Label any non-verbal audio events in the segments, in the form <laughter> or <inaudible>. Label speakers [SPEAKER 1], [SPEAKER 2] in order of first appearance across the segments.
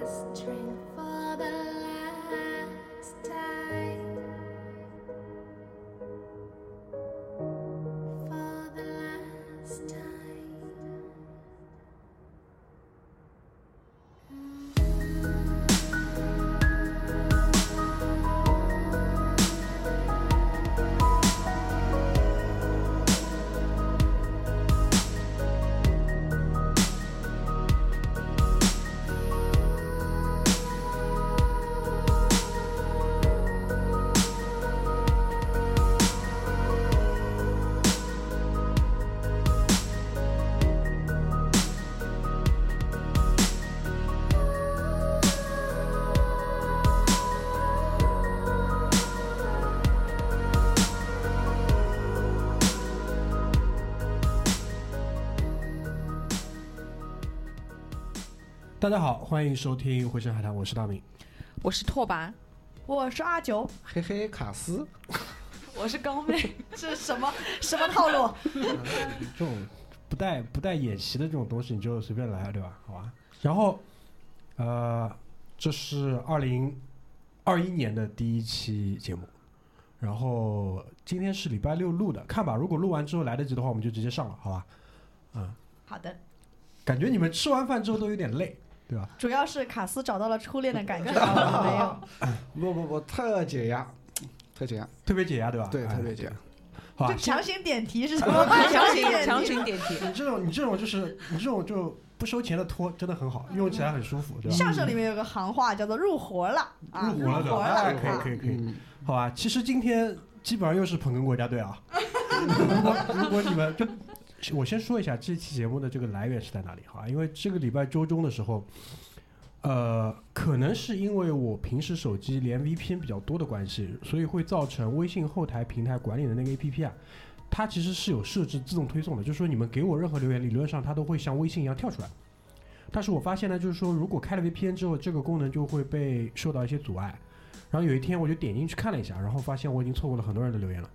[SPEAKER 1] last drink for the last time. For the last time.
[SPEAKER 2] Hello，大家好，欢迎收听回声海滩，我是大明。
[SPEAKER 3] 我是拓跋，
[SPEAKER 4] 我是阿九，
[SPEAKER 5] 嘿嘿，卡斯，
[SPEAKER 4] 我是高妹，这 <laughs> 是什么什么套路？
[SPEAKER 2] 这种不带不带演习的这种东西，你就随便来，对吧？好吧。然后，呃，这是二零二一年的第一期节目，然后今天是礼拜六录的，看吧，如果录完之后来得及的话，我们就直接上了，好吧？
[SPEAKER 4] 好的，
[SPEAKER 2] 感觉你们吃完饭之后都有点累，对吧？
[SPEAKER 4] 主要是卡斯找到了初恋的感觉，我没有。
[SPEAKER 5] 不不不，特解压，啊特解压，
[SPEAKER 2] 特别解压，对吧？
[SPEAKER 5] 对，
[SPEAKER 2] 哎
[SPEAKER 5] 特别解压。
[SPEAKER 2] 好吧
[SPEAKER 4] 这。强行点题是什么？强行点题
[SPEAKER 3] 强行点题。
[SPEAKER 2] 你这种你这种就是你这种就不收钱的拖，真的很好，用起来很舒服，对吧？
[SPEAKER 4] 相声里面有个行话叫做“入活了”啊，
[SPEAKER 2] 入伙了，对吧？哎可以可以可
[SPEAKER 4] 以。
[SPEAKER 2] 以，
[SPEAKER 5] 嗯，
[SPEAKER 2] 好吧。其实今天基本上又是捧哏国家队啊。 <laughs> 如果如果你们就我先说一下这期节目的这个来源是在哪里哈，因为这个礼拜周中的时候，呃，可能是因为我平时手机连 VPN 比较多的关系，所以会造成微信后台平台管理的那个 APP 啊，它其实是有设置自动推送的，就是说你们给我任何留言，理论上它都会像微信一样跳出来。但是我发现呢，就是说如果开了 VPN 之后，这个功能就会被受到一些阻碍。然后有一天我就点进去看了一下，然后发现我已经错过了很多人的留言了。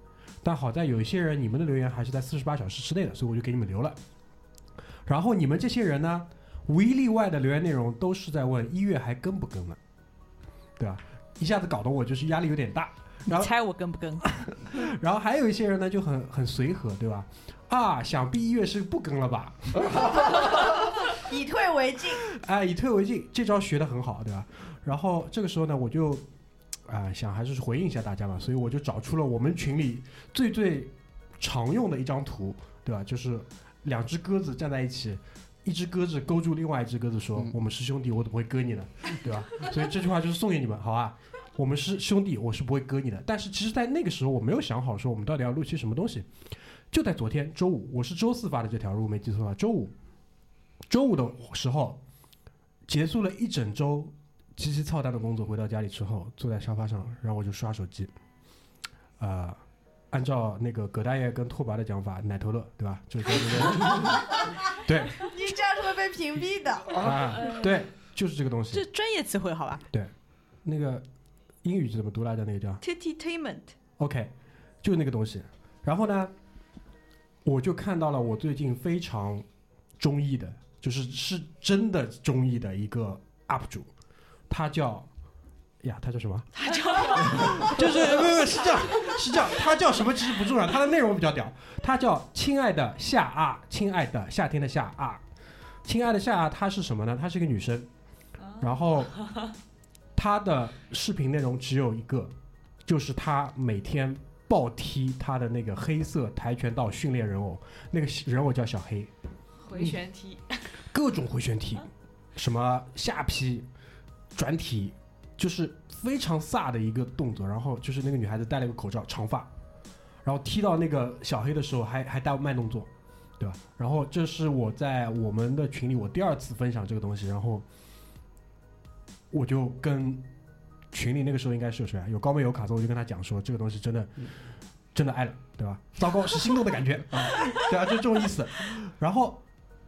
[SPEAKER 2] 但好在有一些人你们的留言还是在四十八小时之内的，所以我就给你们留了。然后你们这些人呢，无一例外的留言内容都是在问一月还更不更了，对吧？一下子搞得我就是压力有点大。然后
[SPEAKER 3] 你猜我跟不跟？
[SPEAKER 2] 然后还有一些人呢就很很随和，对吧？啊，想必一月是不更了吧？
[SPEAKER 4] 以退为进，
[SPEAKER 2] <laughs> 哎，以退为进，这招学的很好，对吧？然后这个时候呢，我就啊、想还是回应一下大家嘛，所以我就找出了我们群里最最常用的一张图，对吧？就是两只鸽子站在一起。一只鸽子勾住另外一只鸽子说：“
[SPEAKER 5] 嗯
[SPEAKER 2] 我们是兄弟，我怎么会割你呢？对吧？”所以这句话就是送给你们，好吧？我们是兄弟，我是不会割你的。但是其实，在那个时候，我没有想好说我们到底要录期什么东西。就在昨天周五，我是周四发的这条，如果没记错的话，周五周五的时候，结束了一整周极其操蛋的工作，回到家里之后，坐在沙发上，然后我就刷手机。呃，按照那个葛大爷跟拓跋的讲法，奶头乐，对吧？就是这个，对
[SPEAKER 4] 你这样是会被屏蔽的。
[SPEAKER 2] 啊， <laughs> 对，就是这个东
[SPEAKER 3] 这
[SPEAKER 2] 西。
[SPEAKER 3] 专业词汇好吧
[SPEAKER 2] 那个英语怎么读来着？那个叫
[SPEAKER 3] ？Entertainment，
[SPEAKER 2] OK，就那个东西。然后呢，我就看到了我最近非常中意的，就是是真的中意的一个 UP 主，他叫呀，他叫什么？他叫 <laughs> 就是没有没有是这样是这样，他叫什么其实不重要，他的内容比较屌，他叫亲爱的夏啊，亲爱的夏天的夏啊，亲爱的夏啊，她是什么呢？她是一个女生，然后她的视频内容只有一个，就是他每天暴踢他的那个黑色跆拳道训练人偶，那个人偶叫小黑，
[SPEAKER 6] 回旋踢，
[SPEAKER 2] 各种回旋踢，什么下劈、转体，就是非常飒的一个动作。然后就是那个女孩子戴了一个口罩，长发，然后踢到那个小黑的时候还还带慢动作，对吧？然后这是我在我们的群里我第二次分享这个东西，然后我就跟群里那个时候应该是有谁啊有高妹有卡子，我就跟他讲说这个东西真的。真的爱了，对吧？糟糕，是心动的感觉， <laughs> 啊对啊，就这种意思。然后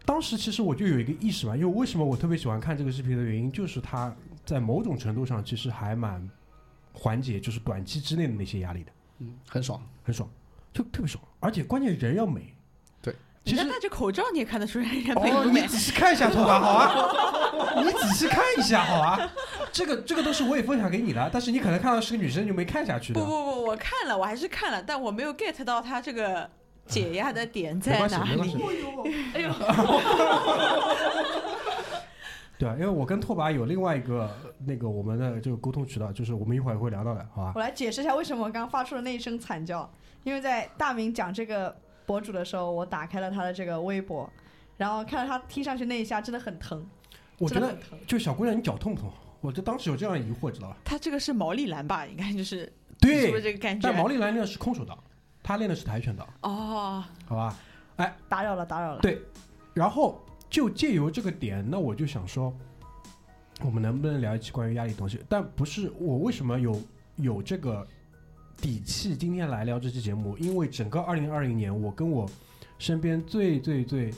[SPEAKER 2] 当时其实我就有一个意识嘛，因为为什么我特别喜欢看这个视频的原因，就是它在某种程度上其实还蛮缓解就是短期之内的那些压力的，
[SPEAKER 5] 嗯，很爽。
[SPEAKER 2] 很爽，就特别爽。而且关键人要美，
[SPEAKER 5] 对，
[SPEAKER 2] 其
[SPEAKER 3] 人
[SPEAKER 2] 实
[SPEAKER 3] 家戴着口罩你也看得出来人家美
[SPEAKER 2] 哦，
[SPEAKER 3] 不
[SPEAKER 2] 你
[SPEAKER 3] 美？
[SPEAKER 2] 仔细看一下头发好啊。你仔细看一下，好吧？这个这个东西我也分享给你了，但是你可能看到是个女生你就没看下去
[SPEAKER 3] 不
[SPEAKER 2] 的
[SPEAKER 3] 不。不，我看了，我还是看了，但我没有 get 到他这个解压的点
[SPEAKER 2] 没
[SPEAKER 3] <laughs> 在
[SPEAKER 2] 关系
[SPEAKER 3] 哪，
[SPEAKER 2] 没关
[SPEAKER 3] 里
[SPEAKER 2] 系。。
[SPEAKER 4] 哎
[SPEAKER 3] <laughs>
[SPEAKER 4] 呦，
[SPEAKER 2] 对啊，因为我跟拓跋有另外一个那个我们的这个沟通渠道，就是我们一会儿也会聊到的，好吧？
[SPEAKER 3] 哦
[SPEAKER 6] 我来解释一下为什么我刚刚发出了那一声惨叫，因为在大明讲这个博主的时候，我打开了他的这个微博，然后看到他踢上去那一下，真的很疼，
[SPEAKER 2] 我觉
[SPEAKER 6] 真的
[SPEAKER 2] 得
[SPEAKER 6] 很疼。
[SPEAKER 2] 就小姑娘，你脚痛不痛？我就当时有这样的疑惑，知道吧？
[SPEAKER 3] 他这个是毛利兰吧？应该就是是不是
[SPEAKER 2] 对，
[SPEAKER 3] 这个感觉？
[SPEAKER 2] 但毛利兰练的是空手道，她练的是跆拳道，
[SPEAKER 3] 哦，
[SPEAKER 2] 好吧？
[SPEAKER 6] 打扰了，打扰了。
[SPEAKER 2] 对然后就借由这个点，那我就想说，我们能不能聊一期关于压力的东西？但不是我为什么有有这个底气今天来聊这期节目？因为整个二零二零年，我跟我身边最最最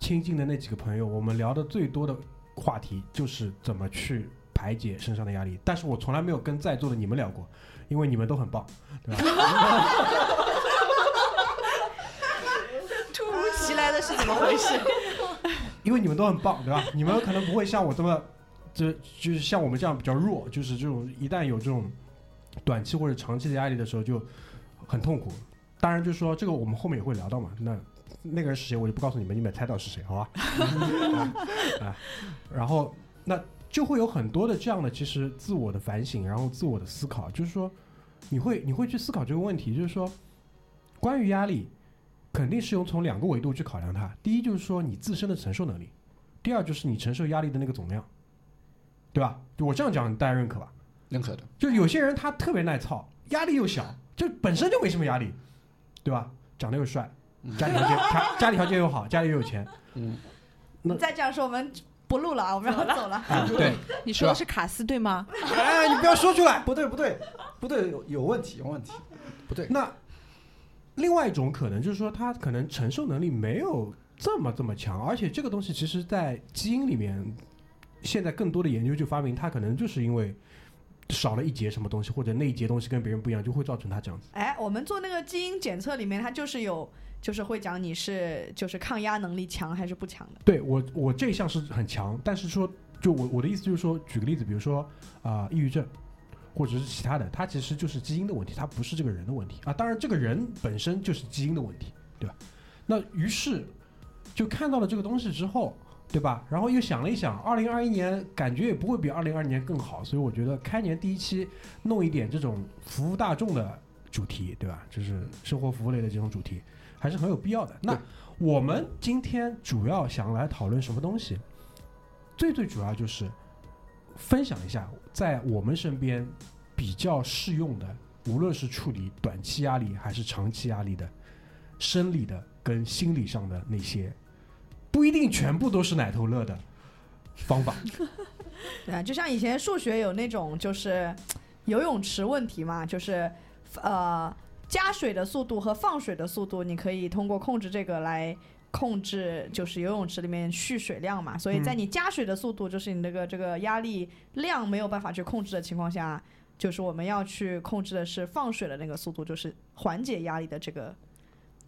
[SPEAKER 2] 亲近的那几个朋友，我们聊的最多的话题就是怎么去排解身上的压力。但是我从来没有跟在座的你们聊过，因为你们都很棒，对吧？
[SPEAKER 3] 突如其来的是怎么回事？
[SPEAKER 6] 啊
[SPEAKER 2] 因为你们都很棒，对吧？你们可能不会像我这么，就就是像我们这样比较弱，就是这种一旦有这种短期或者长期的压力的时候就很痛苦。当然，就是说这个我们后面也会聊到嘛。那那个人是谁，我就不告诉你们，你们也猜到是谁，好吧？啊啊，然后那就会有很多的这样的其实自我的反省，然后自我的思考，就是说你会你会去思考这个问题，就是说关于压力，肯定是用从两个维度去考量它。第一就是说你自身的承受能力，第二就是你承受压力的那个总量，对吧？就我这样讲，大家认可吧？
[SPEAKER 5] 认可的。
[SPEAKER 2] 就有些人他特别耐操，压力又小，就本身就没什么压力，对吧？长得又帅，家里条件家家里条件又好，家里又有钱，
[SPEAKER 5] 嗯，
[SPEAKER 2] 那
[SPEAKER 6] 你再这样说，我们不录了啊，我们要走了。
[SPEAKER 2] 啊，对，
[SPEAKER 3] 你说的是卡斯对吗？
[SPEAKER 2] 哎，你不要说出来。
[SPEAKER 5] 不对不对不对，有有问题有问题，不对，
[SPEAKER 2] 那另外一种可能就是说，他可能承受能力没有这么这么强，而且这个东西其实，在基因里面，现在更多的研究就发明，他可能就是因为少了一节什么东西，或者那一节东西跟别人不一样，就会造成他这样子。
[SPEAKER 6] 哎，我们做那个基因检测里面，它就是有，就是会讲你是就是抗压能力强还是不强的。
[SPEAKER 2] 对我，我这一项是很强，但是说，就我我的意思就是说，举个例子，比如说啊、抑郁症。或者是其他的，它其实就是基因的问题，它不是这个人的问题啊。当然，这个人本身就是基因的问题，对吧？那于是就看到了这个东西之后，对吧？然后又想了一想，二零二一年感觉也不会比二零二年更好，所以我觉得开年第一期弄一点这种服务大众的主题，对吧？就是生活服务类的这种主题，还是很有必要的。那
[SPEAKER 5] 对
[SPEAKER 2] 我们今天主要想来讨论什么东西？最最主要就是分享一下在我们身边比较适用的，无论是处理短期压力还是长期压力的生理的跟心理上的那些，不一定全部都是奶头乐的方法。
[SPEAKER 6] 对啊，就像以前数学有那种就是游泳池问题嘛，就是呃加水的速度和放水的速度，你可以通过控制这个来控制就是游泳池里面蓄水量嘛。所以
[SPEAKER 2] 嗯
[SPEAKER 6] 在你加水的速度，就是你这个这个压力量没有办法去控制的情况下，就是我们要去控制的是放水的那个速度，就是缓解压力的这个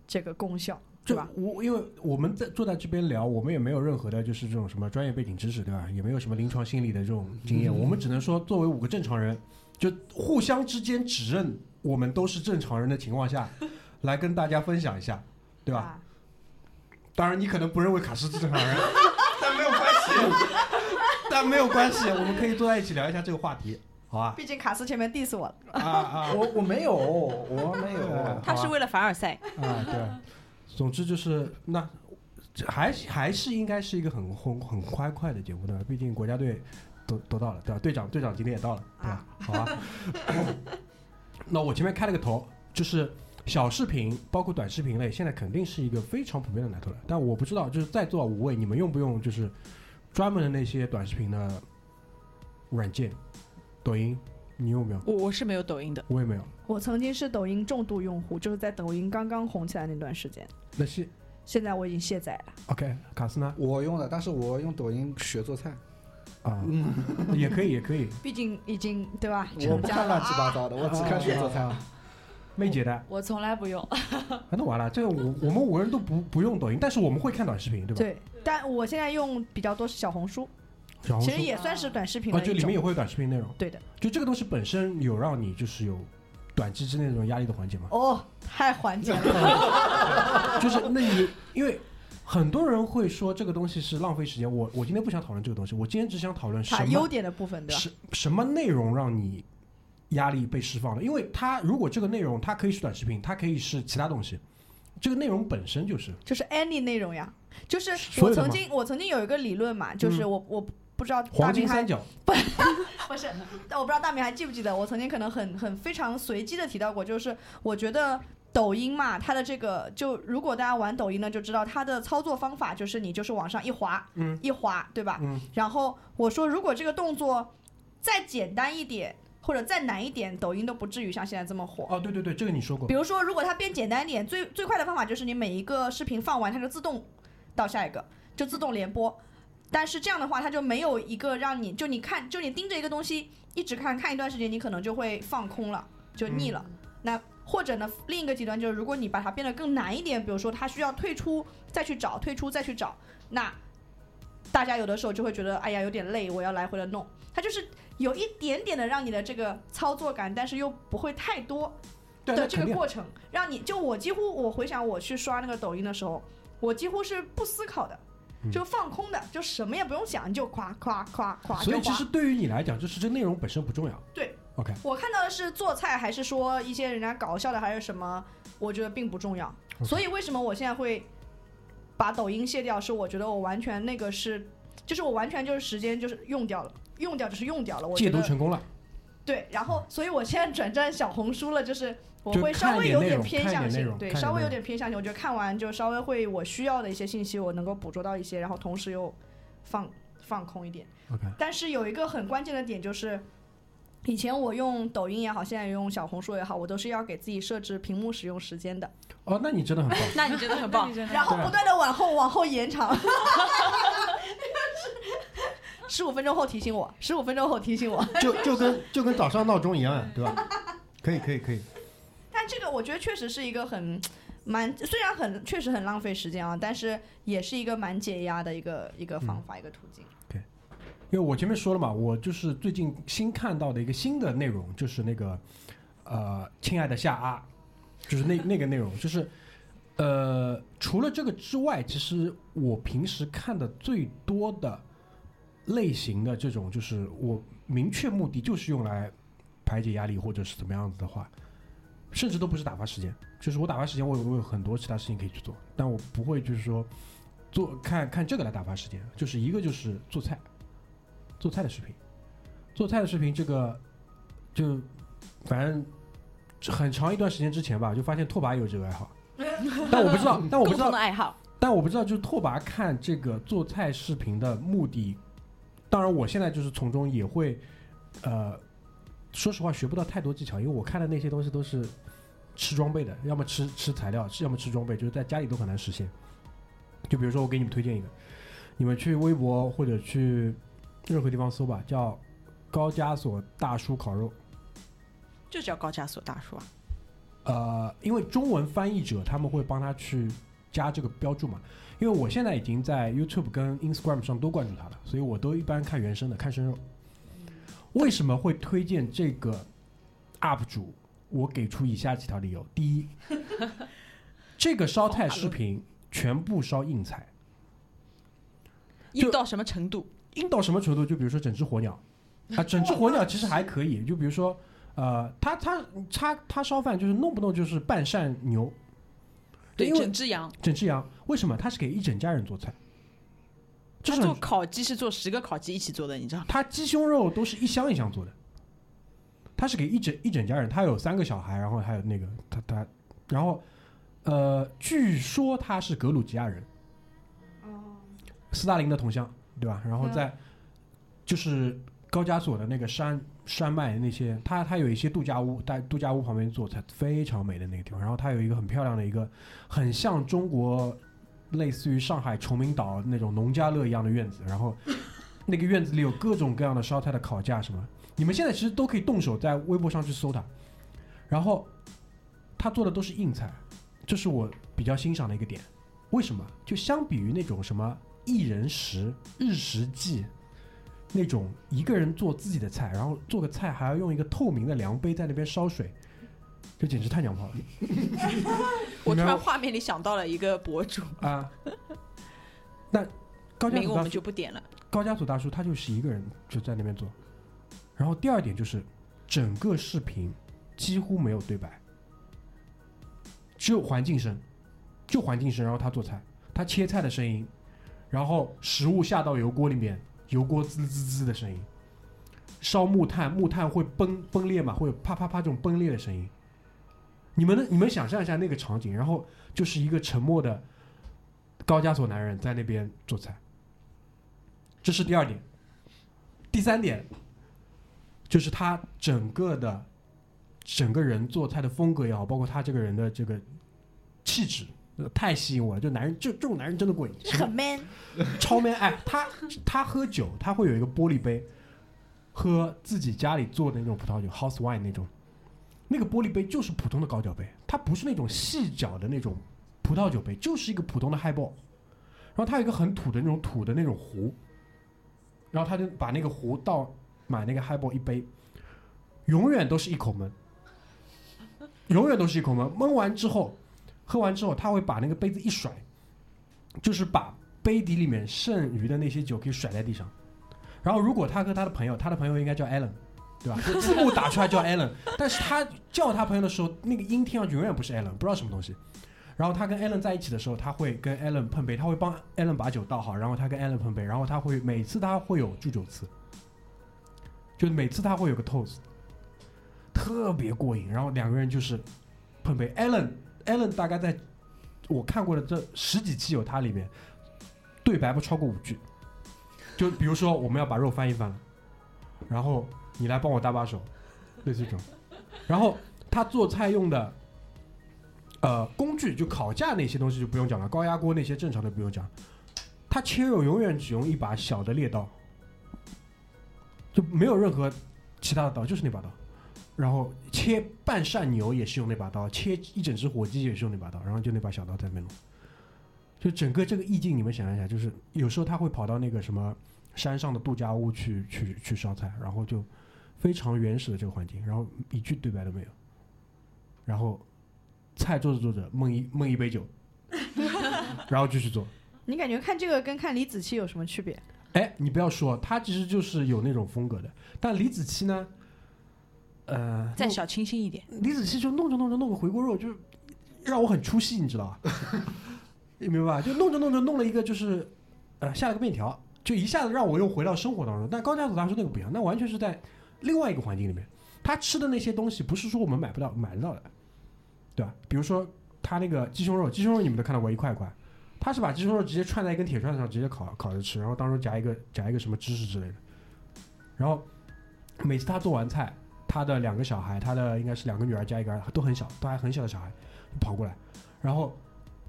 [SPEAKER 6] 这个功效，对
[SPEAKER 2] 就
[SPEAKER 6] 吧？
[SPEAKER 2] 我因为我们在坐在这边聊，我们也没有任何的，就是这种什么专业背景知识，对吧？也没有什么临床心理的这种经
[SPEAKER 6] 嗯
[SPEAKER 2] 验，我们只能说，作为五个正常人，就互相之间指认我们都是正常人的情况下，来跟大家分享一下，对吧？
[SPEAKER 6] 啊？
[SPEAKER 2] 当然，你可能不认为卡斯是正
[SPEAKER 6] <laughs>
[SPEAKER 2] 常人，但没有关系，但没有关系，我们可以坐在一起聊一下这个话题，好吧？
[SPEAKER 6] 啊毕竟卡斯前面 diss 我了，
[SPEAKER 2] 啊啊
[SPEAKER 5] 我我没有我没有
[SPEAKER 2] 嗯，
[SPEAKER 3] 他是
[SPEAKER 5] 好吧
[SPEAKER 3] 为了凡尔赛。
[SPEAKER 2] 啊，对。 <laughs> 总之就是那。这还还是应该是一个很很很欢快的节目的，毕竟国家队都都到了，对吧？队长队长今天也到了，对吧？好吧。 <coughs> 那我前面开了个头，就是小视频包括短视频类，现在肯定是一个非常普遍的奶头了。但我不知道，就是在座五位，你们用不用就是专门的那些短视频的软件？抖音，你用没有？
[SPEAKER 3] 我我是没有抖音的，
[SPEAKER 2] 我也没有。
[SPEAKER 6] 我曾经是抖音重度用户，就是在抖音刚刚红起来那段时间。
[SPEAKER 2] 那是
[SPEAKER 6] 现在我已经卸载了。
[SPEAKER 2] OK，卡斯呢？
[SPEAKER 5] <laughs> 我用的，但是我用抖音学做菜，
[SPEAKER 2] <laughs> 啊，也可以，也可以。
[SPEAKER 6] 毕竟已经对吧？
[SPEAKER 5] 我不看乱七八糟的，我只看学做菜。
[SPEAKER 2] 妹姐的，
[SPEAKER 4] 我从来不用。
[SPEAKER 2] 啊那完了，这个我我们五
[SPEAKER 6] <laughs>
[SPEAKER 2] 个人都不不用抖音，但是我们会看短视频，对吧？
[SPEAKER 6] 对，但我现在用比较多是小红书，
[SPEAKER 2] 小红
[SPEAKER 6] 其
[SPEAKER 2] 书
[SPEAKER 6] 实也算是短视频
[SPEAKER 2] 啊，
[SPEAKER 6] 的
[SPEAKER 2] 就
[SPEAKER 6] 一
[SPEAKER 2] 里面
[SPEAKER 6] 种。
[SPEAKER 2] 也会有短视频内容。
[SPEAKER 6] 对的。
[SPEAKER 2] 就这个东西本身有让你就是有短期之内那种压力的缓解吗？
[SPEAKER 6] 哦，太缓解了。
[SPEAKER 2] 就是那你因为很多人会说这个东西是浪费时间，我我今天不想讨论这个东西，我今天只想讨论什
[SPEAKER 6] 它优
[SPEAKER 2] 么
[SPEAKER 6] 点的部分，对吧？
[SPEAKER 2] 什什么内容让你压力被释放了，因为它如果这个内容它可以是短视频，它可以是其他东西，这个内容本身就是
[SPEAKER 6] 就是 any 内容呀，就是
[SPEAKER 2] 所
[SPEAKER 6] 我
[SPEAKER 2] 有的
[SPEAKER 6] 曾
[SPEAKER 2] 吗嗯
[SPEAKER 6] 经我曾经有一个理论嘛，就是我我不知道大
[SPEAKER 2] 黄
[SPEAKER 6] 明
[SPEAKER 2] 金
[SPEAKER 6] 还
[SPEAKER 2] 三角，
[SPEAKER 6] 不是，但我不知道大明还记不记得，我曾经可能很很非常随机的提到过，就是我觉得抖音嘛，它的这个就如果大家玩抖音呢，就知道它的操作方法就是你就是往上一滑，
[SPEAKER 2] 嗯，
[SPEAKER 6] 一滑，对吧？
[SPEAKER 2] 嗯，
[SPEAKER 6] 然后我说如果这个动作再简单一点，或者再难一点，抖音都不至于像现在这么火。
[SPEAKER 2] 哦，对对对，这个你说过
[SPEAKER 6] 比，如说，如果它变简单一点，最最快的方法就是你每一个视频放完，它就自动到下一个，就自动连播。但是这样的话，它就没有一个让你就你看就你盯着一个东西一直看看一段时间，你可能就会放空了，就腻了。那或者呢，另一个极端就是，如果你把它变得更难一点，比如说它需要退出再去找，退出再去找，那大家有的时候就会觉得哎呀有点累，我要来回的弄。它就是有一点点的让你的这个操作感，但是又不会太多。
[SPEAKER 2] 对
[SPEAKER 6] 的
[SPEAKER 2] 那
[SPEAKER 6] 这
[SPEAKER 2] 肯
[SPEAKER 6] 个
[SPEAKER 2] 定。
[SPEAKER 6] 过程，让你就我几乎我回想我去刷那个抖音的时候，我几乎是不思考的，
[SPEAKER 2] 嗯
[SPEAKER 6] 就放空的，就什么也不用想，你就夸夸夸夸
[SPEAKER 2] 所
[SPEAKER 6] 就
[SPEAKER 2] 以其
[SPEAKER 6] 夸
[SPEAKER 2] 实。对于你来讲，就是这内容本身不重要。
[SPEAKER 6] 对
[SPEAKER 2] ，OK，
[SPEAKER 6] 我看到的是做菜，还是说一些人家搞笑的，还是什么？我觉得并不重要。
[SPEAKER 2] OK
[SPEAKER 6] 所以为什么我现在会把抖音卸掉？是我觉得我完全那个是，就是我完全就是时间就是用掉了，用掉就是用掉了。我
[SPEAKER 2] 戒
[SPEAKER 6] 觉
[SPEAKER 2] 毒
[SPEAKER 6] 得
[SPEAKER 2] 成功了，
[SPEAKER 6] 对，然后所以我现在转战小红书了，就是我
[SPEAKER 2] 就
[SPEAKER 6] 会
[SPEAKER 2] 看
[SPEAKER 6] 稍微
[SPEAKER 2] 点
[SPEAKER 6] 有
[SPEAKER 2] 内
[SPEAKER 6] 点
[SPEAKER 2] 容
[SPEAKER 6] 偏
[SPEAKER 2] 看
[SPEAKER 6] 向
[SPEAKER 2] 点内
[SPEAKER 6] 性，
[SPEAKER 2] 容
[SPEAKER 6] 对，
[SPEAKER 2] 看
[SPEAKER 6] 稍
[SPEAKER 2] 点
[SPEAKER 6] 微
[SPEAKER 2] 内
[SPEAKER 6] 有
[SPEAKER 2] 容
[SPEAKER 6] 点偏向性。我觉得看完就稍微会我需要的一些信息，我能够捕捉到一些，然后同时又放放空一点。
[SPEAKER 2] OK
[SPEAKER 6] 但是有一个很关键的点就是。以前我用抖音也好，现在用小红书也好，我都是要给自己设置屏幕使用时间的，
[SPEAKER 2] 哦，那你真的很棒。
[SPEAKER 6] <laughs>
[SPEAKER 3] <laughs> 那你真的很
[SPEAKER 4] <laughs>
[SPEAKER 3] 棒。
[SPEAKER 6] 然后不断的往后往后延长， <laughs> 十五分钟后提醒我，十五分钟后提醒我，
[SPEAKER 5] 就就跟就跟早上闹钟一样，啊对吧？可以可以可以，
[SPEAKER 6] 但这个我觉得确实是一个很蛮，虽然很确实很浪费时间啊，但是也是一个蛮解压的一个一个方法、一个途径。
[SPEAKER 3] 嗯
[SPEAKER 2] 因为我前面说了嘛，我就是最近新看到的一个新的内容，就是那个呃，亲爱的夏阿，就是那那个内容，就是呃，除了这个之外，其实我平时看的最多的类型的这种，就是我明确目的就是用来排解压力或者是怎么样子的话，甚至都不是打发时间，就是我打发时间，我有我有很多其他事情可以去做，但我不会就是说做看看这个来打发时间，就是一个就是做菜。做菜的视频，做菜的视频这个就反正很长一段时间之前吧，就发现拓跋有这个爱好，但我不知道，但我不
[SPEAKER 3] 共
[SPEAKER 2] 知
[SPEAKER 3] 同
[SPEAKER 2] 道
[SPEAKER 3] 的，爱好，
[SPEAKER 2] 但我不知道，就是拓跋看这个做菜视频的目的，当然我现在就是从中也会，呃，说实话学不到太多技巧，因为我看的那些东西都是吃装备的，要么吃吃材料，要么吃装备，就是在家里都很难实现。就比如说我给你们推荐一个，你们去微博或者去任何地方搜吧，叫高加索大叔烤肉。
[SPEAKER 3] 就叫高加索大叔啊。
[SPEAKER 2] 呃，因为中文翻译者他们会帮他去加这个标注嘛。因为我现在已经在 YouTube 跟 Instagram 上都关注他了，所以我都一般看原声的，看生肉。为什么会推荐这个 UP 主？我给出以下几条理由：第一，这个烧菜视频全部烧硬菜，
[SPEAKER 3] 硬到什么程度？
[SPEAKER 2] 硬到什么程度？就比如说整只火
[SPEAKER 3] <laughs>
[SPEAKER 2] 鸟，啊，整只火鸟其实还可以。就比如说，呃，他他他他烧饭就是弄不弄就是半扇牛，
[SPEAKER 3] 对，
[SPEAKER 2] 因为
[SPEAKER 3] 整只羊。
[SPEAKER 2] 整只羊为什么？他是给一整家人做菜，就
[SPEAKER 3] 他
[SPEAKER 2] 是
[SPEAKER 3] 做
[SPEAKER 2] 很
[SPEAKER 3] 烤鸡是做十个烤鸡一起做的，你知道吗？
[SPEAKER 2] 他鸡胸肉都是一箱一箱做的，他是给一整一整家人，他有三个小孩，然后还有那个他他，然后呃，据说他是格鲁吉亚人，
[SPEAKER 6] 哦
[SPEAKER 2] 斯大林的同乡，对吧？然后在、就是高加索的那个山山脉那些，它它有一些度假屋，在度假屋旁边做菜，非常美的那个地方。然后它有一个很漂亮的一个，很像中国类似于上海崇明岛那种农家乐一样的院子，然后那个院子里有各种各样的烧菜的烤架什么，你们现在其实都可以动手在微博上去搜它。然后他做的都是硬菜，这是我比较欣赏的一个点。为什么？就相比于那种什么一人食、日食记，那种一个人做自己的菜，然后做个菜还要用一个透明的量杯在那边烧水，这简直太娘炮了
[SPEAKER 3] 我突
[SPEAKER 2] 你
[SPEAKER 3] 然
[SPEAKER 2] 们
[SPEAKER 3] 画面里想到了一个博主，
[SPEAKER 2] 啊！那高加
[SPEAKER 3] 名
[SPEAKER 2] 索
[SPEAKER 3] 我
[SPEAKER 2] 大
[SPEAKER 3] 们
[SPEAKER 2] 叔，
[SPEAKER 3] 就不点了。
[SPEAKER 2] 高加索大叔他就是一个人就在那边做。然后第二点就是，整个视频几乎没有对白，只有环境声，就环境声，然后他做菜，他切菜的声音，然后食物下到油锅里面，油锅滋滋滋的声音，烧木炭，木炭会崩崩裂嘛，会有啪啪啪这种崩裂的声音。你们能你们想象一下那个场景，然后就是一个沉默的高加索男人在那边做菜，这是第二点。第三点就是他整个的整个人做菜的风格也好，包括他这个人的这个气质。呃太吸引我了，就男人，就这种男人真的过瘾，什么
[SPEAKER 6] 很 man，
[SPEAKER 2] 超 man 哎，他他喝酒，他会有一个玻璃杯，喝自己家里做的那种葡萄酒 house wine 那种，那个玻璃杯就是普通的高脚杯，它不是那种细脚的那种葡萄酒杯，就是一个普通的 highball。然后它有一个很土的那种土的那种壶，然后他就把那个壶倒满那个 highball 一杯，永远都是一口闷，永远都是一口闷，闷完之后，喝 <laughs> 完之后，他会把那个杯子一甩，就是把杯底里面剩余的那些酒可以甩在地上。然后，如果他和他的朋友，他的朋友应该叫 Allen，对吧？字幕打出来叫 Allen，但 <laughs> 是他叫他朋友的时候，那个音听上去永远不是 Allen，不知道什么东西。然后他跟 Allen 在一起的时候，他会跟 Allen 碰杯，他会帮 Allen 把酒倒好，然后他跟 Allen 碰杯，然后他会每次他会有祝酒词，就每次他会有个 toast，特别过瘾。然后两个人就是碰杯，Allen Allen 大概在我看过的这十几期有他里面。对白不超过五句。就比如说，我们要把肉翻一翻了，然后你来帮我搭把手，类似这种。然后他做菜用的，呃，工具就烤架那些东西就不用讲了，高压锅那些正常的不用讲。他切肉永远只用一把小的猎刀，就没有任何其他的刀，就是那把刀。然后切半扇牛也是用那把刀，切一整只火鸡也是用那把刀，然后就那把小刀在那边弄。就整个这个意境，你们想象一下，就是有时候他会跑到那个什么山上的度假屋去去去烧菜，然后就非常原始的这个环境，然后一句对白都没有，然后菜做着做着梦一梦一杯酒，然后继续做。
[SPEAKER 6] 你感觉看这个跟看李子柒有什么区别？
[SPEAKER 2] 哎，你不要说，他其实就是有那种风格的，但李子柒呢，呃，
[SPEAKER 3] 再小清新一点，
[SPEAKER 2] 李子柒就弄着弄着弄个回锅肉，就是让我很出戏，你知道吧？ <laughs> 你明白吧？就弄着弄着弄了一个就是，呃，下了个面条，就一下子让我又回到生活当中。但高加索大叔那个不一样，那完全是在另外一个环境里面，他吃的那些东西不是说我们买不到买得到的，对吧？比如说他那个鸡胸肉，鸡胸肉你们都看到过一块一块，他是把鸡胸肉直接串在一根铁串上，直接烤烤着吃，然后当中夹一个夹一个什么芝士之类的，然后每次他做完菜。他的两个小孩，他的应该是两个女儿加一个儿子，都很小，都还很小的小孩，跑过来，然后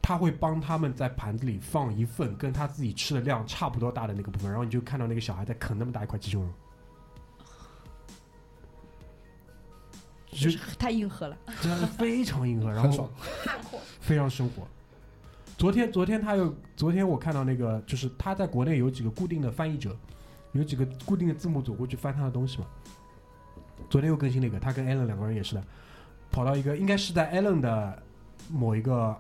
[SPEAKER 2] 他会帮他们在盘子里放一份跟他自己吃的量差不多大的那个部分，然后你就看到那个小孩在啃那么大一块鸡胸肉，就
[SPEAKER 6] 太硬核了。
[SPEAKER 2] 真的非常硬核，然
[SPEAKER 5] 很爽
[SPEAKER 2] 后。非常生活。昨天，昨天他有，昨天我看到那个，就是他在国内有几个固定的翻译者，有几个固定的字幕组过去翻他的东西嘛。昨天又更新了一个，他跟 Allen 两个人也是的，跑到一个应该是在 Allen 的某一个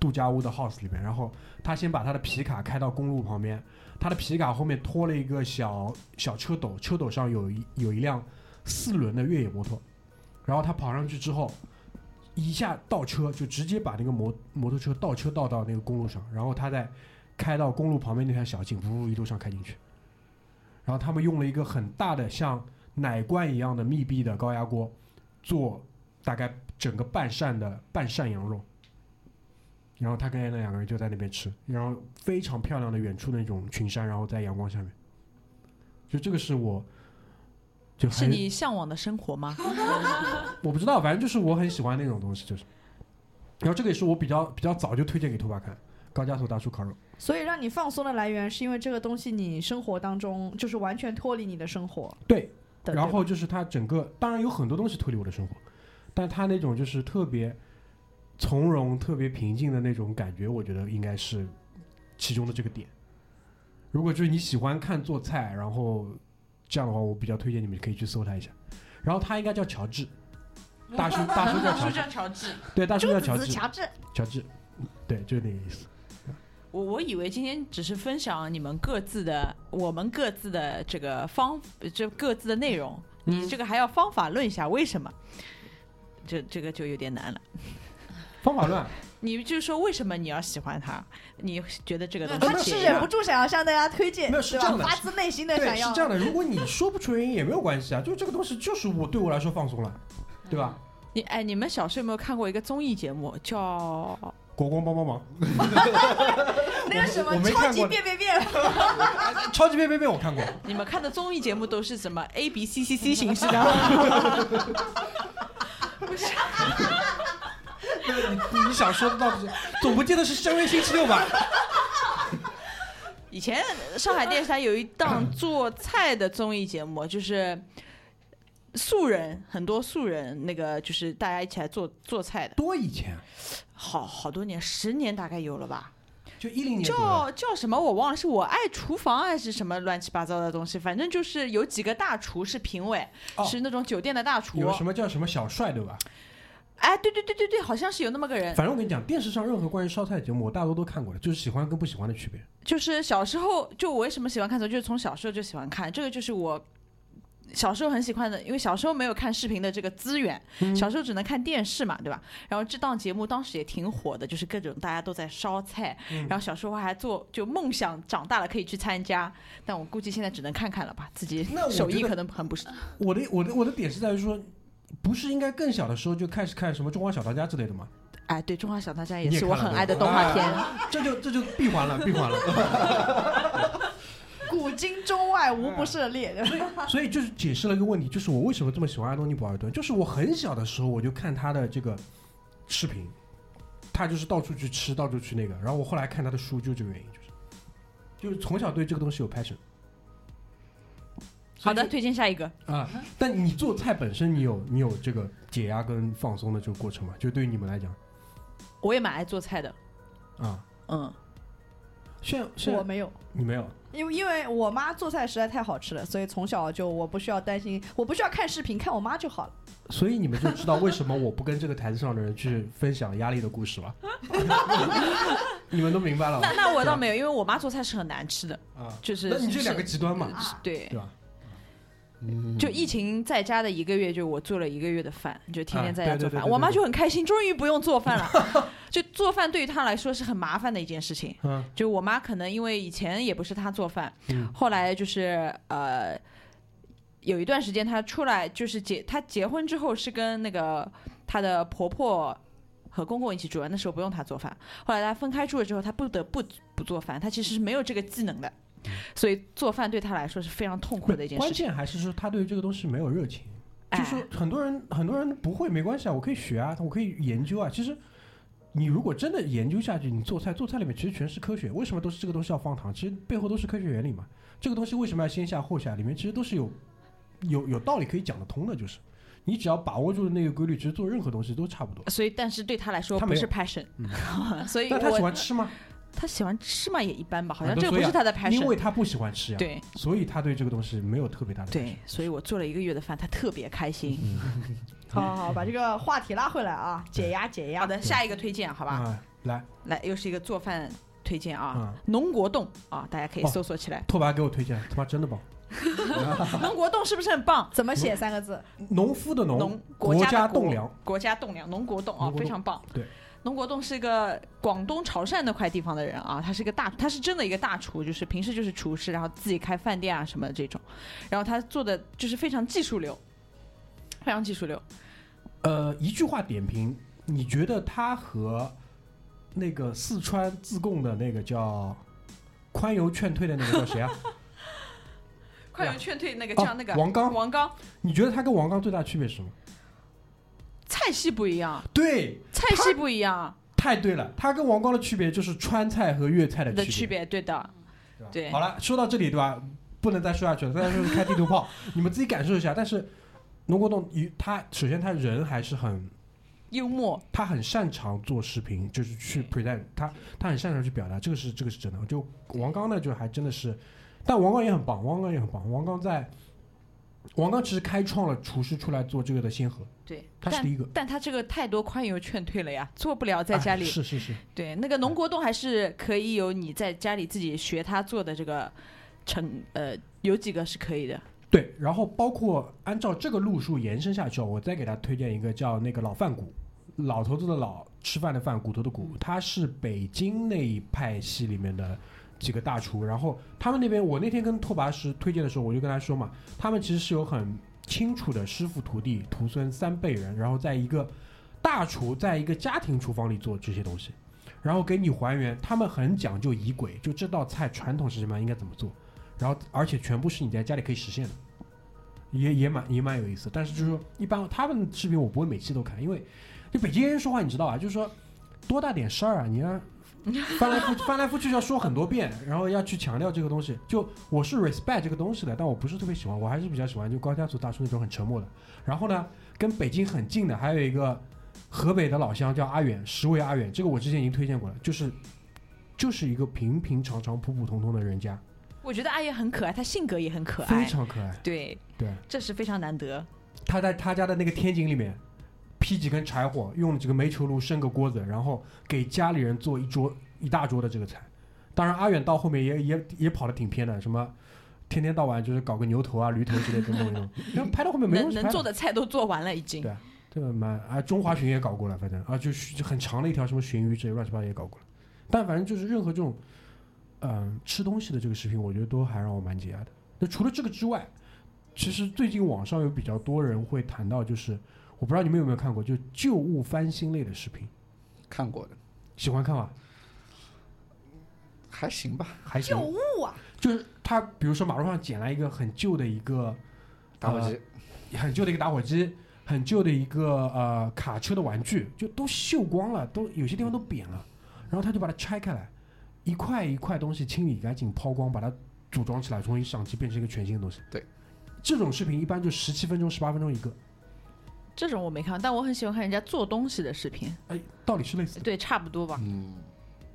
[SPEAKER 2] 度假屋的 house 里面，然后他先把他的皮卡开到公路旁边，他的皮卡后面拖了一个小小车斗，车斗上有一有一辆四轮的越野摩托，然后他跑上去之后，一下倒车，就直接把那个摩摩托车倒车倒到那个公路上，然后他再开到公路旁边那条小径，呜呜一路上开进去。然后他们用了一个很大的像奶罐一样的密闭的高压锅，做大概整个半扇的半扇羊肉。然后他跟艾伦两个人就在那边吃，然后非常漂亮的远处的那种群山，然后在阳光下面，就这个是我，就很
[SPEAKER 3] 是你向往的生活吗？
[SPEAKER 2] 我不知道，反正就是我很喜欢那种东西，就是。然后这个也是我比较比较早就推荐给兔爸看，高加索大叔烤肉。
[SPEAKER 6] 所以让你放松的来源是因为这个东西你生活当中就是完全脱离你的生活
[SPEAKER 2] 对，
[SPEAKER 6] 的。
[SPEAKER 2] 然
[SPEAKER 6] 对
[SPEAKER 2] 后就是它整个，当然有很多东西脱离我的生活，但它那种就是特别从容、特别平静的那种感觉，我觉得应该是其中的这个点。如果就是你喜欢看做菜，然后这样的话，我比较推荐你们可以去搜他一下。然后他应该叫乔治，大叔大叔叫乔
[SPEAKER 3] 大叔
[SPEAKER 4] <laughs>
[SPEAKER 2] 治，
[SPEAKER 3] 叫乔治。
[SPEAKER 2] 对，大叔叫乔
[SPEAKER 4] 朱子
[SPEAKER 2] 治，
[SPEAKER 4] 乔治，
[SPEAKER 2] 乔治，对，就是那个意思。
[SPEAKER 3] 我我以为今天只是分享你们各自的，我们各自的这个方，这各自的内容。
[SPEAKER 2] 嗯
[SPEAKER 3] 你这个还要方法论一下，为什么？这这个就有点难了。
[SPEAKER 2] 方法论啊，
[SPEAKER 3] 你就说为什么你要喜欢他？你觉得这个东西
[SPEAKER 6] 他只是
[SPEAKER 3] 解
[SPEAKER 6] 忍
[SPEAKER 3] 压
[SPEAKER 6] 不住想要向大家推荐，
[SPEAKER 2] 没有是
[SPEAKER 6] 对
[SPEAKER 2] 这
[SPEAKER 6] 吧？
[SPEAKER 2] 样的
[SPEAKER 6] 发自内心的
[SPEAKER 2] 对，
[SPEAKER 6] 想
[SPEAKER 2] 是
[SPEAKER 6] 要
[SPEAKER 2] 这。样的。如果你说不出原因也没有关系啊，就这个东西就是我对我来说放松了，对吧？
[SPEAKER 6] 嗯
[SPEAKER 3] 你哎，你们小时候有没有看过一个综艺节目叫
[SPEAKER 2] 国光帮帮忙，
[SPEAKER 6] 那个什
[SPEAKER 2] 我
[SPEAKER 6] 么
[SPEAKER 2] 没
[SPEAKER 6] 超
[SPEAKER 2] 看
[SPEAKER 6] 级
[SPEAKER 2] 过
[SPEAKER 6] 变变变， <laughs>
[SPEAKER 2] 超级变变变我看过，
[SPEAKER 3] 你们看的综艺节目都是什么 A B C C C
[SPEAKER 6] <laughs>
[SPEAKER 3] 形式的？
[SPEAKER 2] 你你想说的到底是总不见得是相约星期六吧？
[SPEAKER 3] 以前上海电视台有一档做菜的综艺节目，就是素人，很多素人，那个就是大家一起来做做菜的，
[SPEAKER 2] 多以前，
[SPEAKER 3] 好好多年，十年大概有了吧。
[SPEAKER 2] 就一零年左右。
[SPEAKER 3] 叫叫什么我忘了，是我爱厨房还是什么乱七八糟的东西？反正就是有几个大厨是评委，
[SPEAKER 2] 哦
[SPEAKER 3] 是那种酒店的大厨
[SPEAKER 2] 有。什么叫什么小帅对吧？
[SPEAKER 3] 哎，对对对对对，好像是有那么个
[SPEAKER 6] 哎
[SPEAKER 3] 人。
[SPEAKER 2] 反正我跟你讲，电视上任何关于烧菜的节目，我大多都看过了，就是喜欢跟不喜欢的区别。
[SPEAKER 3] 就是小时候，就我为什么喜欢看足球，就是从小时候就喜欢看，这个就是我小时候很喜欢的，因为小时候没有看视频的这个资源，
[SPEAKER 2] 嗯
[SPEAKER 3] 小时候只能看电视嘛，对吧？然后这档节目当时也挺火的，就是各种大家都在烧菜，
[SPEAKER 2] 嗯
[SPEAKER 3] 然后小时候还做，就梦想长大了可以去参加，但我估计现在只能看看了吧，自己
[SPEAKER 2] 那我
[SPEAKER 3] 手
[SPEAKER 2] 觉
[SPEAKER 3] 艺
[SPEAKER 2] 得
[SPEAKER 3] 可能很不是。
[SPEAKER 2] 我的我的我的点是在于说，不是应该更小的时候就开始看什么《中华小当家》之类的吗？
[SPEAKER 3] 哎，对，《中华小当家》也
[SPEAKER 2] 你也
[SPEAKER 3] 是我
[SPEAKER 2] 看了啊
[SPEAKER 3] 很爱的
[SPEAKER 2] 对吧
[SPEAKER 3] 动画片。
[SPEAKER 2] <laughs> 这就这就闭环了，闭环了。
[SPEAKER 6] 古今中外无不涉猎。
[SPEAKER 2] <laughs>
[SPEAKER 6] 对吧
[SPEAKER 2] 所以就是解释了一个问题，就是我为什么这么喜欢安东尼·博尔顿，就是我很小的时候我就看他的这个视频，他就是到处去吃，到处去那个，然后我后来看他的书，就这个原因，就是就是从小对这个东西有 passion
[SPEAKER 3] 好的，推荐下一个。
[SPEAKER 2] 啊。但你做菜本身，你有你有这个解压跟放松的这个过程吗？就对于你们来讲
[SPEAKER 3] 我也蛮爱做菜的，
[SPEAKER 2] 啊，
[SPEAKER 3] 嗯，
[SPEAKER 2] 现在现
[SPEAKER 6] 我
[SPEAKER 2] 在
[SPEAKER 6] 没有，
[SPEAKER 2] 你没有，
[SPEAKER 6] 因为因为我妈做菜实在太好吃了，所以从小就我不需要担心，我不需要看视频，看我妈就好了。
[SPEAKER 2] 所以你们就知道为什么我不跟这个台子上的人去分享压力的故事
[SPEAKER 3] <laughs>
[SPEAKER 2] 了。你们都明白了吧
[SPEAKER 3] 那？那我倒没有，因为我妈做菜是很难吃的，
[SPEAKER 2] 啊，
[SPEAKER 3] 就是
[SPEAKER 2] 那你这两个极端嘛，
[SPEAKER 3] 对，
[SPEAKER 2] 对吧？
[SPEAKER 5] 嗯
[SPEAKER 2] 嗯
[SPEAKER 3] 就疫情在家的一个月，就我做了一个月的饭，就天天在
[SPEAKER 2] 哎
[SPEAKER 3] 家
[SPEAKER 2] 对
[SPEAKER 3] 做
[SPEAKER 2] 对对
[SPEAKER 3] 饭，
[SPEAKER 2] 对
[SPEAKER 3] 我妈
[SPEAKER 2] 对
[SPEAKER 3] 就很开心，终于不用做饭了。
[SPEAKER 2] <laughs>
[SPEAKER 3] 就做饭对于她来说是很麻烦的一件事情，
[SPEAKER 2] 嗯。
[SPEAKER 3] 就我妈可能因为以前也不是她做饭，
[SPEAKER 2] 嗯
[SPEAKER 3] 后来就是呃，有一段时间她出来就是结她结婚之后是跟那个她的婆婆和公公一起住，那时候不用她做饭。后来她分开住了之后，她不得不不做饭，她其实是没有这个技能的，
[SPEAKER 2] 嗯
[SPEAKER 3] 所以做饭对她来说是非常痛苦的一件
[SPEAKER 2] 关
[SPEAKER 3] 事情。
[SPEAKER 2] 键还是说他对这个东西没有热情，
[SPEAKER 3] 哎
[SPEAKER 2] 就是很多人很多人不会没关系啊，我可以学啊，我可以研究啊。其实你如果真的研究下去，你做菜做菜里面其实全是科学，为什么都是这个东西要放糖？其实背后都是科学原理嘛。这个东西为什么要先下后下？里面其实都是有有有道理可以讲得通的，就是你只要把握住那个规律，其实做任何东西都差不多。
[SPEAKER 3] 所以，但是对她来说
[SPEAKER 2] 她
[SPEAKER 3] 不
[SPEAKER 2] 没
[SPEAKER 3] 是
[SPEAKER 2] 有嗯
[SPEAKER 3] passion，所 <laughs> 以
[SPEAKER 2] 但他喜
[SPEAKER 3] 我
[SPEAKER 2] 欢吃吗？
[SPEAKER 3] 她喜欢吃嘛也一般吧，好像
[SPEAKER 2] 啊
[SPEAKER 3] 这个不
[SPEAKER 2] 所以啊
[SPEAKER 3] 是她的
[SPEAKER 2] 因
[SPEAKER 3] passion。
[SPEAKER 2] 为啊他不喜欢吃呀、
[SPEAKER 3] 对
[SPEAKER 2] 所以他对这个东西没有特别大的热
[SPEAKER 3] 对
[SPEAKER 2] 情，
[SPEAKER 3] 所以我做了一个月的饭，她特别开心。
[SPEAKER 6] 好好好，把这个话题拉回来啊，解压解
[SPEAKER 3] 好
[SPEAKER 6] 压。
[SPEAKER 3] 的，下一个推荐好吧？
[SPEAKER 2] 啊。来，
[SPEAKER 3] 来，又是一个做饭推荐啊
[SPEAKER 2] 嗯，
[SPEAKER 3] 农国栋啊，大家可以
[SPEAKER 2] 哦
[SPEAKER 3] 搜索起来。
[SPEAKER 2] 拓跋给我推荐，他妈真的棒。
[SPEAKER 3] 农国栋是不是很棒？
[SPEAKER 6] 怎么写三个字？
[SPEAKER 2] 农夫的农
[SPEAKER 3] 嗯农，国
[SPEAKER 2] 家
[SPEAKER 3] 的国
[SPEAKER 2] 栋梁，，
[SPEAKER 3] 国家栋梁，农国栋啊
[SPEAKER 2] 农，国栋
[SPEAKER 3] 非常棒。
[SPEAKER 2] 对，
[SPEAKER 3] 农国栋是一个广东潮汕那块地方的人啊，他是个大，他是真的一个大厨，就是平时就是厨师，然后自己开饭店啊什么的这种，然后他做的就是非常技术流，非常技术流。
[SPEAKER 2] 呃，一句话点评，你觉得他和那个四川自贡的那个叫宽油劝退的那个叫谁啊？啊
[SPEAKER 3] 快点劝退那个 <laughs> 叫那个
[SPEAKER 2] 哦王刚
[SPEAKER 3] 王刚
[SPEAKER 2] 你觉得他跟王刚最大区别是什么？
[SPEAKER 3] 菜系不一样，
[SPEAKER 2] 对，
[SPEAKER 3] 菜系不一样
[SPEAKER 2] 太对了，他跟王刚的区别就是川菜和粤菜的
[SPEAKER 3] 的
[SPEAKER 2] 区
[SPEAKER 3] 区别，对的。
[SPEAKER 2] 别。
[SPEAKER 3] 对
[SPEAKER 2] 好了，说到这里对吧？不能再说下去了，再说开地图 <laughs> 炮，你们自己感受一下。但是农国栋，他首先他人还是很
[SPEAKER 3] 幽默，
[SPEAKER 2] 他很擅长做视频，就是去
[SPEAKER 3] 嗯
[SPEAKER 2] present，他他很擅长去表达，这个是这个是真的。就王刚呢，就还真的是，但王刚也很棒，王刚也很棒，王刚在，王刚其实开创了厨师出来做这个的先河，
[SPEAKER 3] 对，
[SPEAKER 2] 他是
[SPEAKER 3] 但
[SPEAKER 2] 第一个。
[SPEAKER 3] 但他这个太多宽油劝退了呀，做不了在家
[SPEAKER 2] 哎
[SPEAKER 3] 里。
[SPEAKER 2] 是是是，
[SPEAKER 3] 对，那个农国栋还是可以有你在家里自己学他做的这个成呃，有几个是可以的。
[SPEAKER 2] 对。然后包括按照这个路数延伸下去啊，我再给他推荐一个叫那个老饭骨，老头子的老，吃饭的饭，骨头的骨，他是北京那一派系里面的几个大厨。然后他们那边，我那天跟拓跋石推荐的时候，我就跟他说嘛，他们其实是有很清楚的师傅、徒弟、徒孙三辈人，然后在一个大厨在一个家庭厨房里做这些东西，然后给你还原。他们很讲究仪轨，就这道菜传统是什么样应该怎么做，然后而且全部是你在家里可以实现的。也也蛮也蛮有意思，但是就是说，一般他们的视频我不会每期都看，因为就北京人说话你知道啊，就是说多大点事儿啊，你
[SPEAKER 3] <laughs>
[SPEAKER 2] 要翻来覆翻来覆去要说很多遍，然后要去强调这个东西。就我是 respect 这个东西的，但我不是特别喜欢，我还是比较喜欢就高加索大叔那种很沉默的。然后呢，跟北京很近的还有一个河北的老乡叫阿远，十位阿远，这个我之前已经推荐过了，就是就是一个平平常常、普普通通的人家，
[SPEAKER 3] 我觉得阿爷很可爱，他性格也很可
[SPEAKER 2] 非
[SPEAKER 3] 爱，
[SPEAKER 2] 常可爱。
[SPEAKER 3] 对，
[SPEAKER 2] 对，
[SPEAKER 3] 这是非常难得。
[SPEAKER 2] 他在他家的那个天井里面劈几根柴火，用几个煤球炉生个锅子，然后给家里人做一桌一大桌的这个菜。当然，阿远到后面也也也跑得挺偏的，什么天天到晚就是搞个牛头啊、驴头之类的弄一
[SPEAKER 3] <laughs>
[SPEAKER 2] 弄，然后拍到后面没
[SPEAKER 3] 能
[SPEAKER 2] 东西
[SPEAKER 3] 能
[SPEAKER 2] 拍
[SPEAKER 3] 做
[SPEAKER 2] 了。
[SPEAKER 3] 的菜都做完了，已经
[SPEAKER 2] 对。这个蛮啊，中华鲟也搞过了，反正啊，就是就很长的一条什么鲟鱼之类乱七八糟也搞过了。但反正就是任何这种，嗯、吃东西的这个视频，我觉得都还让我蛮解压的。那除了这个之外，其实最近网上有比较多人会谈到，就是我不知道你们有没有看过，就旧物翻新类的视频，
[SPEAKER 5] 看过的，
[SPEAKER 2] 喜欢看吗？
[SPEAKER 5] 还行吧。
[SPEAKER 2] 还行
[SPEAKER 6] 旧，物啊，
[SPEAKER 2] 就是他比如说马路上捡来一个很旧的一个
[SPEAKER 5] 打火机，
[SPEAKER 2] 很旧的一个打火机，很旧的一个呃卡车的玩具，就都锈光了，都有些地方都扁了，然后他就把它拆开来，一块一块东西清理干净，抛光，把它组装起来，重新上机，变成一个全新的东西。
[SPEAKER 5] 对，
[SPEAKER 2] 这种视频一般就十七分钟、十八分钟一个，
[SPEAKER 3] 这种我没看过，但我很喜欢看人家做东西的视频，
[SPEAKER 2] 哎，道理是类似的。
[SPEAKER 3] 对，差
[SPEAKER 2] <laughs>
[SPEAKER 3] 不多吧。
[SPEAKER 5] 嗯，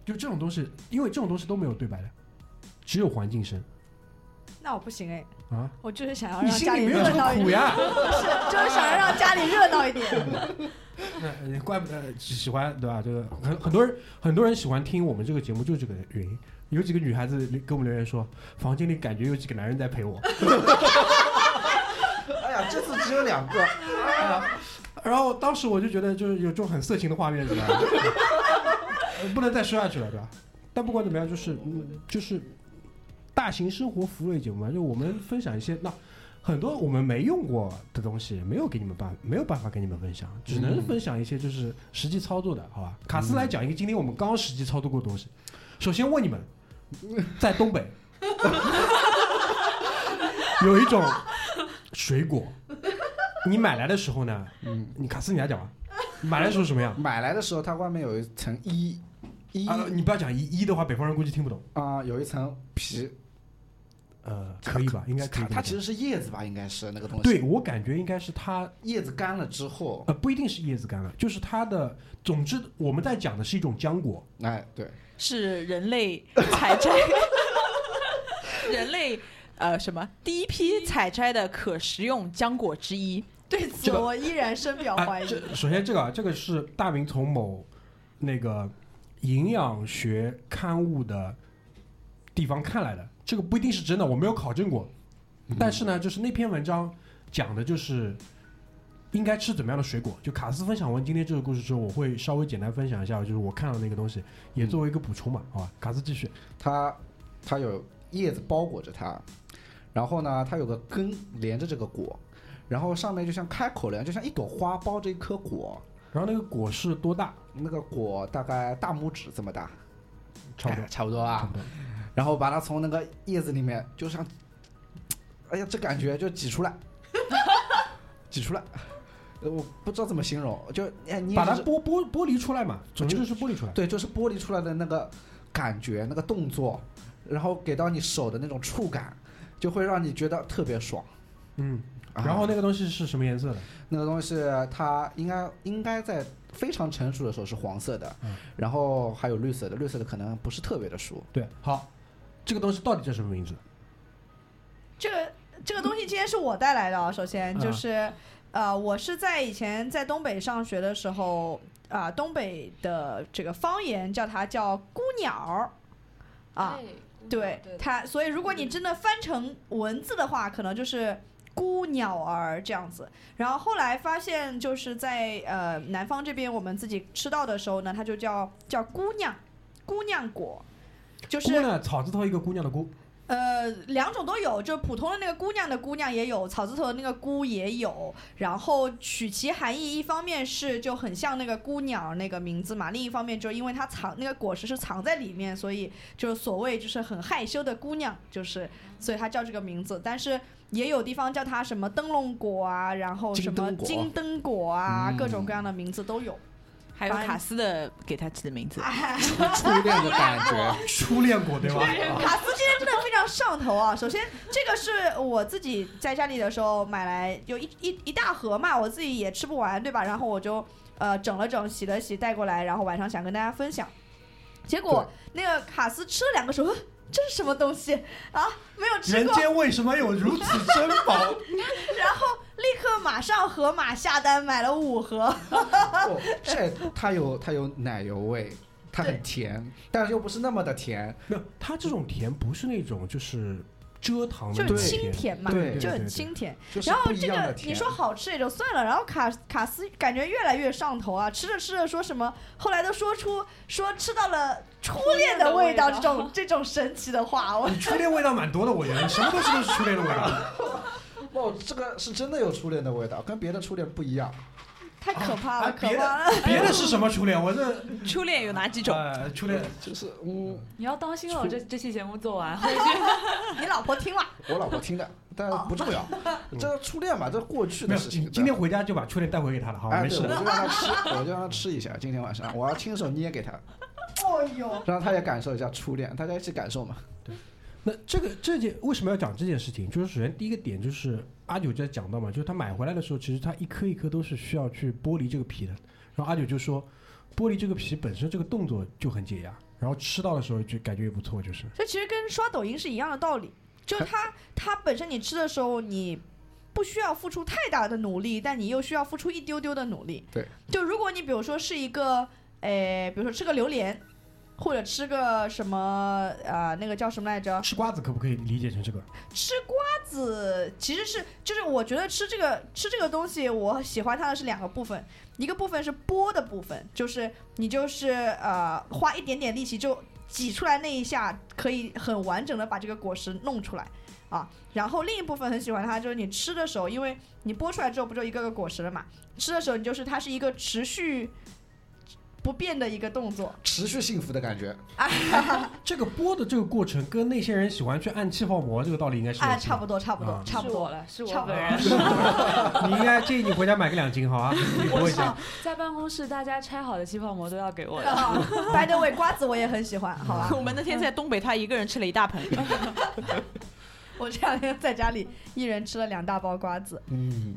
[SPEAKER 2] 就这种东西，因为这种东西都没有对白的，只有环境声
[SPEAKER 6] 那我不行哎，
[SPEAKER 2] 啊。
[SPEAKER 6] 我就是想要
[SPEAKER 2] 你
[SPEAKER 6] 让
[SPEAKER 2] 心
[SPEAKER 6] 家
[SPEAKER 2] 里
[SPEAKER 6] 里
[SPEAKER 2] 没有
[SPEAKER 6] 热
[SPEAKER 2] 这
[SPEAKER 6] 闹
[SPEAKER 2] 个
[SPEAKER 6] 一
[SPEAKER 2] 苦
[SPEAKER 6] 点，
[SPEAKER 2] 呀。
[SPEAKER 6] 就是 <laughs> 想要让家里热闹一
[SPEAKER 2] <laughs>
[SPEAKER 6] 点。
[SPEAKER 2] 那呃怪不得喜喜欢对吧？这个很很多人很多人喜欢听我们这个节目，就是这个原因。有几个女孩子跟我们留言说，房间里感觉有几个男人在陪我。
[SPEAKER 5] 哎呀，这次只有两个，
[SPEAKER 2] <laughs> 然后当时我就觉得，就是有这种很色情的画面，是吧？呃 <laughs> 不能再说下去了，对吧？但不管怎么样，就是嗯就是大型生活服务类节目嘛，就我们分享一些那很多我们没用过的东西，没有给你们办，没有办法给你们分享，只能
[SPEAKER 5] 嗯
[SPEAKER 2] 分享一些就是实际操作的，好吧？卡斯来讲一个今天我们刚实际操作过的东西。首先问你们，在东北有一种水果，你买来的时候呢，
[SPEAKER 5] 嗯，
[SPEAKER 2] 你卡斯你来讲吧，买来的时候什么样？
[SPEAKER 5] 买来的时候它外面有一层衣衣
[SPEAKER 2] 啊，你不要讲一一的话，北方人估计听不懂。
[SPEAKER 5] 啊，有一层皮，
[SPEAKER 2] 呃，可以吧？应该可以这
[SPEAKER 5] 它
[SPEAKER 2] 么讲。
[SPEAKER 5] 它其实是叶子吧，应该是那个东西。，
[SPEAKER 2] 对我感觉应该是它
[SPEAKER 5] 叶子干了之后，
[SPEAKER 2] 呃，不一定是叶子干了，就是它的。总之，我们在讲的是一种浆果，
[SPEAKER 5] 哎，对，
[SPEAKER 3] 是人类
[SPEAKER 2] <laughs>
[SPEAKER 3] 采摘，人类呃什么第一批采摘的可食用浆果之一。
[SPEAKER 6] 对
[SPEAKER 2] 这
[SPEAKER 6] 此，
[SPEAKER 2] 个
[SPEAKER 6] 我依然深表
[SPEAKER 2] 啊
[SPEAKER 6] 怀疑。
[SPEAKER 2] 这首先这个啊，这个是大明从某那个营养学刊物的地方看来的，这个不一定是真的，我没有考证过。
[SPEAKER 5] 嗯
[SPEAKER 2] 嗯但是呢，就是那篇文章讲的就是应该吃怎么样的水果。就卡斯分享完今天这个故事之后，我会稍微简单分享一下，就是我看到那个东西，也作为一个补充吧，好吧？卡斯继续，
[SPEAKER 5] 嗯它它有叶子包裹着它，然后呢，它有个根连着这个果，然后上面就像开口了一样，就像一朵花包着一颗果，
[SPEAKER 2] 然后那个果是多大？
[SPEAKER 5] 那个果大概大拇指这么大，
[SPEAKER 2] 差不多
[SPEAKER 5] 哎， <laughs> 差不多
[SPEAKER 2] 差
[SPEAKER 5] 啊
[SPEAKER 2] 不。多。
[SPEAKER 5] 然后把它从那个叶子里面，就像，哎呀，这感觉就挤出来，挤出来， <laughs> 呃我不知道怎么形容，就哎你
[SPEAKER 2] 把它
[SPEAKER 5] 就是
[SPEAKER 2] 剥剥剥离出来嘛，总之就是剥离出来。
[SPEAKER 5] 对，就是剥离出来的那个感觉，那个动作，然后给到你手的那种触感，就会让你觉得特别爽。
[SPEAKER 2] 嗯，
[SPEAKER 5] 啊
[SPEAKER 2] 然后那个东西是什么颜色的？
[SPEAKER 5] 那个东西它应该应该在非常成熟的时候是黄色的，
[SPEAKER 2] 嗯
[SPEAKER 5] 然后还有绿色的，绿色的可能不是特别
[SPEAKER 6] <laughs>
[SPEAKER 5] 的熟。
[SPEAKER 2] 对，好，这个东西到底叫什么名字？
[SPEAKER 6] 这
[SPEAKER 2] 啊
[SPEAKER 6] 个这个东西今天是我带来的啊，首先
[SPEAKER 2] 嗯
[SPEAKER 6] 就是、呃，我是在以前在东北上学的时候啊、东北的这个方言叫它叫姑鸟儿啊，对
[SPEAKER 4] 嗯对嗯
[SPEAKER 6] 它，所以如果你真的翻成文字的话，可能就是。孤鸟儿这样子，然后后来发现就是在呃南方这边我们自己吃到的时候呢，它就叫叫姑娘姑娘果，就是
[SPEAKER 2] 姑呢？草字头一个姑娘的姑。
[SPEAKER 6] 呃，两种都有，就普通的那个姑娘的姑娘也有，草字头的那个姑也有。然后取其含义，一方面是就很像那个姑鸟那个名字嘛，另一方面就是因为它藏那个果实是藏在里面，所以就是所谓就是很害羞的姑娘，就是所以它叫这个名字。但是也有地方叫它什么灯笼果啊，然后什么
[SPEAKER 5] 金灯果
[SPEAKER 6] 金灯果啊，
[SPEAKER 5] 嗯
[SPEAKER 6] 各种各样的名字都有。啊
[SPEAKER 3] 还有卡斯的给他起的名
[SPEAKER 2] 哎
[SPEAKER 3] 字，
[SPEAKER 5] 初恋的感觉，
[SPEAKER 6] <laughs>
[SPEAKER 2] 初恋果对吧？
[SPEAKER 5] 啊
[SPEAKER 6] 卡斯今天真的非常上头
[SPEAKER 5] <laughs>
[SPEAKER 6] 啊！首先，这个是我自己在家里的时候买来，有一一一大盒嘛，我自己也吃不完，对吧？然后我就呃整了整，洗了洗，带过来，然后晚上想跟大家分享。结果那个卡斯吃了两个手，呃这是什么东西啊？没有吃
[SPEAKER 2] <laughs> 人
[SPEAKER 6] 过，
[SPEAKER 2] 间为什么有如此珍
[SPEAKER 6] <laughs>
[SPEAKER 2] 宝？
[SPEAKER 6] 然后立刻马上盒马下单买了五盒。
[SPEAKER 5] 哦这它有它有奶油味，它很甜，但是又不是那么的甜。
[SPEAKER 2] 没有，它这种甜不是那种就是蔗糖的那
[SPEAKER 6] 就
[SPEAKER 2] 种
[SPEAKER 6] 是
[SPEAKER 2] 甜，
[SPEAKER 6] 清甜嘛
[SPEAKER 5] 对
[SPEAKER 6] 就很
[SPEAKER 2] 对
[SPEAKER 6] 清甜。
[SPEAKER 5] 就是
[SPEAKER 6] 然后
[SPEAKER 5] 不一
[SPEAKER 6] 这
[SPEAKER 5] 样的
[SPEAKER 6] 个
[SPEAKER 5] 甜
[SPEAKER 6] 你说好吃也就算了，然后卡卡斯感觉越来越上头啊，吃着吃着说什么，后来都说出说吃到了初恋的味道这种 <laughs> 这种神奇的话，我
[SPEAKER 2] 你初恋味道蛮多的，我觉得什么东西都是初恋的味
[SPEAKER 6] <laughs>
[SPEAKER 2] 道。
[SPEAKER 5] 哦，这个是真的有初恋的味道，跟别的初恋不一样。
[SPEAKER 6] 太可怕了，
[SPEAKER 2] 啊
[SPEAKER 6] 可
[SPEAKER 2] 别的
[SPEAKER 6] 怕了。 <laughs>
[SPEAKER 2] 别的是什么初恋？我这
[SPEAKER 3] 初恋有哪几种？
[SPEAKER 2] 呃初恋
[SPEAKER 5] 就是嗯，
[SPEAKER 4] 你要当
[SPEAKER 6] 哦
[SPEAKER 4] 心了，我这这期节目做完，
[SPEAKER 6] 你老婆
[SPEAKER 5] <laughs>
[SPEAKER 6] 听了，
[SPEAKER 5] 我老婆听的，但不重要。这初恋嘛，这过去
[SPEAKER 2] 没
[SPEAKER 5] 的
[SPEAKER 2] 有，
[SPEAKER 5] 事情。
[SPEAKER 2] 今今天回家就把初恋带回给他了，好吧，
[SPEAKER 5] 哎，
[SPEAKER 2] 没
[SPEAKER 5] 对
[SPEAKER 2] 事
[SPEAKER 5] 我
[SPEAKER 2] 的。
[SPEAKER 5] 就让他吃，我就让他吃一下。今天晚上我要亲手捏给他，
[SPEAKER 6] 哦呦，
[SPEAKER 5] 让他也感受一下初恋，大家一起感受嘛。
[SPEAKER 2] 那这个这件为什么要讲这件事情？就是首先第一个点就是阿九在讲到嘛，就是他买回来的时候，其实他一颗一颗都是需要去剥离这个皮的。然后阿九就说，剥离这个皮本身这个动作就很解压，然后吃到的时候就感觉也不错，就是
[SPEAKER 6] 这其实跟刷抖音是一样的道理，就它它本身你吃的时候你。不需要付出太大的努力，但你又需要付出一丢丢的努力。
[SPEAKER 5] 对，
[SPEAKER 6] 就如果你比如说是一个，诶、比如说吃个榴莲，或者吃个什么啊、呃那个叫什么来着？
[SPEAKER 2] 吃瓜子可不可以理解成这个？
[SPEAKER 6] 吃瓜子其实是就是我觉得吃这个吃这个东西，我喜欢它的是两个部分，一个部分是剥的部分，就是你就是呃花一点点力气就挤出来那一下，可以很完整的把这个果实弄出来啊。然后另一部分很喜欢它，就是你吃的时候，因为你剥出来之后不就一个个果实了嘛，吃的时候你就是它是一个持续不变的一个动作。
[SPEAKER 5] 持续幸福的感觉，
[SPEAKER 2] 这个剥的这个过程跟那些人喜欢去按气泡膜这个道理应该是
[SPEAKER 6] 哎，差不
[SPEAKER 2] 多。
[SPEAKER 6] 多，差不多，
[SPEAKER 2] 啊
[SPEAKER 6] 差不
[SPEAKER 4] 是我
[SPEAKER 6] 多。
[SPEAKER 4] 了，是我
[SPEAKER 6] 差不多
[SPEAKER 4] 本
[SPEAKER 6] <laughs>
[SPEAKER 4] 人。
[SPEAKER 2] 你应该建议你回家买个两斤，好啊，你剥
[SPEAKER 6] <laughs>
[SPEAKER 2] 一下
[SPEAKER 4] 操。在办公室，大家拆好的气泡膜都要给我的。
[SPEAKER 6] 啊 By the way，瓜子我也很喜欢，好吧？
[SPEAKER 3] <laughs> 我们那天在东北，他一个人吃了一大盆。
[SPEAKER 6] <laughs> 我这两天在家里一人吃了两大包瓜子
[SPEAKER 5] 嗯，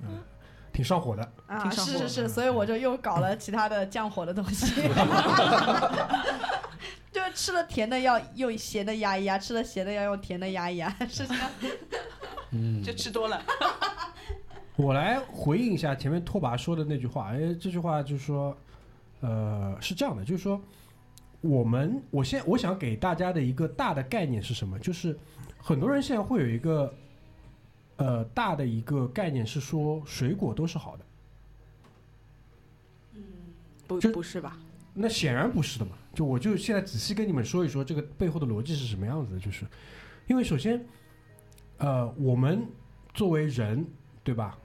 [SPEAKER 2] 挺上火的。
[SPEAKER 6] 啊，
[SPEAKER 3] 挺上
[SPEAKER 6] 是
[SPEAKER 3] 火
[SPEAKER 6] 是是，所以我就又搞了其他的降火的东 <laughs> 西，就是吃了甜的要用咸的压一压，吃了咸的要用甜的压一压， <laughs> 是这样。
[SPEAKER 3] <laughs>
[SPEAKER 2] 嗯
[SPEAKER 3] 就吃多了。
[SPEAKER 2] 我来回应一下前面拓跋说的那句话，哎，这句话就是说，呃，是这样的，就是说，我们我现在我想给大家的一个大的概念是什么？就是很多人现在会有一个呃大的一个概念是说水果都是好的，
[SPEAKER 3] <laughs> 不
[SPEAKER 2] 就
[SPEAKER 3] 不是吧？
[SPEAKER 2] 那显然不是的嘛。就我就现在仔细跟你们说一说这个背后的逻辑是什么样子的，就是因为首先，呃，我们作为人，对吧？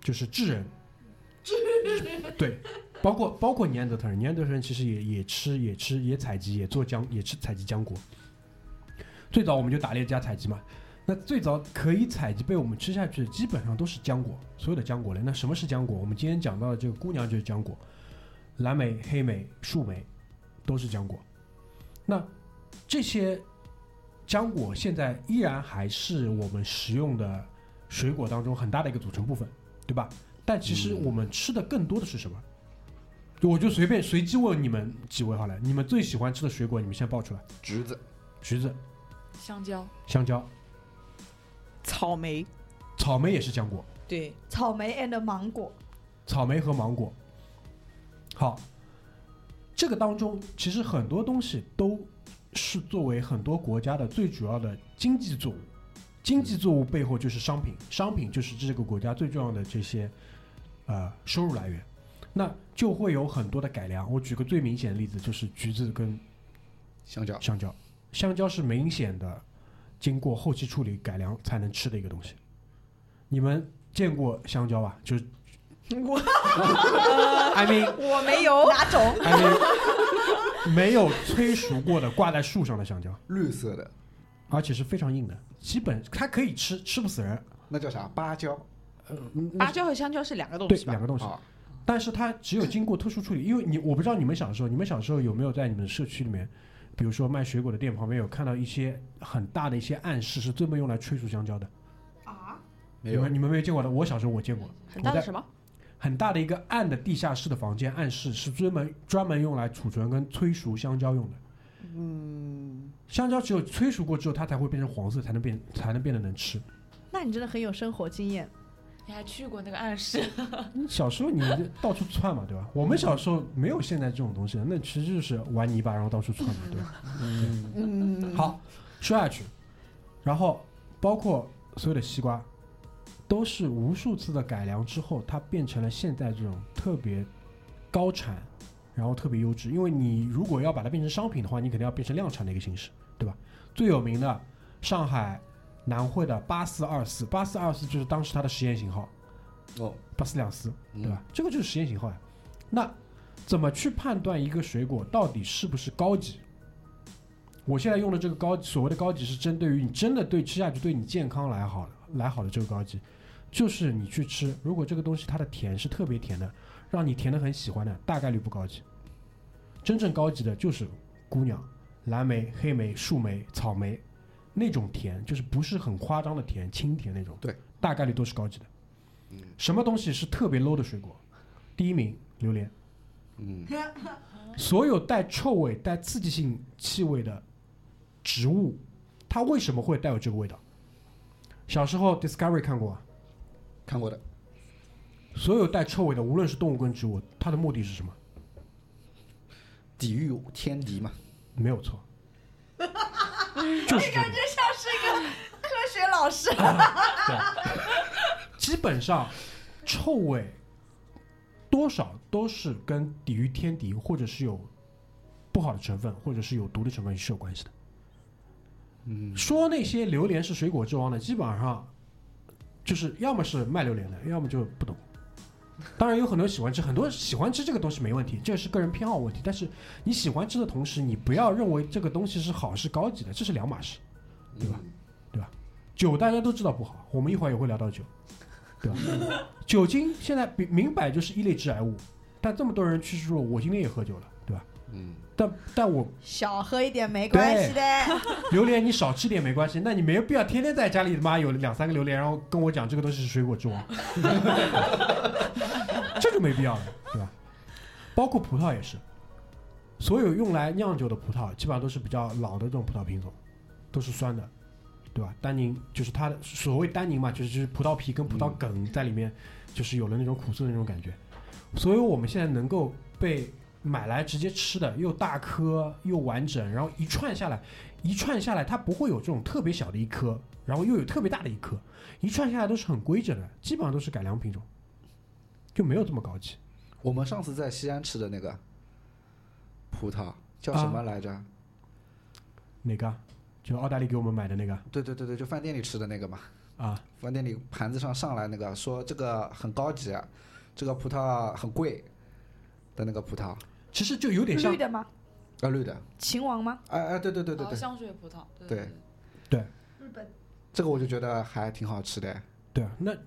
[SPEAKER 2] 就是智人，对，包括包括尼安德特人，尼安德特人其实也也吃也吃也采集也做浆也吃采集浆果。最早我们就打猎加采集嘛，那最早可以采集被我们吃下去的基本上都是浆果，所有的浆果类。那什么是浆果？我们今天讲到的这个姑娘就是浆果，蓝莓、黑莓、树莓都是浆果。那这些浆果现在依然还是我们食用的水果当中很大的一个组成部分，对吧？但其实我们吃的更多的是什么？就我就随便随机问你们几位好了，你们最喜欢吃的水果，你们先报出来。
[SPEAKER 5] 橘子、
[SPEAKER 2] 橘子、
[SPEAKER 4] 香蕉、
[SPEAKER 2] 香蕉、
[SPEAKER 3] 草莓，
[SPEAKER 2] 草莓也是浆果，
[SPEAKER 3] 对，
[SPEAKER 6] 草莓 and 芒果，
[SPEAKER 2] 草莓和芒果。好，这个当中其实很多东西都是作为很多国家的最主要的经济作物，经济作物背后就是商品，商品就是这个国家最重要的这些呃收入来源，那就会有很多的改良。我举个最明显的例子，就是橘子跟
[SPEAKER 5] 香蕉，
[SPEAKER 2] 香蕉，香蕉是明显的经过后期处理改良才能吃的一个东西。你们见过香蕉吧？就是
[SPEAKER 3] 我
[SPEAKER 2] <laughs> I mean
[SPEAKER 3] 我没有哪种
[SPEAKER 2] I mean <laughs> 没有催熟过的挂在树上的香蕉，
[SPEAKER 5] 绿色的
[SPEAKER 2] 而且是非常硬的，基本它可以吃，吃不死人。
[SPEAKER 5] 那叫啥？芭蕉
[SPEAKER 2] 呃
[SPEAKER 3] 芭蕉和香蕉是两个东
[SPEAKER 2] 对，
[SPEAKER 3] 西吧
[SPEAKER 2] 两？个东西，
[SPEAKER 5] 啊，
[SPEAKER 2] 但是它只有经过特殊处理，因为你我不知道你们小时候，你们小时候有没有在你们的社区里面，比如说卖水果的店旁边有看到一些很大的一些暗示是专门用来催熟香蕉的。
[SPEAKER 5] 没
[SPEAKER 2] 你
[SPEAKER 5] 有
[SPEAKER 2] 们你们没有见过的，我小时候我见过，
[SPEAKER 3] 很大
[SPEAKER 2] 我
[SPEAKER 3] 的
[SPEAKER 2] 在
[SPEAKER 3] 什么？
[SPEAKER 2] 很大的一个暗的地下室的房间，暗室是专门专门用来储存跟催熟香蕉用的。嗯，香蕉只有催熟过之后，它才会变成黄色，才能变才能变得能吃。
[SPEAKER 6] <laughs> 那你真的很有生活经验。
[SPEAKER 4] 你还去过那个暗示？
[SPEAKER 2] 你小时候你就到处窜嘛，对吧？我们小时候没有现在这种东西的，那其实就是玩泥巴然后到处窜嘛，对吧？
[SPEAKER 6] <laughs>
[SPEAKER 2] 嗯，好，说下去，然后包括所有的西瓜，都是无数次的改良之后，它变成了现在这种特别高产，然后特别优质。因为你如果要把它变成商品的话，你肯定要变成量产的一个形式，对吧？最有名的上海南汇的八四二四，八四二四就是当时它的实验型号。
[SPEAKER 5] 哦，
[SPEAKER 2] 巴斯两斯，
[SPEAKER 5] 嗯
[SPEAKER 2] 对吧？这个就是实验型号呀。那怎么去判断一个水果到底是不是高级？我现在用的这个高所谓的高级，是针对于你真的对吃下去对你健康来好来好的这个高级，就是你去吃，如果这个东西它的甜是特别甜的，让你甜的很喜欢的，大概率不高级。真正高级的就是姑娘、蓝莓、黑莓、树莓、草莓那种甜，就是不是很夸张的甜，清甜那种。
[SPEAKER 5] 对，
[SPEAKER 2] 大概率都是高级的。什么东西是特别 low 的水果？第一名榴莲，
[SPEAKER 5] 嗯，
[SPEAKER 2] 所有带臭味、带刺激性气味的植物，它为什么会带有这个味道？小时候 Discovery 看过啊，
[SPEAKER 5] 看过的，
[SPEAKER 2] 所有带臭味的，无论是动物跟植物，它的目的是什么？
[SPEAKER 5] 抵御天敌嘛，
[SPEAKER 2] 没有错，就是这个。
[SPEAKER 6] 科学老师，
[SPEAKER 2] 基本上臭味多少都是跟抵御天敌或者是有不好的成分或者是有毒的成分是有关系的。嗯，说那些榴莲是水果之王的，基本上就是要么是卖榴莲的，要么就不懂。当然有很多喜欢吃，很多喜欢吃这个东西没问题，这是个人偏好问题。但是你喜欢吃的同时，你不要认为这个东西是好是高级的，这是两码事。对吧？酒大家都知道不好，我们一会儿也会聊到酒，对吧？酒精现在明明摆就是一类致癌物，但这么多人去说我今天也喝酒了，对吧？
[SPEAKER 5] 嗯，
[SPEAKER 2] 但但我
[SPEAKER 6] 小喝一点没关系的。
[SPEAKER 2] 榴莲你少吃点没关系，那你没有必要天天在家里妈有两三个榴莲，然后跟我讲这个东西是水果之王， <laughs> 这就没必要了，对吧？包括葡萄也是，所有用来酿酒的葡萄基本上都是比较老的这种葡萄品种，都是酸的，对吧？单宁就是它的所谓单宁嘛，就是就是葡萄皮跟葡萄梗在里面，就是有了那种苦涩的那种感觉。所以我们现在能够被买来直接吃的，又大颗又完整，然后一串下来。一串下来，它不会有这种特别小的一颗，然后又有特别大的一颗，一串下来都是很规整的，基本上都是改良品种，就没有这么高级。
[SPEAKER 5] 我们上次在西安吃的那个葡萄叫
[SPEAKER 2] 啊
[SPEAKER 5] 什么来着？
[SPEAKER 2] 哪个？就奥黛丽给我们买的那个
[SPEAKER 5] 对对对对，就饭店里吃的那个嘛。
[SPEAKER 2] 啊？
[SPEAKER 5] 饭店里盘子上上来那个说这个很高级，啊这个葡萄很贵的那个葡萄，
[SPEAKER 2] 其实就有点像
[SPEAKER 6] 绿的吗？
[SPEAKER 5] 啊绿的，
[SPEAKER 6] 秦王吗？
[SPEAKER 5] 哎哎对对对对
[SPEAKER 4] 哦
[SPEAKER 5] 对，
[SPEAKER 4] 香水
[SPEAKER 3] <laughs>
[SPEAKER 4] 葡萄，
[SPEAKER 5] 对
[SPEAKER 4] 对
[SPEAKER 6] <laughs> 日本
[SPEAKER 5] 这个我就觉得还挺好吃的
[SPEAKER 2] 对啊，那日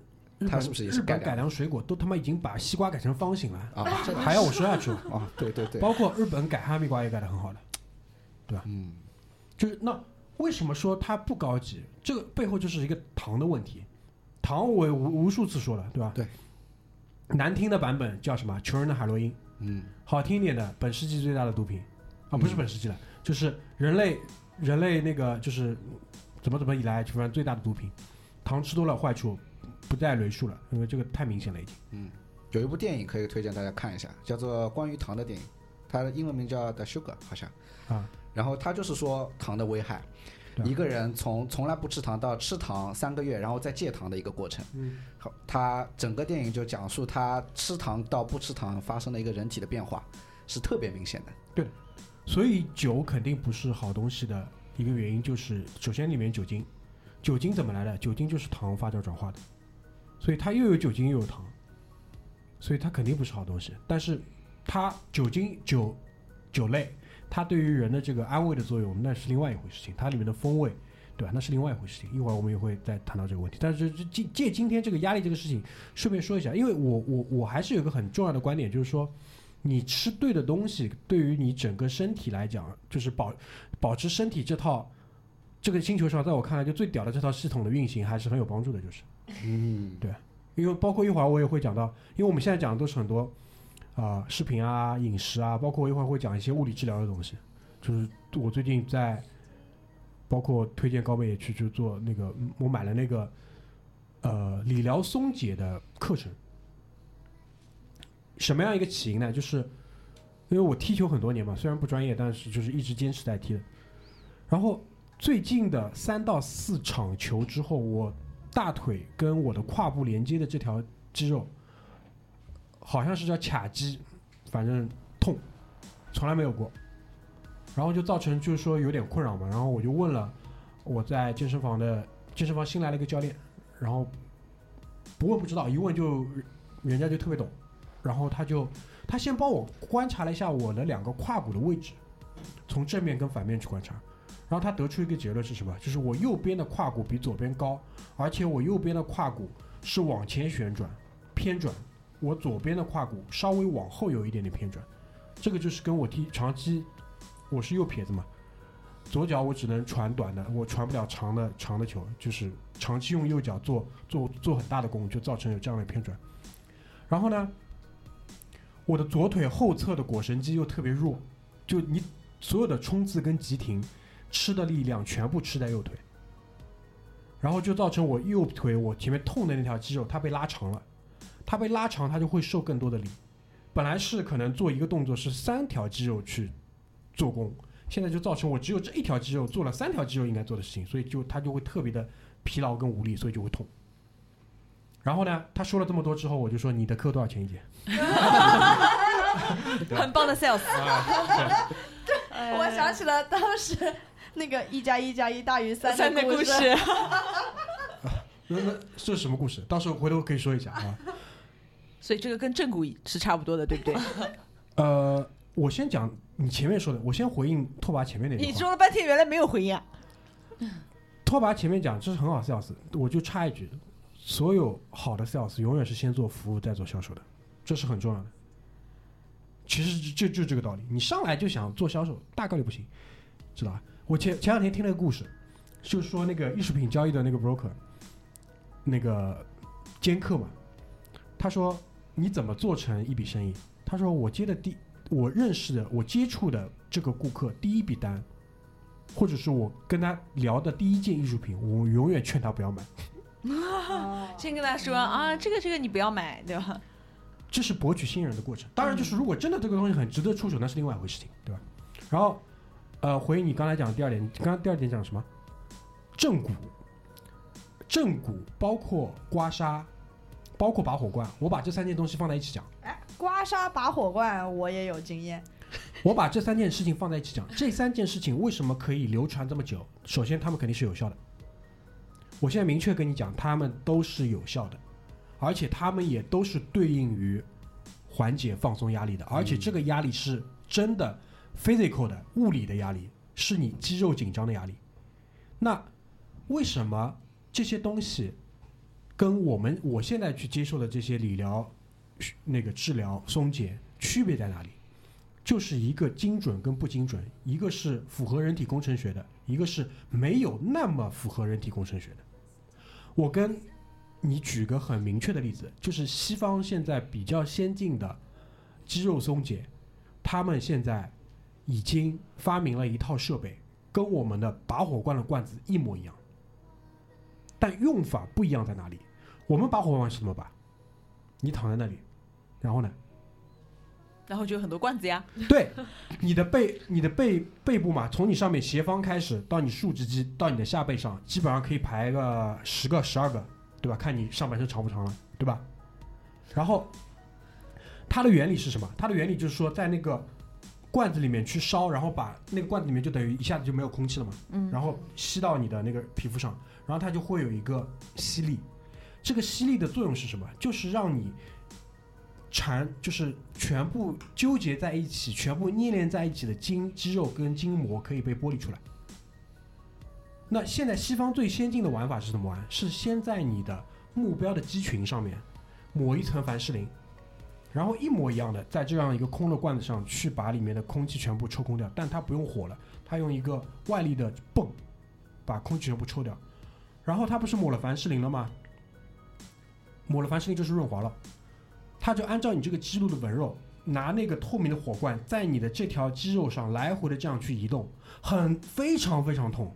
[SPEAKER 5] 它
[SPEAKER 2] 本
[SPEAKER 5] 是不是也是
[SPEAKER 2] 日本
[SPEAKER 5] 改良
[SPEAKER 2] 改良水果都他妈已经把西瓜改成方形了，
[SPEAKER 5] <laughs> 啊
[SPEAKER 3] <laughs>
[SPEAKER 2] 还要我说下去吗？
[SPEAKER 5] 啊对对对，
[SPEAKER 2] 包括日本改哈密瓜也改的很好的，
[SPEAKER 5] 嗯
[SPEAKER 2] 就是那为什么说它不高级？这个背后就是一个糖的问题，糖我也无无数次说了，对吧？
[SPEAKER 5] 对。
[SPEAKER 2] 难听的版本叫什么？穷人的海洛因。
[SPEAKER 5] 嗯，
[SPEAKER 2] 好听一点的，本世纪最大的毒品啊，不是
[SPEAKER 5] 嗯
[SPEAKER 2] 本世纪了，就是人类人类那个就是怎么怎么以来反正最大的毒品，糖吃多了坏处不再赘述了，因为这个太明显了已经。
[SPEAKER 5] 有一部电影可以推荐大家看一下，叫做《关于糖的电影》，它的英文名叫《The Sugar》，好像。
[SPEAKER 2] 啊。
[SPEAKER 5] 然后它就是说糖的危害，
[SPEAKER 2] 对啊
[SPEAKER 5] 一个人从从来不吃糖到吃糖三个月，然后再戒糖的一个过程。
[SPEAKER 2] 嗯。
[SPEAKER 5] 好，他整个电影就讲述他吃糖到不吃糖发生的一个人体的变化，是特别明显的。
[SPEAKER 2] 所以酒肯定不是好东西的一个原因，就是首先里面酒精，酒精怎么来的？酒精就是糖发酵转化的，所以它又有酒精又有糖，所以它肯定不是好东西。但是它酒精酒酒类，它对于人的这个安慰的作用，那是另外一回事情，它里面的风味。对吧？那是另外一回事情，一会儿我们也会再谈到这个问题。但是这借借今天这个压力这个事情，顺便说一下，因为我我我还是有一个很重要的观点，就是说，你吃对的东西，对于你整个身体来讲，就是保保持身体这套这个星球上，在我看来就最屌的这套系统的运行，还是很有帮助的。就是，
[SPEAKER 5] 嗯，
[SPEAKER 2] 因为包括一会儿我也会讲到，因为我们现在讲的都是很多啊、视频啊、饮食啊，包括我一会儿会讲一些物理治疗的东西。就是我最近在，包括推荐高妹也去就做那个，嗯我买了那个呃理疗松解的课程。什么样一个起因呢？就是因为我踢球很多年嘛，虽然不专业，但是就是一直坚持在踢的。然后最近的三到四场球之后，我大腿跟我的胯部连接的这条肌肉，好像是叫卡肌，反正痛，从来没有过。然后就造成就是说有点困扰嘛。然后我就问了我在健身房的健身房新来了一个教练，然后不问不知道，一问就人家就特别懂。然后他就他先帮我观察了一下我的两个胯骨的位置，从正面跟反面去观察。然后他得出一个结论是什么？就是我右边的胯骨比左边高，而且我右边的胯骨是往前旋转偏转，我左边的胯骨稍微往后有一点点偏转。这个就是跟我踢长期我是右撇子嘛，左脚我只能传短的，我传不了长的长的球，就是长期用右脚做做做很大的功，就造成有这样的偏转。然后呢，我的左腿后侧的腘绳肌又特别弱，就你所有的冲刺跟急停吃的力量全部吃在右腿，然后就造成我右腿我前面痛的那条肌肉它被拉长了，它被拉长它就会受更多的力。本来是可能做一个动作是三条肌肉去做工，现在就造成我只有这一条肌肉做了三条肌肉应该做的事情，所以就它就会特别的疲劳跟无力，所以就会痛。然后呢，他说了这么多之后，我就说你的课多少钱一节？
[SPEAKER 3] 很棒 <laughs> 的 sales。
[SPEAKER 2] 啊
[SPEAKER 4] 哎
[SPEAKER 6] 我想起了当时那个一加一加一大于三
[SPEAKER 3] 三
[SPEAKER 6] 的
[SPEAKER 3] 的故
[SPEAKER 6] 事，
[SPEAKER 3] 事，
[SPEAKER 2] 那那这是什么故事？到时候回头可以说一下啊。
[SPEAKER 3] <laughs> 所以这个跟正骨是差不多的，对不对？
[SPEAKER 2] 呃，我先讲你前面说的，我先回应拓跋前面那句
[SPEAKER 3] <laughs> 你
[SPEAKER 2] 话。
[SPEAKER 3] 说了半天，原来没有回应啊。
[SPEAKER 2] 拓跋前面讲这是很好 sales，我就插一句，所有好的 sales 永远是先做服务再做销售的，这是很重要的。其实就就就这个道理，你上来就想做销售，大概率不行，知道吧？我前前两天听了个故事，就是说那个艺术品交易的那个 broker，那个兼客嘛，他说你怎么做成一笔生意？他说我接的第我认识的我接触的这个顾客第一笔单，或者是我跟他聊的第一件艺术品，我永远劝他不要买，
[SPEAKER 4] 哦
[SPEAKER 3] <laughs> 先跟他说啊，这个这个你不要买，对吧？
[SPEAKER 2] 这是博取信任的过程。当然，就是如果真的这个东西很值得出手，那是另外一回事情，对吧？然后，呃，回应你刚才讲的第二点，你刚刚第二点讲什么？正骨，呃正骨包括刮痧，包括拔火罐，我把这三件东西放在一起讲。
[SPEAKER 6] 哎，刮痧拔火罐我也有经验，
[SPEAKER 2] 我把这三件事情放在一起讲，这三件事情为什么可以流传这么久？首先，他们肯定是有效的。我现在明确跟你讲，他们都是有效的，而且他们也都是对应于缓解放松压力的，而且这个压力是真的 physical 的物理的压力，是你肌肉紧张的压力。那为什么这些东西跟我们我现在去接受的这些理疗、那个治疗松解区别在哪里？就是一个精准跟不精准，一个是符合人体工程学的，一个是没有那么符合人体工程学的。我跟你举个很明确的例子，就是西方现在比较先进的肌肉松解，他们现在已经发明了一套设备，跟我们的拔火罐的罐子一模一样，但用法不一样在哪里？我们拔火罐是怎么拔？你躺在那里，然后呢？
[SPEAKER 3] 然后就有很多罐子呀，
[SPEAKER 2] 对，你的背，你的背背部嘛，从你上面斜方开始到你竖直肌到你的下背上，基本上可以排个十个、十二个，对吧？看你上半身长不长了，对吧？然后它的原理是什么？它的原理就是说，在那个罐子里面去烧，然后把那个罐子里面就等于一下子就没有空气了嘛，
[SPEAKER 3] 嗯
[SPEAKER 2] 然后吸到你的那个皮肤上，然后它就会有一个吸力。这个吸力的作用是什么？就是让你缠，就是全部纠结在一起、全部粘连在一起的筋、肌肉跟筋膜可以被剥离出来。那现在西方最先进的玩法是怎么玩？是先在你的目标的肌群上面抹一层凡士林，然后一模一样的在这样一个空的罐子上去把里面的空气全部抽空掉，但它不用火了，它用一个外力的泵把空气全部抽掉。然后它不是抹了凡士林了吗？抹了凡士林就是润滑了，它就按照你这个肌肉的纹肉，拿那个透明的火罐在你的这条肌肉上来回的这样去移动，很非常非常痛。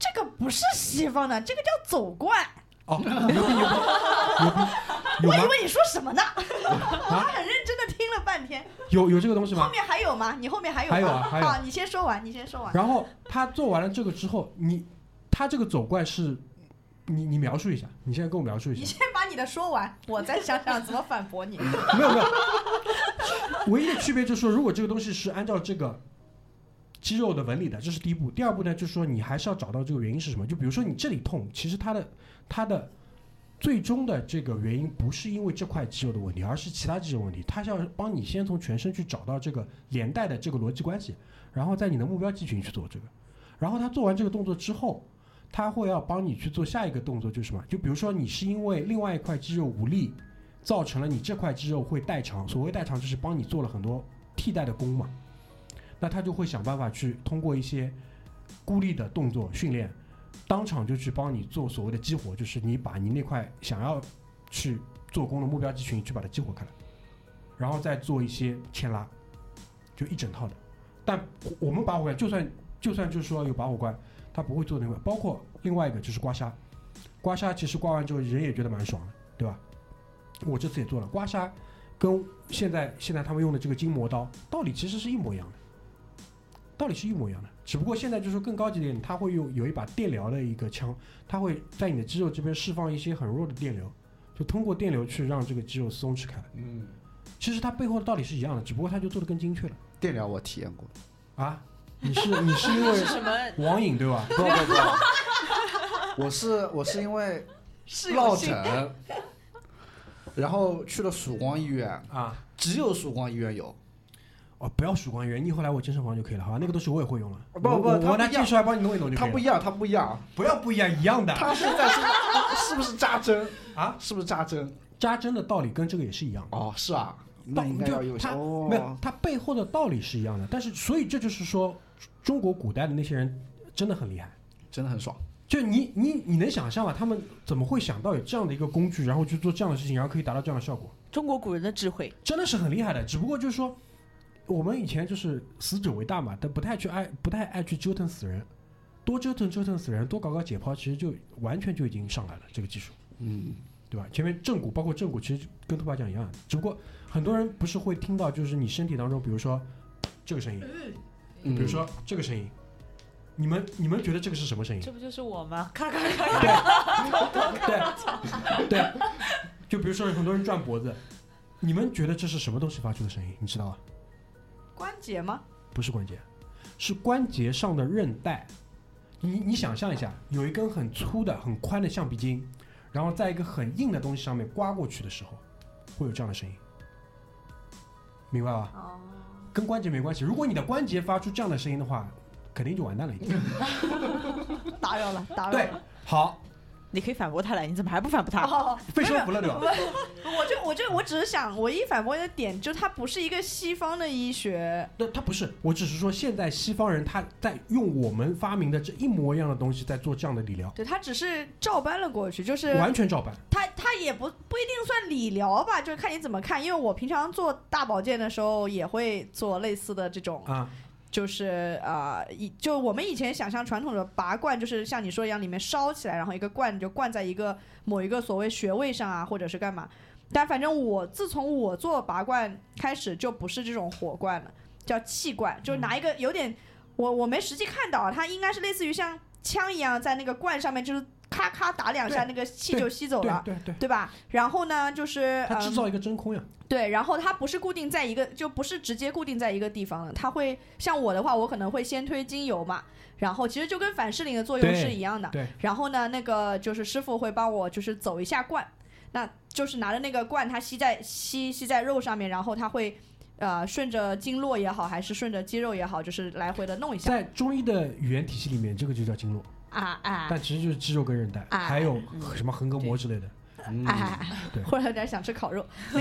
[SPEAKER 6] 这个不是西方的，这个叫走怪。
[SPEAKER 2] 哦，牛逼牛逼牛逼，有
[SPEAKER 6] 我以
[SPEAKER 2] 吗？啊
[SPEAKER 6] 为你说什么呢？我很认真的听了半天，
[SPEAKER 2] 有有这个东西
[SPEAKER 6] 后
[SPEAKER 2] 吗？
[SPEAKER 6] 面还有吗？你后面还有吗？
[SPEAKER 2] 还有啊还有
[SPEAKER 6] 好，你先说完，你先说完。
[SPEAKER 2] 然后他做完了这个之后，你他这个走怪是，你你描述一下，你现在跟我描述一
[SPEAKER 6] 你
[SPEAKER 2] 下，
[SPEAKER 6] 先把你的说完，我再想想怎么反
[SPEAKER 2] <laughs>
[SPEAKER 6] 驳你。
[SPEAKER 2] 没有没有，唯一的区别就是说，如果这个东西是按照这个肌肉的纹理的，这是第一步。第二步呢，就是说你还是要找到这个原因是什么。就比如说你这里痛，其实它的它的最终的这个原因不是因为这块肌肉的问题，而是其他肌肉问题。它是要帮你先从全身去找到这个连带的这个逻辑关系，然后在你的目标肌群去做这个。然后他做完这个动作之后，他会要帮你去做下一个动作，就是什么？就比如说你是因为另外一块肌肉无力，造成了你这块肌肉会代偿。所谓代偿，就是帮你做了很多替代的功嘛。那他就会想办法去通过一些孤立的动作训练，当场就去帮你做所谓的激活，就是你把你那块想要去做功的目标肌群去把它激活开来，然后再做一些牵拉，就一整套的。但我们拔火罐，就算就算就是说有拔火罐，他不会做那个。包括另外一个就是刮痧，刮痧其实刮完之后人也觉得蛮爽的，对吧？我这次也做了刮痧，跟现在现在他们用的这个筋膜刀道理其实是一模一样的，道理是一模一样的，只不过现在就是说更高级一点，它会用有一把电疗的一个枪，它会在你的肌肉这边释放一些很弱的电流，就通过电流去让这个肌肉松弛开来。
[SPEAKER 5] 嗯，
[SPEAKER 2] 其实它背后的道理是一样的，只不过它就做的更精确了
[SPEAKER 5] 电疗我体验过，
[SPEAKER 2] 啊！你是你是因 <laughs> 为
[SPEAKER 3] 是什么？
[SPEAKER 2] 网瘾对吧？
[SPEAKER 5] <laughs> 不不不，我是我是因为
[SPEAKER 3] 是
[SPEAKER 5] 落
[SPEAKER 3] 有性
[SPEAKER 5] 枕，然后去了曙光医院，
[SPEAKER 2] 啊。
[SPEAKER 5] 只有曙光医院有。
[SPEAKER 2] 哦，不要曙光源，你以后来我健身房就可以了，好吧？那个东西我也会用了。
[SPEAKER 5] 不不
[SPEAKER 2] 我我
[SPEAKER 5] 它
[SPEAKER 2] 我拿
[SPEAKER 5] 不一样
[SPEAKER 2] 技术来帮你弄一弄就可
[SPEAKER 5] 它
[SPEAKER 2] 以了。
[SPEAKER 5] 不一样，它不一样，
[SPEAKER 2] 不要不一样，一样的
[SPEAKER 5] 它是在是是不是扎针
[SPEAKER 2] 啊！
[SPEAKER 5] 是不是扎针？
[SPEAKER 2] 扎针的道理跟这个也是一样的，
[SPEAKER 5] 哦，是啊，那
[SPEAKER 2] 但
[SPEAKER 5] 应该
[SPEAKER 2] 就
[SPEAKER 5] 要有
[SPEAKER 2] 它
[SPEAKER 5] 哦
[SPEAKER 2] 没有，它背后的道理是一样的。但是，所以这就是说，中国古代的那些人真的很厉害。
[SPEAKER 5] 真的很爽。
[SPEAKER 2] 就你你你能想象吗？他们怎么会想到有这样的一个工具，然后去做这样的事情，然后可以达到这样的效果？
[SPEAKER 3] <laughs> 中国古人的智慧，
[SPEAKER 2] 真的是很厉害的。只不过就是说，我们以前就是死者为大嘛，但不太去爱，不太爱去折腾死人，多折腾折腾死人，多搞搞解剖，其实就完全就已经上来了这个技术，
[SPEAKER 5] 嗯，
[SPEAKER 2] 对吧？前面正骨包括正骨，其实跟兔八酱一样，只不过很多人不是会听到，就是你身体当中，比如说这个声音，
[SPEAKER 5] 比
[SPEAKER 2] 比如说这个声音，你们你们觉得这个是什么声音？
[SPEAKER 4] 这不就是我吗？咔咔咔，
[SPEAKER 2] 对对，就比如说有很多人转脖子，你们觉得这是什么东西发出的声音？你知道吗？
[SPEAKER 6] 关节吗？
[SPEAKER 2] 不是关节，是关节上的韧带。你你想象一下，有一根很粗的、很宽的橡皮筋，然后在一个很硬的东西上面刮过去的时候，会有这样的声音，明白吧？
[SPEAKER 6] 哦，
[SPEAKER 2] 跟关节没关系。如果你的关节发出这样的声
[SPEAKER 6] <laughs>
[SPEAKER 2] 音的话，肯定就完蛋了已经。 <laughs>
[SPEAKER 6] 打扰了，打扰
[SPEAKER 2] 对
[SPEAKER 6] 了。，
[SPEAKER 2] 好，
[SPEAKER 3] 你可以反驳他来，你怎么还不反驳他？
[SPEAKER 6] 哦，
[SPEAKER 2] 被说服
[SPEAKER 6] <laughs>
[SPEAKER 2] 了对吧？
[SPEAKER 6] 我就我就我只是想，我一反驳的点就它不是一个西方的医学，
[SPEAKER 2] 那他不是，我只是说现在西方人他在用我们发明的这一模一样的东西在做这样的理疗，
[SPEAKER 6] 对，它只是照搬了过去，就是
[SPEAKER 2] 完全照搬。
[SPEAKER 6] 它它也不不一定算理疗吧，就是看你怎么看。因为我平常做大保健的时候也会做类似的这种，
[SPEAKER 2] 啊，
[SPEAKER 6] 就是呃，以就我们以前想象传统的拔罐，就是像你说一样，里面烧起来，然后一个罐就灌在一个某一个所谓穴位上啊，或者是干嘛。但反正我自从我做拔罐开始，就不是这种火罐了，叫气罐，就是拿一个有点，我我没实际看到啊，它应该是类似于像枪一样，在那个罐上面就是咔咔打两下，那个气
[SPEAKER 2] 对
[SPEAKER 6] 就吸走
[SPEAKER 2] 对
[SPEAKER 6] 了。
[SPEAKER 2] 对对，
[SPEAKER 6] 对吧？然后呢，就是
[SPEAKER 2] 他制
[SPEAKER 6] 嗯
[SPEAKER 2] 造一个真空呀，
[SPEAKER 6] 对，然后它不是固定在一个，就不是直接固定在一个地方的，它会像我的话，我可能会先推精油嘛，然后其实就跟反适龄的作用
[SPEAKER 2] 对
[SPEAKER 6] 是一样的。
[SPEAKER 2] 对
[SPEAKER 6] 然后呢，那个就是师傅会帮我就是走一下罐，那就是拿着那个罐，它吸在吸吸在肉上面，然后它会。呃，顺着经络也好，还是顺着肌肉也好，就是来回的弄一下
[SPEAKER 2] 在中医的语言体系里面，这个就叫经络，
[SPEAKER 6] 啊啊
[SPEAKER 2] 但其实就是肌肉跟韧带，
[SPEAKER 6] 啊
[SPEAKER 2] 还有什么横膈膜之类的。
[SPEAKER 5] 嗯
[SPEAKER 6] 哎，哎
[SPEAKER 2] 对
[SPEAKER 6] 哎忽然有点想吃烤肉。 <laughs>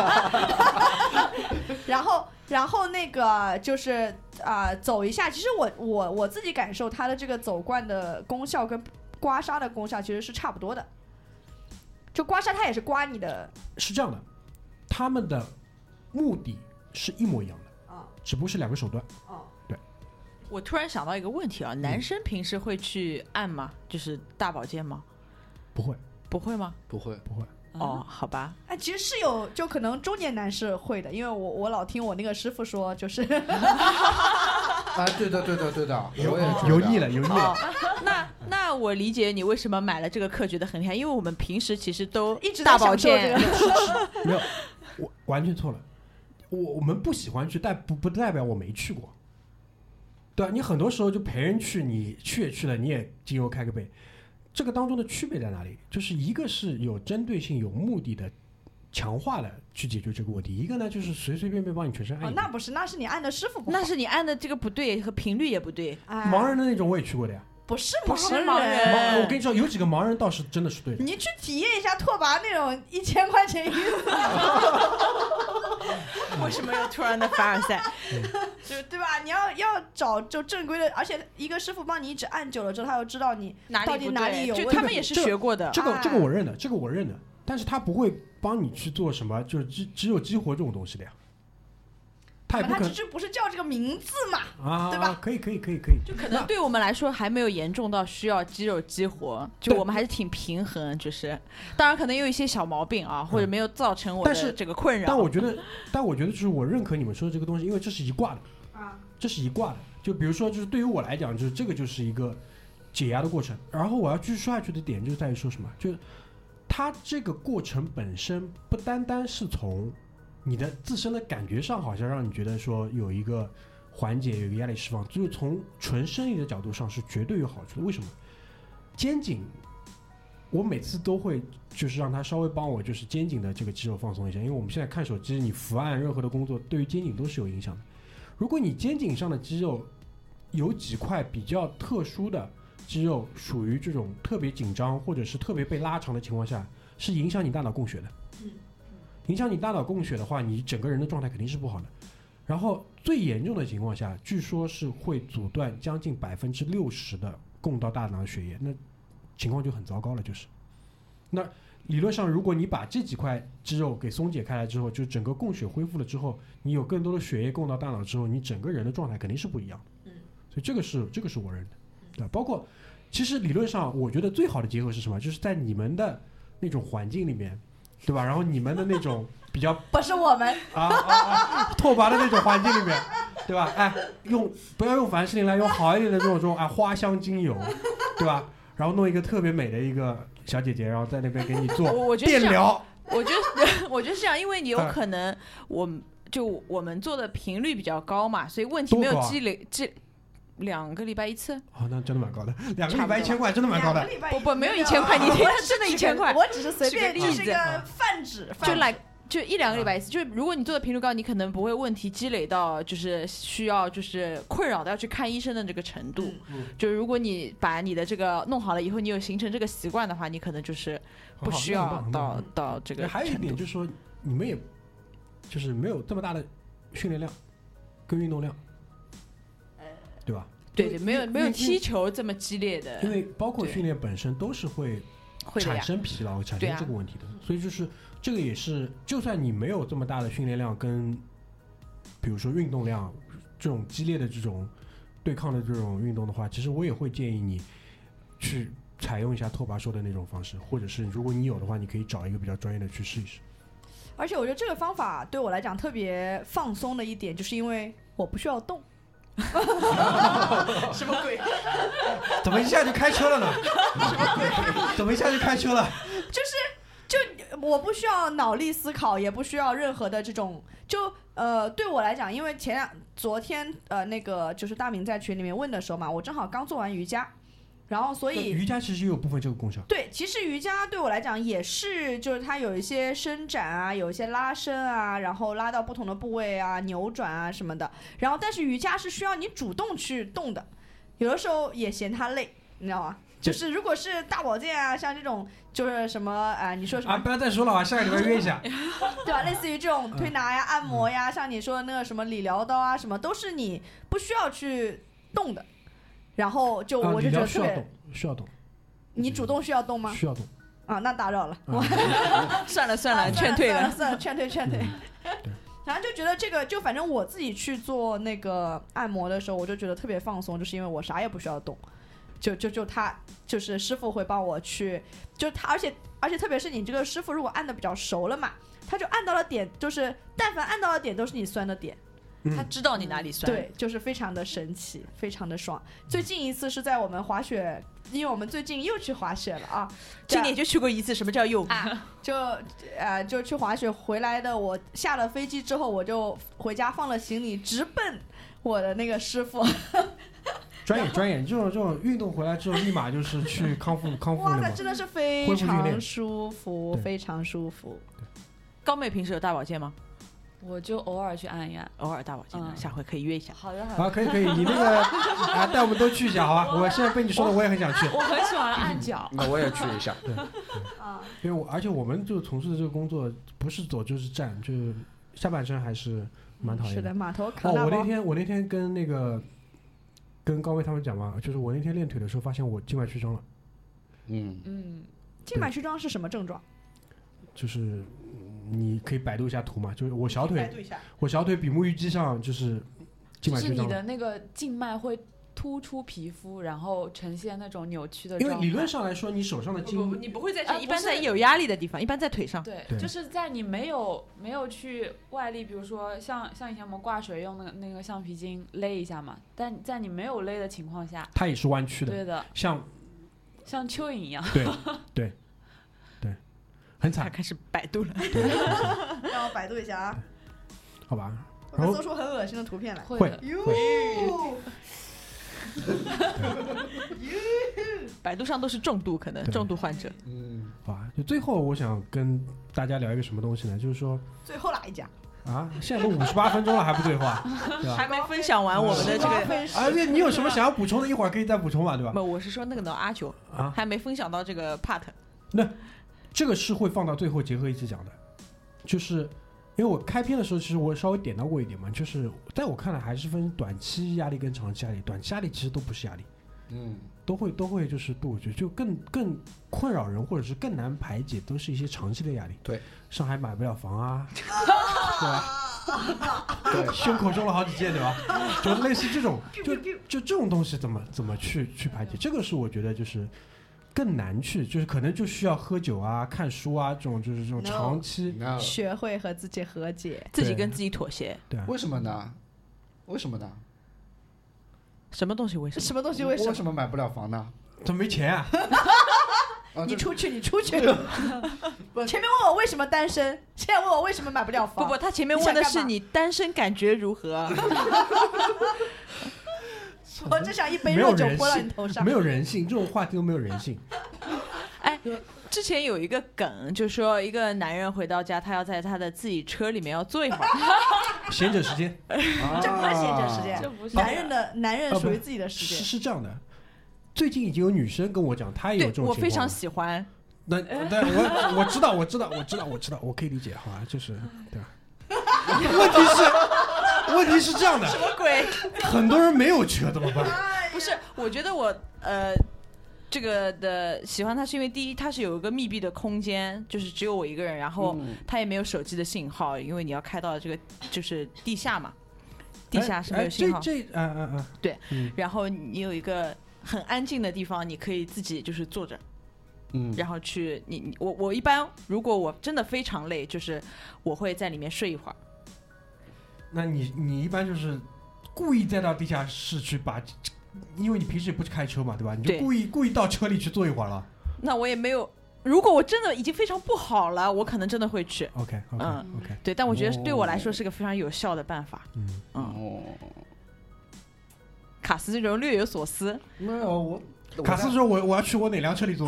[SPEAKER 6] 那个然后，然后那个就是啊、呃走一下。其实我我我自己感受它的这个走罐的功效跟刮痧的功效其实是差不多的。就刮痧，它也是刮你的
[SPEAKER 2] 是这样的，他们的目的是一模一样的，
[SPEAKER 6] 啊
[SPEAKER 2] 只不过是两个手段。
[SPEAKER 6] 哦
[SPEAKER 3] 我突然想到一个问题啊，男生平时会去按吗？就是大保健吗？
[SPEAKER 2] 不会，
[SPEAKER 3] 不会吗？
[SPEAKER 5] 不会，
[SPEAKER 2] 不会，
[SPEAKER 3] 哦，好吧，
[SPEAKER 6] 哎，其实是有，就可能中年男士会的，因为我我老听我那个师傅说，就是 <laughs>
[SPEAKER 5] 啊，对的，对的，对的，
[SPEAKER 2] 油
[SPEAKER 5] 我也觉得。
[SPEAKER 2] 油腻，了，油腻了。
[SPEAKER 3] <laughs> 哦，那那我理解你为什么买了这个课觉得很厉害，因为我们平时其实都
[SPEAKER 6] 一直在
[SPEAKER 3] 大保
[SPEAKER 6] 享受这
[SPEAKER 3] 健
[SPEAKER 6] 个，
[SPEAKER 2] <laughs> 没有，我完全错了。我我们不喜欢去，但不不代表我没去过。对啊，你很多时候就陪人去，你去也去了，你也精油开个背，这个当中的区别在哪里？就是一个是有针对性、有目的的强化了去解决这个问题，一个呢就是随随便便帮你全身按
[SPEAKER 6] 哦
[SPEAKER 2] 一，遍。
[SPEAKER 6] 那不是，那是你按的师傅不好，
[SPEAKER 3] <laughs> 那是你按的这个不对和频率也不 <laughs> 对。
[SPEAKER 6] 哎
[SPEAKER 2] 盲人的那种我也去过的呀，
[SPEAKER 6] 不是
[SPEAKER 3] 不是
[SPEAKER 6] 盲
[SPEAKER 3] 盲人
[SPEAKER 6] 呃
[SPEAKER 3] 哎
[SPEAKER 2] 盲我跟你说，有几个盲人倒是真的是对的。
[SPEAKER 6] 你去体验一下拓跋那种一千块钱一个，
[SPEAKER 3] 为什么又突然的凡尔赛？
[SPEAKER 6] 就对吧？你要要找就正规的，而且一个师傅帮你一直按久了之后，他就知道你
[SPEAKER 3] <laughs> 哪
[SPEAKER 6] 到
[SPEAKER 3] 里
[SPEAKER 6] 底
[SPEAKER 3] 不
[SPEAKER 6] 哪里
[SPEAKER 3] 对
[SPEAKER 6] 有
[SPEAKER 3] 就
[SPEAKER 6] 问
[SPEAKER 3] 他
[SPEAKER 6] 题
[SPEAKER 3] 们也是
[SPEAKER 2] 这
[SPEAKER 3] 学过的。
[SPEAKER 2] 这个
[SPEAKER 6] 哎
[SPEAKER 2] 这个我认的，这个我认的，但是他不会帮你去做什么，就是只只有激活这种东西的呀。他也不
[SPEAKER 6] 啊他
[SPEAKER 2] 可能
[SPEAKER 6] 哦只是不是叫这个名字嘛？
[SPEAKER 2] 啊，
[SPEAKER 6] 对吧？
[SPEAKER 2] 可以，可以，可以，可以。
[SPEAKER 3] 就可能对我们来说还没有严重到需要肌肉激活，就
[SPEAKER 2] 对
[SPEAKER 3] 我们还是挺平衡，就是当然可能有一些小毛病啊，或者没有造成我
[SPEAKER 2] 但是
[SPEAKER 3] 的这个困扰。
[SPEAKER 2] 但我觉得，但我觉得就是我认可你们说的这个东西，因为这是一挂的，
[SPEAKER 6] 啊，
[SPEAKER 2] 这是一挂的。就比如说，就是对于我来讲，就是这个就是一个解压的过程。然后我要继续说下去的点就在于说什么，就是它这个过程本身不单单是从你的自身的感觉上，好像让你觉得说有一个缓解，有一个压力释放，就是从纯生理的角度上是绝对有好处的。为什么？肩颈，我每次都会就是让他稍微帮我就是肩颈的这个肌肉放松一下，因为我们现在看手机，你伏案任何的工作对于肩颈都是有影响的。如果你肩颈上的肌肉有几块比较特殊的肌肉属于这种特别紧张或者是特别被拉长的情况下，是影响你大脑供血的。影响你大脑供血的话，你整个人的状态肯定是不好的。然后最严重的情况下，据说是会阻断将近百分之六十的供到大脑的血液，那情况就很糟糕了。就是，那理论上，如果你把这几块肌肉给松解开来之后，就整个供血恢复了之后，你有更多的血液供到大脑之后，你整个人的状态肯定是不一样的。嗯，所以这个是这个是我认的，
[SPEAKER 3] 嗯
[SPEAKER 2] 对吧，包括其实理论上，我觉得最好的结合是什么？就是在你们的那种环境里面，对吧？然后你们的那种比较
[SPEAKER 6] 不是我们，
[SPEAKER 2] 啊啊啊拓跋的那种环境里面，对吧？哎，用不要用凡士林来，用好一点的这种这种啊花香精油，对吧？然后弄一个特别美的一个小姐姐，然后在那边给你做
[SPEAKER 3] 我我觉得
[SPEAKER 2] 电
[SPEAKER 3] 是这样，
[SPEAKER 2] 疗，
[SPEAKER 3] 我觉得 <laughs> 我觉得是这样，因为你有
[SPEAKER 2] 哎
[SPEAKER 3] 可能我们就我们做的频率比较高嘛，所以问题
[SPEAKER 2] 多
[SPEAKER 3] 没有
[SPEAKER 2] 高啊
[SPEAKER 3] 积累积两个礼拜一次。
[SPEAKER 2] 哦，那真的蛮高的，两个礼
[SPEAKER 3] 差不
[SPEAKER 2] 拜
[SPEAKER 3] 多
[SPEAKER 2] 一千块，真的蛮高
[SPEAKER 6] 两个
[SPEAKER 2] 的。
[SPEAKER 6] 礼拜
[SPEAKER 3] 不不，没有
[SPEAKER 6] 一 <laughs>
[SPEAKER 3] 一千块，你
[SPEAKER 6] 我
[SPEAKER 3] 真的一千块，
[SPEAKER 6] 我只是随
[SPEAKER 3] 举个
[SPEAKER 6] 便
[SPEAKER 3] 例
[SPEAKER 6] 是
[SPEAKER 3] 子
[SPEAKER 6] 个泛指，
[SPEAKER 3] 就
[SPEAKER 6] 泛指
[SPEAKER 3] like 就一两个礼拜一次。就是如果你做的频率高，你可能不会问题积累到就是需要就是困扰到要去看医生的这个程度。
[SPEAKER 2] 嗯
[SPEAKER 3] 就是如果你把你的这个弄好了以后，你有形成这个习惯的话，你可能就是不需要到到这个
[SPEAKER 2] 还有一
[SPEAKER 3] 程
[SPEAKER 2] 点
[SPEAKER 3] 度。
[SPEAKER 2] 就是说，你们也就是没有这么大的训练量跟运动量，
[SPEAKER 3] 呃
[SPEAKER 2] 对吧？
[SPEAKER 3] 对对，没有没
[SPEAKER 2] 因
[SPEAKER 3] 有
[SPEAKER 2] 为
[SPEAKER 3] 踢球这么激烈的
[SPEAKER 2] 因为包括
[SPEAKER 3] 呃对
[SPEAKER 2] 训练本身都是会
[SPEAKER 3] 会的
[SPEAKER 2] 产
[SPEAKER 3] 呀。
[SPEAKER 2] 生疲劳、产
[SPEAKER 3] 对
[SPEAKER 2] 生
[SPEAKER 3] 啊
[SPEAKER 2] 这个问题的，所以就是这个也是，就算你没有这么大的训练量跟，比如说运动量这种激烈的这种对抗的这种运动的话，其实我也会建议你去采用一下拓跋说的那种方式，或者是如果你有的话，你可以找一个比较专业的去试一试。
[SPEAKER 6] 而且我觉得这个方法对我来讲特别放松的一点，就是因为我不需要 <laughs> 动。
[SPEAKER 2] 怎么一下就开车了
[SPEAKER 6] <laughs>
[SPEAKER 2] 呢？怎么一下就开车了？
[SPEAKER 6] 我不需要脑力思考，也不需要任何的这种，就呃，对我来讲，因为前两昨天呃那个就是大明在群里面问的时候嘛，我正好刚做完瑜伽，然后所以
[SPEAKER 2] 瑜伽其实也有部分这个功效。
[SPEAKER 6] 对，其实瑜伽对我来讲也是，就是它有一些伸展啊，有一些拉伸啊，然后拉到不同的部位啊，扭转啊什么的。然后，但是瑜伽是需要你主动去动的，有的时候也嫌它累，你知道吗？就是如果是大保健啊，像这种就是什么啊、你说什么
[SPEAKER 2] 啊，不要再说了啊，下个礼拜约一下。
[SPEAKER 6] 对吧？类似于这
[SPEAKER 2] 嗯
[SPEAKER 6] 种推拿呀、按摩呀，像你说的那个什么理疗刀啊，什么都是你不需要去动的。然后就
[SPEAKER 2] 啊，
[SPEAKER 6] <laughs> 我
[SPEAKER 2] 理
[SPEAKER 6] 就觉
[SPEAKER 2] 疗
[SPEAKER 6] 得
[SPEAKER 2] 需
[SPEAKER 6] 特
[SPEAKER 2] 要
[SPEAKER 6] 别
[SPEAKER 2] 动，，嗯需要动，
[SPEAKER 6] 你主动需要动吗？
[SPEAKER 2] 需要动。
[SPEAKER 6] 啊，那打扰了，
[SPEAKER 2] 嗯
[SPEAKER 6] 我
[SPEAKER 3] 算了算
[SPEAKER 6] 啊
[SPEAKER 3] 了，劝退
[SPEAKER 6] 算了，
[SPEAKER 3] 了。
[SPEAKER 6] 算了，劝退，劝退
[SPEAKER 2] 嗯。
[SPEAKER 6] <laughs>
[SPEAKER 2] 对
[SPEAKER 6] 然后就觉得这个，就反正我自己去做那个按摩的时候，我就觉得特别放松，就是因为我啥也不需要动，就就就他就是师傅会帮我去，就他，而且而且特别是你这个师傅如果按的比较熟了嘛，他就按到了点，就是但凡按到了点都是你酸的点，
[SPEAKER 3] 他知道你哪里酸。
[SPEAKER 6] 对，就是非常的神奇，非常的爽。最近一次是在我们滑雪，因为我们最近又去滑雪了啊，
[SPEAKER 3] 今年就去过一次，什么叫又？
[SPEAKER 6] 就呃就去滑雪回来的我，下了飞机之后我就回家放了行李，直奔我的那个师傅。
[SPEAKER 2] 专业专业，这种这种运动回来之后，立马就是
[SPEAKER 6] <laughs>
[SPEAKER 2] 去康复康复了
[SPEAKER 6] 哇塞，
[SPEAKER 2] 嘛。
[SPEAKER 6] 真的是非
[SPEAKER 2] 恢复训
[SPEAKER 6] 常
[SPEAKER 2] 练
[SPEAKER 6] 舒服，
[SPEAKER 2] 对
[SPEAKER 6] 非常舒服。
[SPEAKER 3] 高妹平时有大保健吗？
[SPEAKER 4] 我就偶尔去按一按。
[SPEAKER 3] 偶尔大保健的，
[SPEAKER 4] 嗯
[SPEAKER 3] 下回可以约一下。
[SPEAKER 4] 好的好的，
[SPEAKER 2] 啊，可以可以，你那
[SPEAKER 6] <laughs>
[SPEAKER 2] 个啊，带我们都去一下，好吧？我现在被你说的，我也很想去，
[SPEAKER 4] 我很喜欢按脚
[SPEAKER 5] 那我也去一下。
[SPEAKER 6] 啊，
[SPEAKER 2] 因为我而且我们就从事的这个工作，不是走就是站，就是下半身还是蛮讨
[SPEAKER 6] 嗯是
[SPEAKER 2] 厌
[SPEAKER 6] 的，
[SPEAKER 2] 的。
[SPEAKER 6] 码头扛
[SPEAKER 2] 哦，
[SPEAKER 6] 大
[SPEAKER 2] 我
[SPEAKER 6] 包
[SPEAKER 2] 那。天我那天跟那个跟高威他们讲嘛，就是我那天练腿的时候，发现我静脉曲张了，
[SPEAKER 5] <laughs> 嗯，
[SPEAKER 4] 嗯，
[SPEAKER 6] 静脉曲张是什么症
[SPEAKER 4] <laughs>
[SPEAKER 6] 状？
[SPEAKER 2] 就是嗯你可以百度一下图嘛，就是我小腿，
[SPEAKER 6] 一下。
[SPEAKER 2] 我小腿比目鱼肌上就是静
[SPEAKER 4] 就
[SPEAKER 2] 脉
[SPEAKER 4] 是
[SPEAKER 2] 曲
[SPEAKER 4] 你
[SPEAKER 2] 张了。
[SPEAKER 4] 的那个静脉会突出皮肤，然后呈现那种扭曲的
[SPEAKER 2] 因为
[SPEAKER 4] 状态。
[SPEAKER 2] 理论上来说，你手上的
[SPEAKER 3] 不，
[SPEAKER 2] 筋
[SPEAKER 3] 你啊不会在
[SPEAKER 4] 这
[SPEAKER 3] 一般
[SPEAKER 4] 不是
[SPEAKER 3] 在有压力的地方，一般在腿上。
[SPEAKER 4] 对
[SPEAKER 2] 对，
[SPEAKER 4] 就是在你没有没有去外力，比如说像像以前我们挂水用那个那个橡皮筋勒一下嘛，但在你没有勒的情况下，
[SPEAKER 2] 它也是弯曲的，
[SPEAKER 4] 对的，
[SPEAKER 2] 像
[SPEAKER 4] 像蚯蚓一样。 <laughs>
[SPEAKER 2] 对对对，很
[SPEAKER 3] 他
[SPEAKER 2] 惨，
[SPEAKER 3] 开始百度了，
[SPEAKER 2] 对，很惨
[SPEAKER 6] 让我百度一下啊，
[SPEAKER 2] 好吧？
[SPEAKER 6] 我
[SPEAKER 2] 然
[SPEAKER 6] 会
[SPEAKER 2] 后
[SPEAKER 6] 搜出很恶心的图片来。
[SPEAKER 4] <laughs> 会的，
[SPEAKER 6] 哟，
[SPEAKER 3] 百度上都是重度，可能
[SPEAKER 2] 对
[SPEAKER 3] 重度患者。
[SPEAKER 5] 嗯，
[SPEAKER 2] 好吧，就最后我想跟大家聊一个什么东西呢？就是说
[SPEAKER 6] 最后哪一家？
[SPEAKER 2] 啊，现在都五十八分钟了还不对话，
[SPEAKER 4] <laughs>
[SPEAKER 2] 对吧？
[SPEAKER 3] 还没分享完我们的这
[SPEAKER 6] 高
[SPEAKER 3] 个，
[SPEAKER 6] 分是
[SPEAKER 2] 啊，那你有什么想要补充的，一会儿可以再补充嘛，对吧？
[SPEAKER 3] 不，我是说那个呢，阿九
[SPEAKER 2] 啊，
[SPEAKER 3] 还没分享到这个 part。
[SPEAKER 2] 这个是会放到最后结合一起讲的，就是因为我开篇的时候，其实我稍微点到过一点嘛，就是在我看来还是分短期压力跟长期压力，短期压力其实都不是压力。
[SPEAKER 5] 嗯，
[SPEAKER 2] 都会都会就是杜绝，就更更困扰人，或者是更难排解，都是一些长期的压力。
[SPEAKER 5] 对，
[SPEAKER 2] 上海买不了房啊，
[SPEAKER 5] <laughs>
[SPEAKER 6] <laughs>
[SPEAKER 5] 对，
[SPEAKER 2] 胸口中了好几箭，对吧？就是类似这种，就就这种东西怎么怎么去去排解？这个是我觉得就是更难去，就是可能就需要喝酒啊、看书啊这种，就是这种
[SPEAKER 6] No
[SPEAKER 2] 长期
[SPEAKER 5] 那
[SPEAKER 6] 学会和自己和解。
[SPEAKER 3] 自己
[SPEAKER 2] 对
[SPEAKER 3] 跟自己妥协，
[SPEAKER 2] 对啊。
[SPEAKER 5] 为什么呢？为什么呢？
[SPEAKER 3] 什么东西为什么？
[SPEAKER 6] 什么东西为什么
[SPEAKER 5] 为？什么买不了房呢？
[SPEAKER 2] 他没钱
[SPEAKER 3] <laughs>
[SPEAKER 2] 啊，
[SPEAKER 5] 啊，
[SPEAKER 6] 你
[SPEAKER 5] 这
[SPEAKER 6] 出去，你出
[SPEAKER 2] <laughs>
[SPEAKER 6] 去。前面问我为什么单身，现在问我为什么买不了
[SPEAKER 3] 不
[SPEAKER 6] 房。
[SPEAKER 3] 不，他前面
[SPEAKER 6] 你
[SPEAKER 3] 问
[SPEAKER 6] 想
[SPEAKER 3] 的
[SPEAKER 6] 干
[SPEAKER 3] 是
[SPEAKER 6] 嘛
[SPEAKER 3] 你单身感觉如
[SPEAKER 2] <laughs>
[SPEAKER 3] 何？
[SPEAKER 6] <laughs> 我只想一杯
[SPEAKER 2] 没有
[SPEAKER 6] 热酒
[SPEAKER 2] 人
[SPEAKER 6] 泼到
[SPEAKER 2] 性
[SPEAKER 6] 你头上
[SPEAKER 3] <laughs>
[SPEAKER 2] 没。有人性，这种话题都没有人性。
[SPEAKER 3] 哎，之前有一个梗，就说一个男人回到家，他要在他的自己车里面要坐一会儿，
[SPEAKER 2] 闲者时间
[SPEAKER 5] 啊
[SPEAKER 6] 这不是闲着时间
[SPEAKER 4] 这不是
[SPEAKER 6] 男人的男人
[SPEAKER 2] 啊
[SPEAKER 6] 属
[SPEAKER 2] 不
[SPEAKER 6] 于
[SPEAKER 2] 是
[SPEAKER 6] 自己的时
[SPEAKER 2] 是
[SPEAKER 6] 间，
[SPEAKER 2] 是这样的。最近已经有女生跟我讲，她也有
[SPEAKER 3] 对
[SPEAKER 2] 哎这种情
[SPEAKER 3] 我
[SPEAKER 2] 况。
[SPEAKER 3] 非常喜欢。
[SPEAKER 2] 那但我
[SPEAKER 3] <laughs>
[SPEAKER 2] 我知道，我知道，我知道，我知道，我可以理解，好吧，就是对吧？问题是，问题是这样的，
[SPEAKER 3] 什么鬼？
[SPEAKER 2] 很多人没有车怎么办？
[SPEAKER 3] 不是，我觉得我呃，这个的喜欢他是因为第一，他是有一个密闭的空间，就是只有我一个人，然后
[SPEAKER 6] 哦
[SPEAKER 5] 嗯
[SPEAKER 3] 他也没有手机的信号，因为你要开到这个就是地下嘛，地下是没
[SPEAKER 2] 哎
[SPEAKER 3] 有
[SPEAKER 2] 哎
[SPEAKER 3] 信号。
[SPEAKER 2] 这这啊啊啊！
[SPEAKER 3] 对
[SPEAKER 2] 嗯，
[SPEAKER 3] 然后你有一个很安静的地方，你可以自己就是坐着，
[SPEAKER 5] 嗯，
[SPEAKER 3] 然后去你你我我一般如果我真的非常累，就是我会在里面睡一会儿。
[SPEAKER 2] 那你你一般就是故意再到地下室去把，因为你平时也不开车嘛，对吧？你就
[SPEAKER 3] 对
[SPEAKER 2] 故意故意到车里去坐一会儿了。
[SPEAKER 3] 那我也没有，如果我真的已经非常不好了，我可能真的会去。
[SPEAKER 2] OK OK
[SPEAKER 3] 嗯
[SPEAKER 2] OK，
[SPEAKER 3] 对，但我觉得对我来说
[SPEAKER 5] 哦
[SPEAKER 3] 是个非常有效的办法。
[SPEAKER 2] 嗯，
[SPEAKER 3] 嗯，
[SPEAKER 5] 哦，
[SPEAKER 3] 卡斯这种略有所思，
[SPEAKER 5] 没有我，我
[SPEAKER 2] 卡
[SPEAKER 5] 在
[SPEAKER 2] 斯说我我要去我哪辆车里坐？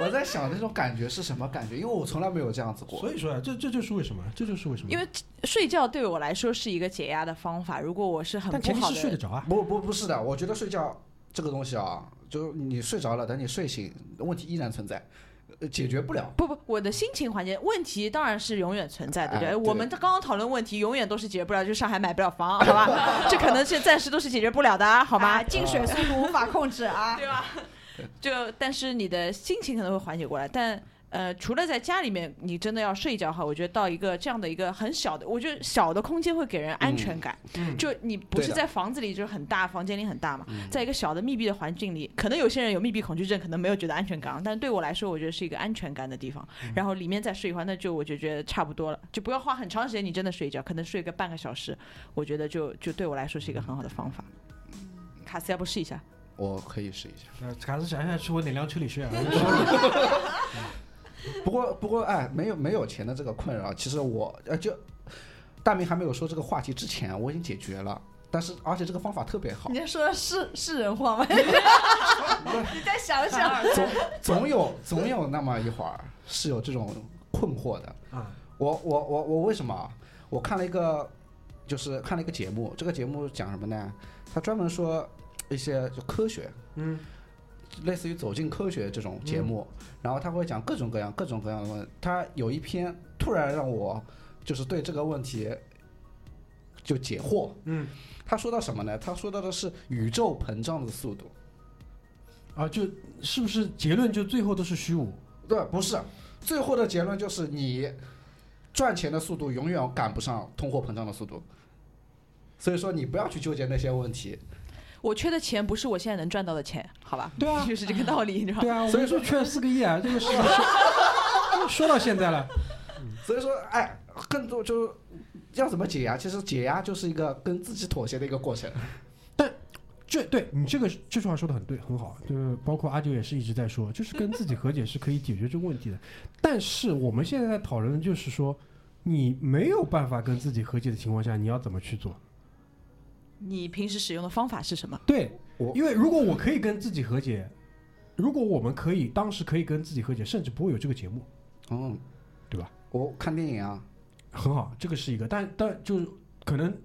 [SPEAKER 5] 我在想那种感觉是什么感觉，因为我从来没有这样子过。
[SPEAKER 2] 所以说啊，这这就是为什么，这就是为什么，
[SPEAKER 3] 因为睡觉对我来说是一个解压的方法。如果我是很
[SPEAKER 2] 但
[SPEAKER 3] 不
[SPEAKER 2] 前提
[SPEAKER 3] 好
[SPEAKER 2] 是睡得
[SPEAKER 3] 的，
[SPEAKER 2] 着啊。
[SPEAKER 5] 不不不是的，我觉得睡觉这个东西啊，就是你睡着了，等你睡醒，问题依然存在，呃解决不了。
[SPEAKER 3] 不不，我的心情缓解问题当然是永远存在，对不
[SPEAKER 5] 哎
[SPEAKER 3] 对？
[SPEAKER 5] 对
[SPEAKER 3] 我们刚刚讨论问题永远都是解决不了，就上海买不了房，好吧？ <laughs> 这可能是暂时都是解决不了的啊，好
[SPEAKER 6] 好
[SPEAKER 3] 吗？
[SPEAKER 6] 进水速度无法控制啊，
[SPEAKER 3] 对吧？就但是你的心情可能会缓解过来，但呃，除了在家里面，你真的要睡觉哈，我觉得到一个这样的一个很小的，我觉得小的空间会给人安全感。
[SPEAKER 2] 嗯
[SPEAKER 3] 就你不
[SPEAKER 5] 对
[SPEAKER 3] 是
[SPEAKER 5] 的
[SPEAKER 3] 在房子里就是很大，房间里很大嘛，
[SPEAKER 5] 嗯
[SPEAKER 3] 在一个小的密闭的环境里，可能有些人有密闭恐惧症，可能没有觉得安全感，但对我来说，我觉得是一个安全感的地方。
[SPEAKER 5] 嗯
[SPEAKER 3] 然后里面再睡一会儿，那就我就觉得差不多了，就不要花很长时间，你真的睡一觉，可能睡个半个小时，我觉得就就对我来说是一个很好的方法。
[SPEAKER 5] 嗯
[SPEAKER 3] 卡斯，要不试一下？
[SPEAKER 5] 我可以试一下。
[SPEAKER 2] 呃卡斯想一下去我哪辆车里睡啊？ <laughs>
[SPEAKER 5] 不过不过哎，没有没有钱的这个困扰，其实我呃就大明还没有说这个话题之前，我已经解决了。但是而且这个方法特别好
[SPEAKER 6] 你，在说是是人话吗？ <laughs> 你再想想，
[SPEAKER 5] 总 <laughs> 总有总有那么一会儿是有这种困惑的。
[SPEAKER 2] 啊，
[SPEAKER 5] 我我我我为什么啊？我看了一个，就是看了一个节目，这个节目讲什么呢？他专门说一些就科学，
[SPEAKER 2] 嗯，
[SPEAKER 5] 类似于走进科学这种节目，然后他会讲各种各样、各种各样的问。他有一篇突然让我就是对这个问题就解惑。
[SPEAKER 2] 嗯，
[SPEAKER 5] 他说到什么呢？他说到的是宇宙膨胀的速度。
[SPEAKER 2] 啊，就是不是结论就最后都是虚无？
[SPEAKER 5] 对，不是，最后的结论就是你赚钱的速度永远赶不上通货膨胀的速度。所以说，你不要去纠结那些问题。
[SPEAKER 3] 我缺的钱不是我现在能赚到的钱，好吧？
[SPEAKER 2] 对啊
[SPEAKER 5] 嗯
[SPEAKER 3] <laughs> 就是这个道理，你知道吗？
[SPEAKER 2] 对啊，
[SPEAKER 5] 所
[SPEAKER 2] 所
[SPEAKER 5] 以
[SPEAKER 2] 以说缺了四个亿啊，这个事情说说到现在了，
[SPEAKER 5] 所以说，哎，更多就是要怎么解压？其实解压就是一个跟自己妥协的一个过程。
[SPEAKER 2] 这对你这个这句话说的很对，很好，就是包括阿九也是一直在说，就是跟自己和解是可以解决这个问题的，但是我们现在在讨论的就是说。你没有办法跟自己和解的情况下，你要怎么去做？
[SPEAKER 3] 你平时使用的方法是什么？
[SPEAKER 2] 对
[SPEAKER 5] 我，
[SPEAKER 2] 因为如果我可以跟自己和解，如果我们可以当时可以跟自己和解，甚至不会有这个节目，
[SPEAKER 5] 嗯，
[SPEAKER 2] 哦对吧？
[SPEAKER 5] 我看电影啊，
[SPEAKER 2] 很好，这个是一个，但但就是可能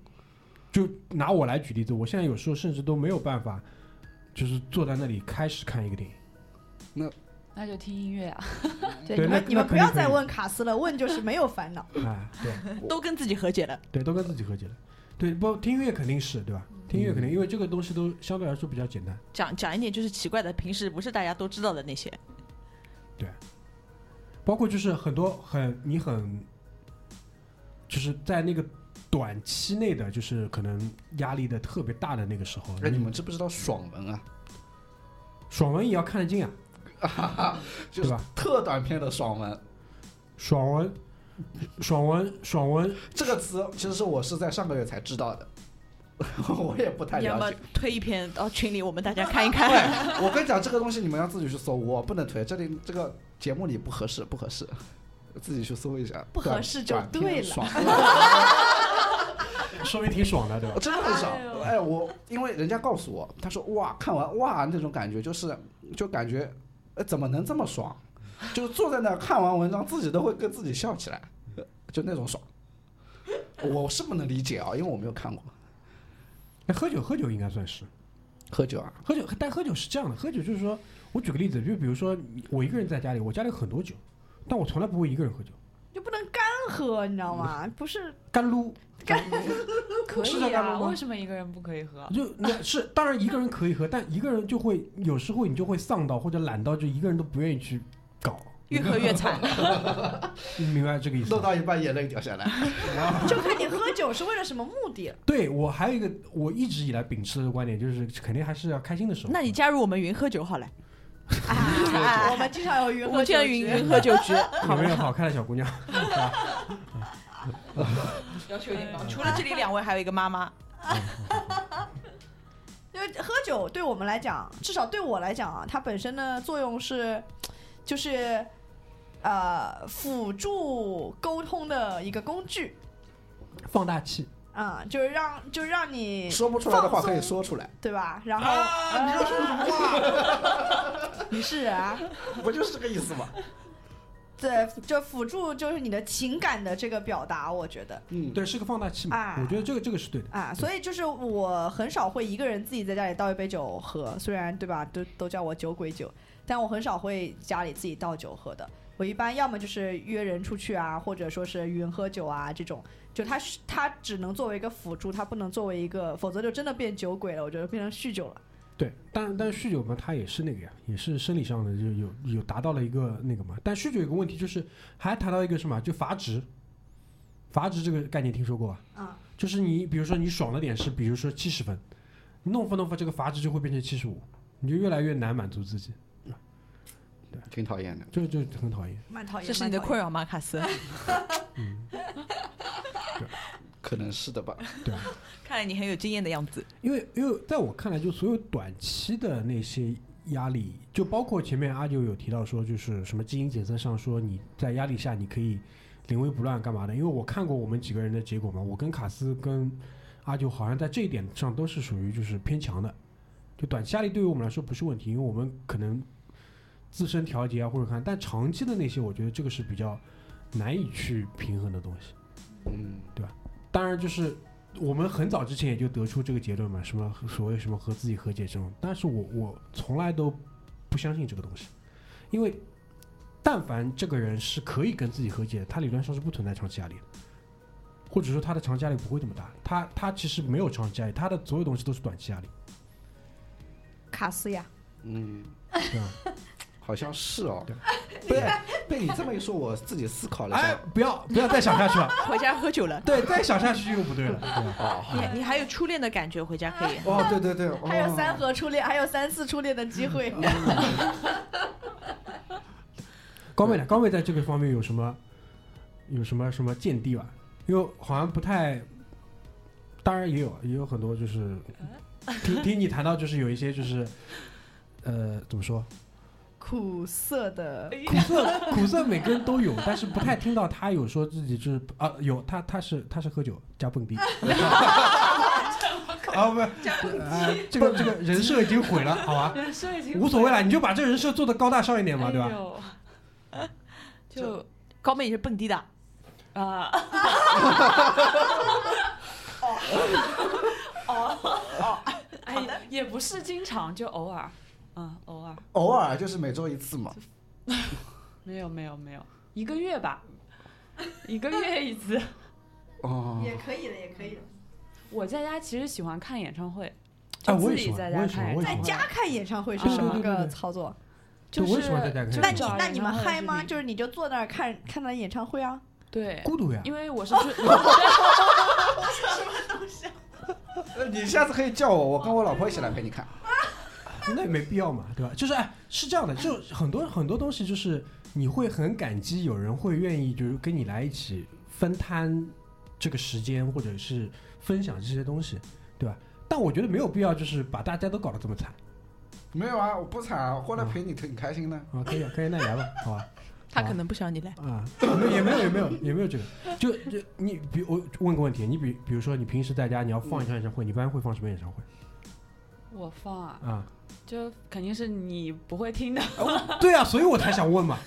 [SPEAKER 2] 就拿我来举例子，我现在有时候甚至都没有办法，就是坐在那里开始看一个电影。
[SPEAKER 4] 那就听音乐啊。
[SPEAKER 6] 对
[SPEAKER 2] 对
[SPEAKER 6] 你
[SPEAKER 2] 那
[SPEAKER 6] 们你们
[SPEAKER 2] 那
[SPEAKER 6] 不
[SPEAKER 2] 肯定
[SPEAKER 6] 要
[SPEAKER 2] 可以
[SPEAKER 6] 再问卡斯了，问就是没有烦恼。
[SPEAKER 2] 哎，对
[SPEAKER 3] 都跟自己和解了。
[SPEAKER 2] 对，都跟自己和解了。对，不听音乐肯定是对吧？听音乐肯定，因为这个东西都相对来说比较简单。
[SPEAKER 3] 讲讲一点就是奇怪的，平时不是大家都知道的那些。
[SPEAKER 2] 包括就是很多很你很，就是在那个短期内的，就是可能压力的特别大的那个时候，
[SPEAKER 5] 哎，你们知不知道爽文啊？
[SPEAKER 2] 爽文也要看得进啊，
[SPEAKER 5] 就
[SPEAKER 2] 对
[SPEAKER 5] 是
[SPEAKER 2] 吧？
[SPEAKER 5] 特短篇的爽文
[SPEAKER 2] 爽文，爽文，爽文，
[SPEAKER 5] 这个词，其实我是在上个月才知道的， <laughs> 我也不太
[SPEAKER 3] 你要
[SPEAKER 5] 了
[SPEAKER 3] 么
[SPEAKER 5] 解。
[SPEAKER 3] 推一篇到群里，我们大家看
[SPEAKER 5] <laughs>
[SPEAKER 3] 一看。
[SPEAKER 5] 对，我跟你讲，这个东西你们要自己去搜，我不能推，这里这个节目里不合适，不合适，自己去搜一下。
[SPEAKER 6] 不合适就
[SPEAKER 5] 短
[SPEAKER 6] 对
[SPEAKER 5] 短片
[SPEAKER 6] 了
[SPEAKER 5] 爽，
[SPEAKER 6] <laughs>
[SPEAKER 2] 说明挺爽的，对吧？
[SPEAKER 5] 真的很
[SPEAKER 4] 哎呦
[SPEAKER 5] 爽。哎，我因为人家告诉我，他说哇，看完哇那种感觉，就是就感觉呃，怎么能这么爽？就是坐在那儿看完文章，自己都会跟自己笑起来，就那种爽。我是不能理解啊，因为我没有看过
[SPEAKER 2] 那哎喝酒喝酒应该算是
[SPEAKER 5] 喝酒啊，
[SPEAKER 2] 喝酒，但喝酒是这样的，喝酒就是说我举个例子，就比如说我一个人在家里，我家里有很多酒，但我从来不会一个人喝酒，
[SPEAKER 6] 就不能干喝，你知道吗？不是
[SPEAKER 2] 干撸
[SPEAKER 4] 可
[SPEAKER 2] 是在 <laughs>
[SPEAKER 4] 以
[SPEAKER 2] 大陆
[SPEAKER 4] 啊，
[SPEAKER 2] 吗
[SPEAKER 4] 为什么一个人不可以喝？
[SPEAKER 2] 就那是当然一个人可以喝，但一个人就会有时候你就会丧到或者懒到，就一个人都不愿意去搞，
[SPEAKER 3] 越喝越惨。
[SPEAKER 2] 你明白这个意思
[SPEAKER 5] 弄
[SPEAKER 2] 吗？
[SPEAKER 5] 到一半眼泪掉下来。
[SPEAKER 6] 就看你喝酒是为了什么目
[SPEAKER 2] <laughs>
[SPEAKER 6] 的。
[SPEAKER 2] 对我还有一个我一直以来秉持的观点就是，肯定还是要开心的时候喝。
[SPEAKER 3] 那你加入我们云喝酒好了，
[SPEAKER 6] 啊，我们经常有云
[SPEAKER 3] 我
[SPEAKER 6] 喝
[SPEAKER 3] 们
[SPEAKER 6] 酒
[SPEAKER 3] 现在
[SPEAKER 6] 局
[SPEAKER 3] 云云喝酒
[SPEAKER 2] <laughs>
[SPEAKER 3] 局，
[SPEAKER 2] 有没有好看的小姑娘？
[SPEAKER 3] 要求有点高。哦除了这里两位，还有一个妈妈。
[SPEAKER 6] 因为喝酒对我们来讲，至少对我来讲啊，它本身的作用是，就是呃辅助沟通的一个工具
[SPEAKER 2] 放大器，
[SPEAKER 6] 啊、就是让就是让你
[SPEAKER 5] 说不出来的话
[SPEAKER 6] 哎放松
[SPEAKER 5] 可以说出来，
[SPEAKER 6] 对吧？然后、
[SPEAKER 5] 你要说什么话？
[SPEAKER 6] <laughs> 你是啊，
[SPEAKER 5] 不就是这个意思吗？
[SPEAKER 6] 对，就辅助就是你的情感的这个表达，我觉得
[SPEAKER 5] 嗯，
[SPEAKER 2] 对，是个放大器嘛
[SPEAKER 6] 啊。
[SPEAKER 2] 我觉得这个这个是对的。
[SPEAKER 6] 啊，所以就是我很少会一个人自己在家里倒一杯酒喝，虽然对吧，都都叫我酒鬼酒，但我很少会家里自己倒酒喝的。我一般要么就是约人出去啊，或者说是云喝酒啊这种，就它是它只能作为一个辅助，它不能作为一个，否则就真的变酒鬼了，我觉得变成酗酒了。
[SPEAKER 2] 对，但但酗酒嘛，它也是那个呀，也是生理上的，就有有达到了一个那个嘛。但酗酒有个问题就是，还谈到一个什么，就阀值。阀值这个概念听说过吧？
[SPEAKER 3] 嗯
[SPEAKER 6] 啊，
[SPEAKER 2] 就是你比如说你爽了点是，比如说七十分，你弄分弄分，这个阀值就会变成七十五，你就越来越难满足自己，
[SPEAKER 5] 挺讨厌的。
[SPEAKER 2] 这就很讨厌。
[SPEAKER 6] 蛮讨厌，
[SPEAKER 3] 这是你的
[SPEAKER 6] 蛮讨厌
[SPEAKER 3] 困扰吗，卡斯？
[SPEAKER 5] 可能
[SPEAKER 2] <laughs>
[SPEAKER 5] 是的吧。
[SPEAKER 2] 对啊，
[SPEAKER 3] <laughs> 看来你很有经验的样子。
[SPEAKER 2] 因为因为在我看来，就所有短期的那些压力，就包括前面阿九有提到说，就是什么基因检测上说你在压力下你可以临危不乱干嘛的。因为我看过我们几个人的结果嘛，我跟卡斯跟阿九好像在这一点上都是属于就是偏强的，就短期压力对于我们来说不是问题，因为我们可能自身调节啊或者看，但长期的那些，我觉得这个是比较难以去平衡的东西。
[SPEAKER 5] 嗯，
[SPEAKER 2] 当然就是我们很早之前也就得出这个结论嘛，什么所谓什么和自己和解这种，但是我我从来都不相信这个东西，因为但凡这个人是可以跟自己和解的，他理论上是不存在长期压力的，或者说他的长期压力不会这么大，他他其实没有长期压力，他的所有东西都是短期压力，
[SPEAKER 6] 卡斯呀，
[SPEAKER 5] 嗯，
[SPEAKER 2] 对吧？
[SPEAKER 5] 好像是哦
[SPEAKER 2] 对。
[SPEAKER 5] 被被你这么一说，我自己思考了一
[SPEAKER 2] 哎
[SPEAKER 5] 下。，
[SPEAKER 2] 不要不要再想下去了，
[SPEAKER 3] 回家喝
[SPEAKER 2] <laughs>
[SPEAKER 3] 酒了，
[SPEAKER 2] 对，再想下去就不对了，对吧？
[SPEAKER 5] 哦，
[SPEAKER 3] 你你还有初恋的感觉，回家可以。
[SPEAKER 6] 啊
[SPEAKER 5] 哦，对对对，哦
[SPEAKER 6] 还有三和初恋，还有三次初恋的
[SPEAKER 2] <laughs>
[SPEAKER 6] 机会。
[SPEAKER 2] 高妹呢？高妹在这个方面有什么有什么什么见地吧？因为好像不太，当然也有也有很多就是听听你谈到就是有一些就是呃怎么说
[SPEAKER 6] 苦涩的
[SPEAKER 2] 苦涩苦涩每个人都有，但是不太听到他有说自己就是啊有他他是他是喝酒加蹦迪。啊不，呃这个这个人设已经毁了，好吧，
[SPEAKER 4] 人设已经
[SPEAKER 2] 无所谓了，你就把这个人设做的高大上一点嘛，对吧？
[SPEAKER 4] 吧？就
[SPEAKER 3] 高妹也是蹦迪的，
[SPEAKER 4] 啊， <laughs> 哦哎
[SPEAKER 6] 好的
[SPEAKER 4] 也不是经常，就偶尔，嗯，偶尔，
[SPEAKER 5] 偶尔就是每周一次嘛。
[SPEAKER 4] 没有没有没有，一个月吧，一个月一次。
[SPEAKER 5] 哦，
[SPEAKER 6] 也可以的，也可以的。
[SPEAKER 4] 我在家其实喜欢看演唱会，
[SPEAKER 2] 哎
[SPEAKER 4] 就
[SPEAKER 2] 我
[SPEAKER 4] 自
[SPEAKER 2] 也
[SPEAKER 4] 己
[SPEAKER 2] 喜欢
[SPEAKER 4] 在
[SPEAKER 2] 我
[SPEAKER 4] 家
[SPEAKER 2] 也喜欢我也喜
[SPEAKER 4] 看演
[SPEAKER 6] 在
[SPEAKER 4] 唱会。
[SPEAKER 6] 家看演唱会是
[SPEAKER 4] 对
[SPEAKER 6] 什么
[SPEAKER 2] 嗯对对对
[SPEAKER 6] 个
[SPEAKER 2] 对
[SPEAKER 6] 操作？
[SPEAKER 4] 就
[SPEAKER 2] 对我也
[SPEAKER 4] 是
[SPEAKER 2] 喜欢在家看
[SPEAKER 4] 就
[SPEAKER 6] 那
[SPEAKER 4] 是
[SPEAKER 6] 你
[SPEAKER 4] 找
[SPEAKER 6] 那
[SPEAKER 4] 演
[SPEAKER 6] 你
[SPEAKER 4] 唱
[SPEAKER 6] 们
[SPEAKER 4] 会
[SPEAKER 6] 嗨
[SPEAKER 4] 视
[SPEAKER 6] 吗？
[SPEAKER 4] 频
[SPEAKER 6] 就是你就坐那儿看看他演唱会啊？
[SPEAKER 4] 对，
[SPEAKER 2] 孤独呀，
[SPEAKER 4] 因为
[SPEAKER 6] <laughs>
[SPEAKER 4] 我是追，对
[SPEAKER 5] 呃你下次可以叫我，我跟我老婆一起来陪你看。
[SPEAKER 2] 那也没必要嘛，对吧？就是哎，是这样的，就很多很多东西，就是你会很感激有人会愿意就是跟你来一起分摊这个时间，或者是分享这些东西，对吧？但我觉得没有必要，就是把大家都搞得这么惨
[SPEAKER 5] 没有啊，我不惨啊，过来陪你挺开心的。
[SPEAKER 2] 啊！可以啊，可以，那你来吧， <laughs> 好吧？
[SPEAKER 3] 她可能不想你来。
[SPEAKER 2] 啊，也没有，也没有，也没有这个，就就你比我问个问题，你比比如说你平时在家你要放演唱会，你一般会放什么演唱会？
[SPEAKER 4] 我放啊，
[SPEAKER 2] 啊、
[SPEAKER 4] 就肯定是你不会听的，
[SPEAKER 2] 对啊，所以我才想问嘛。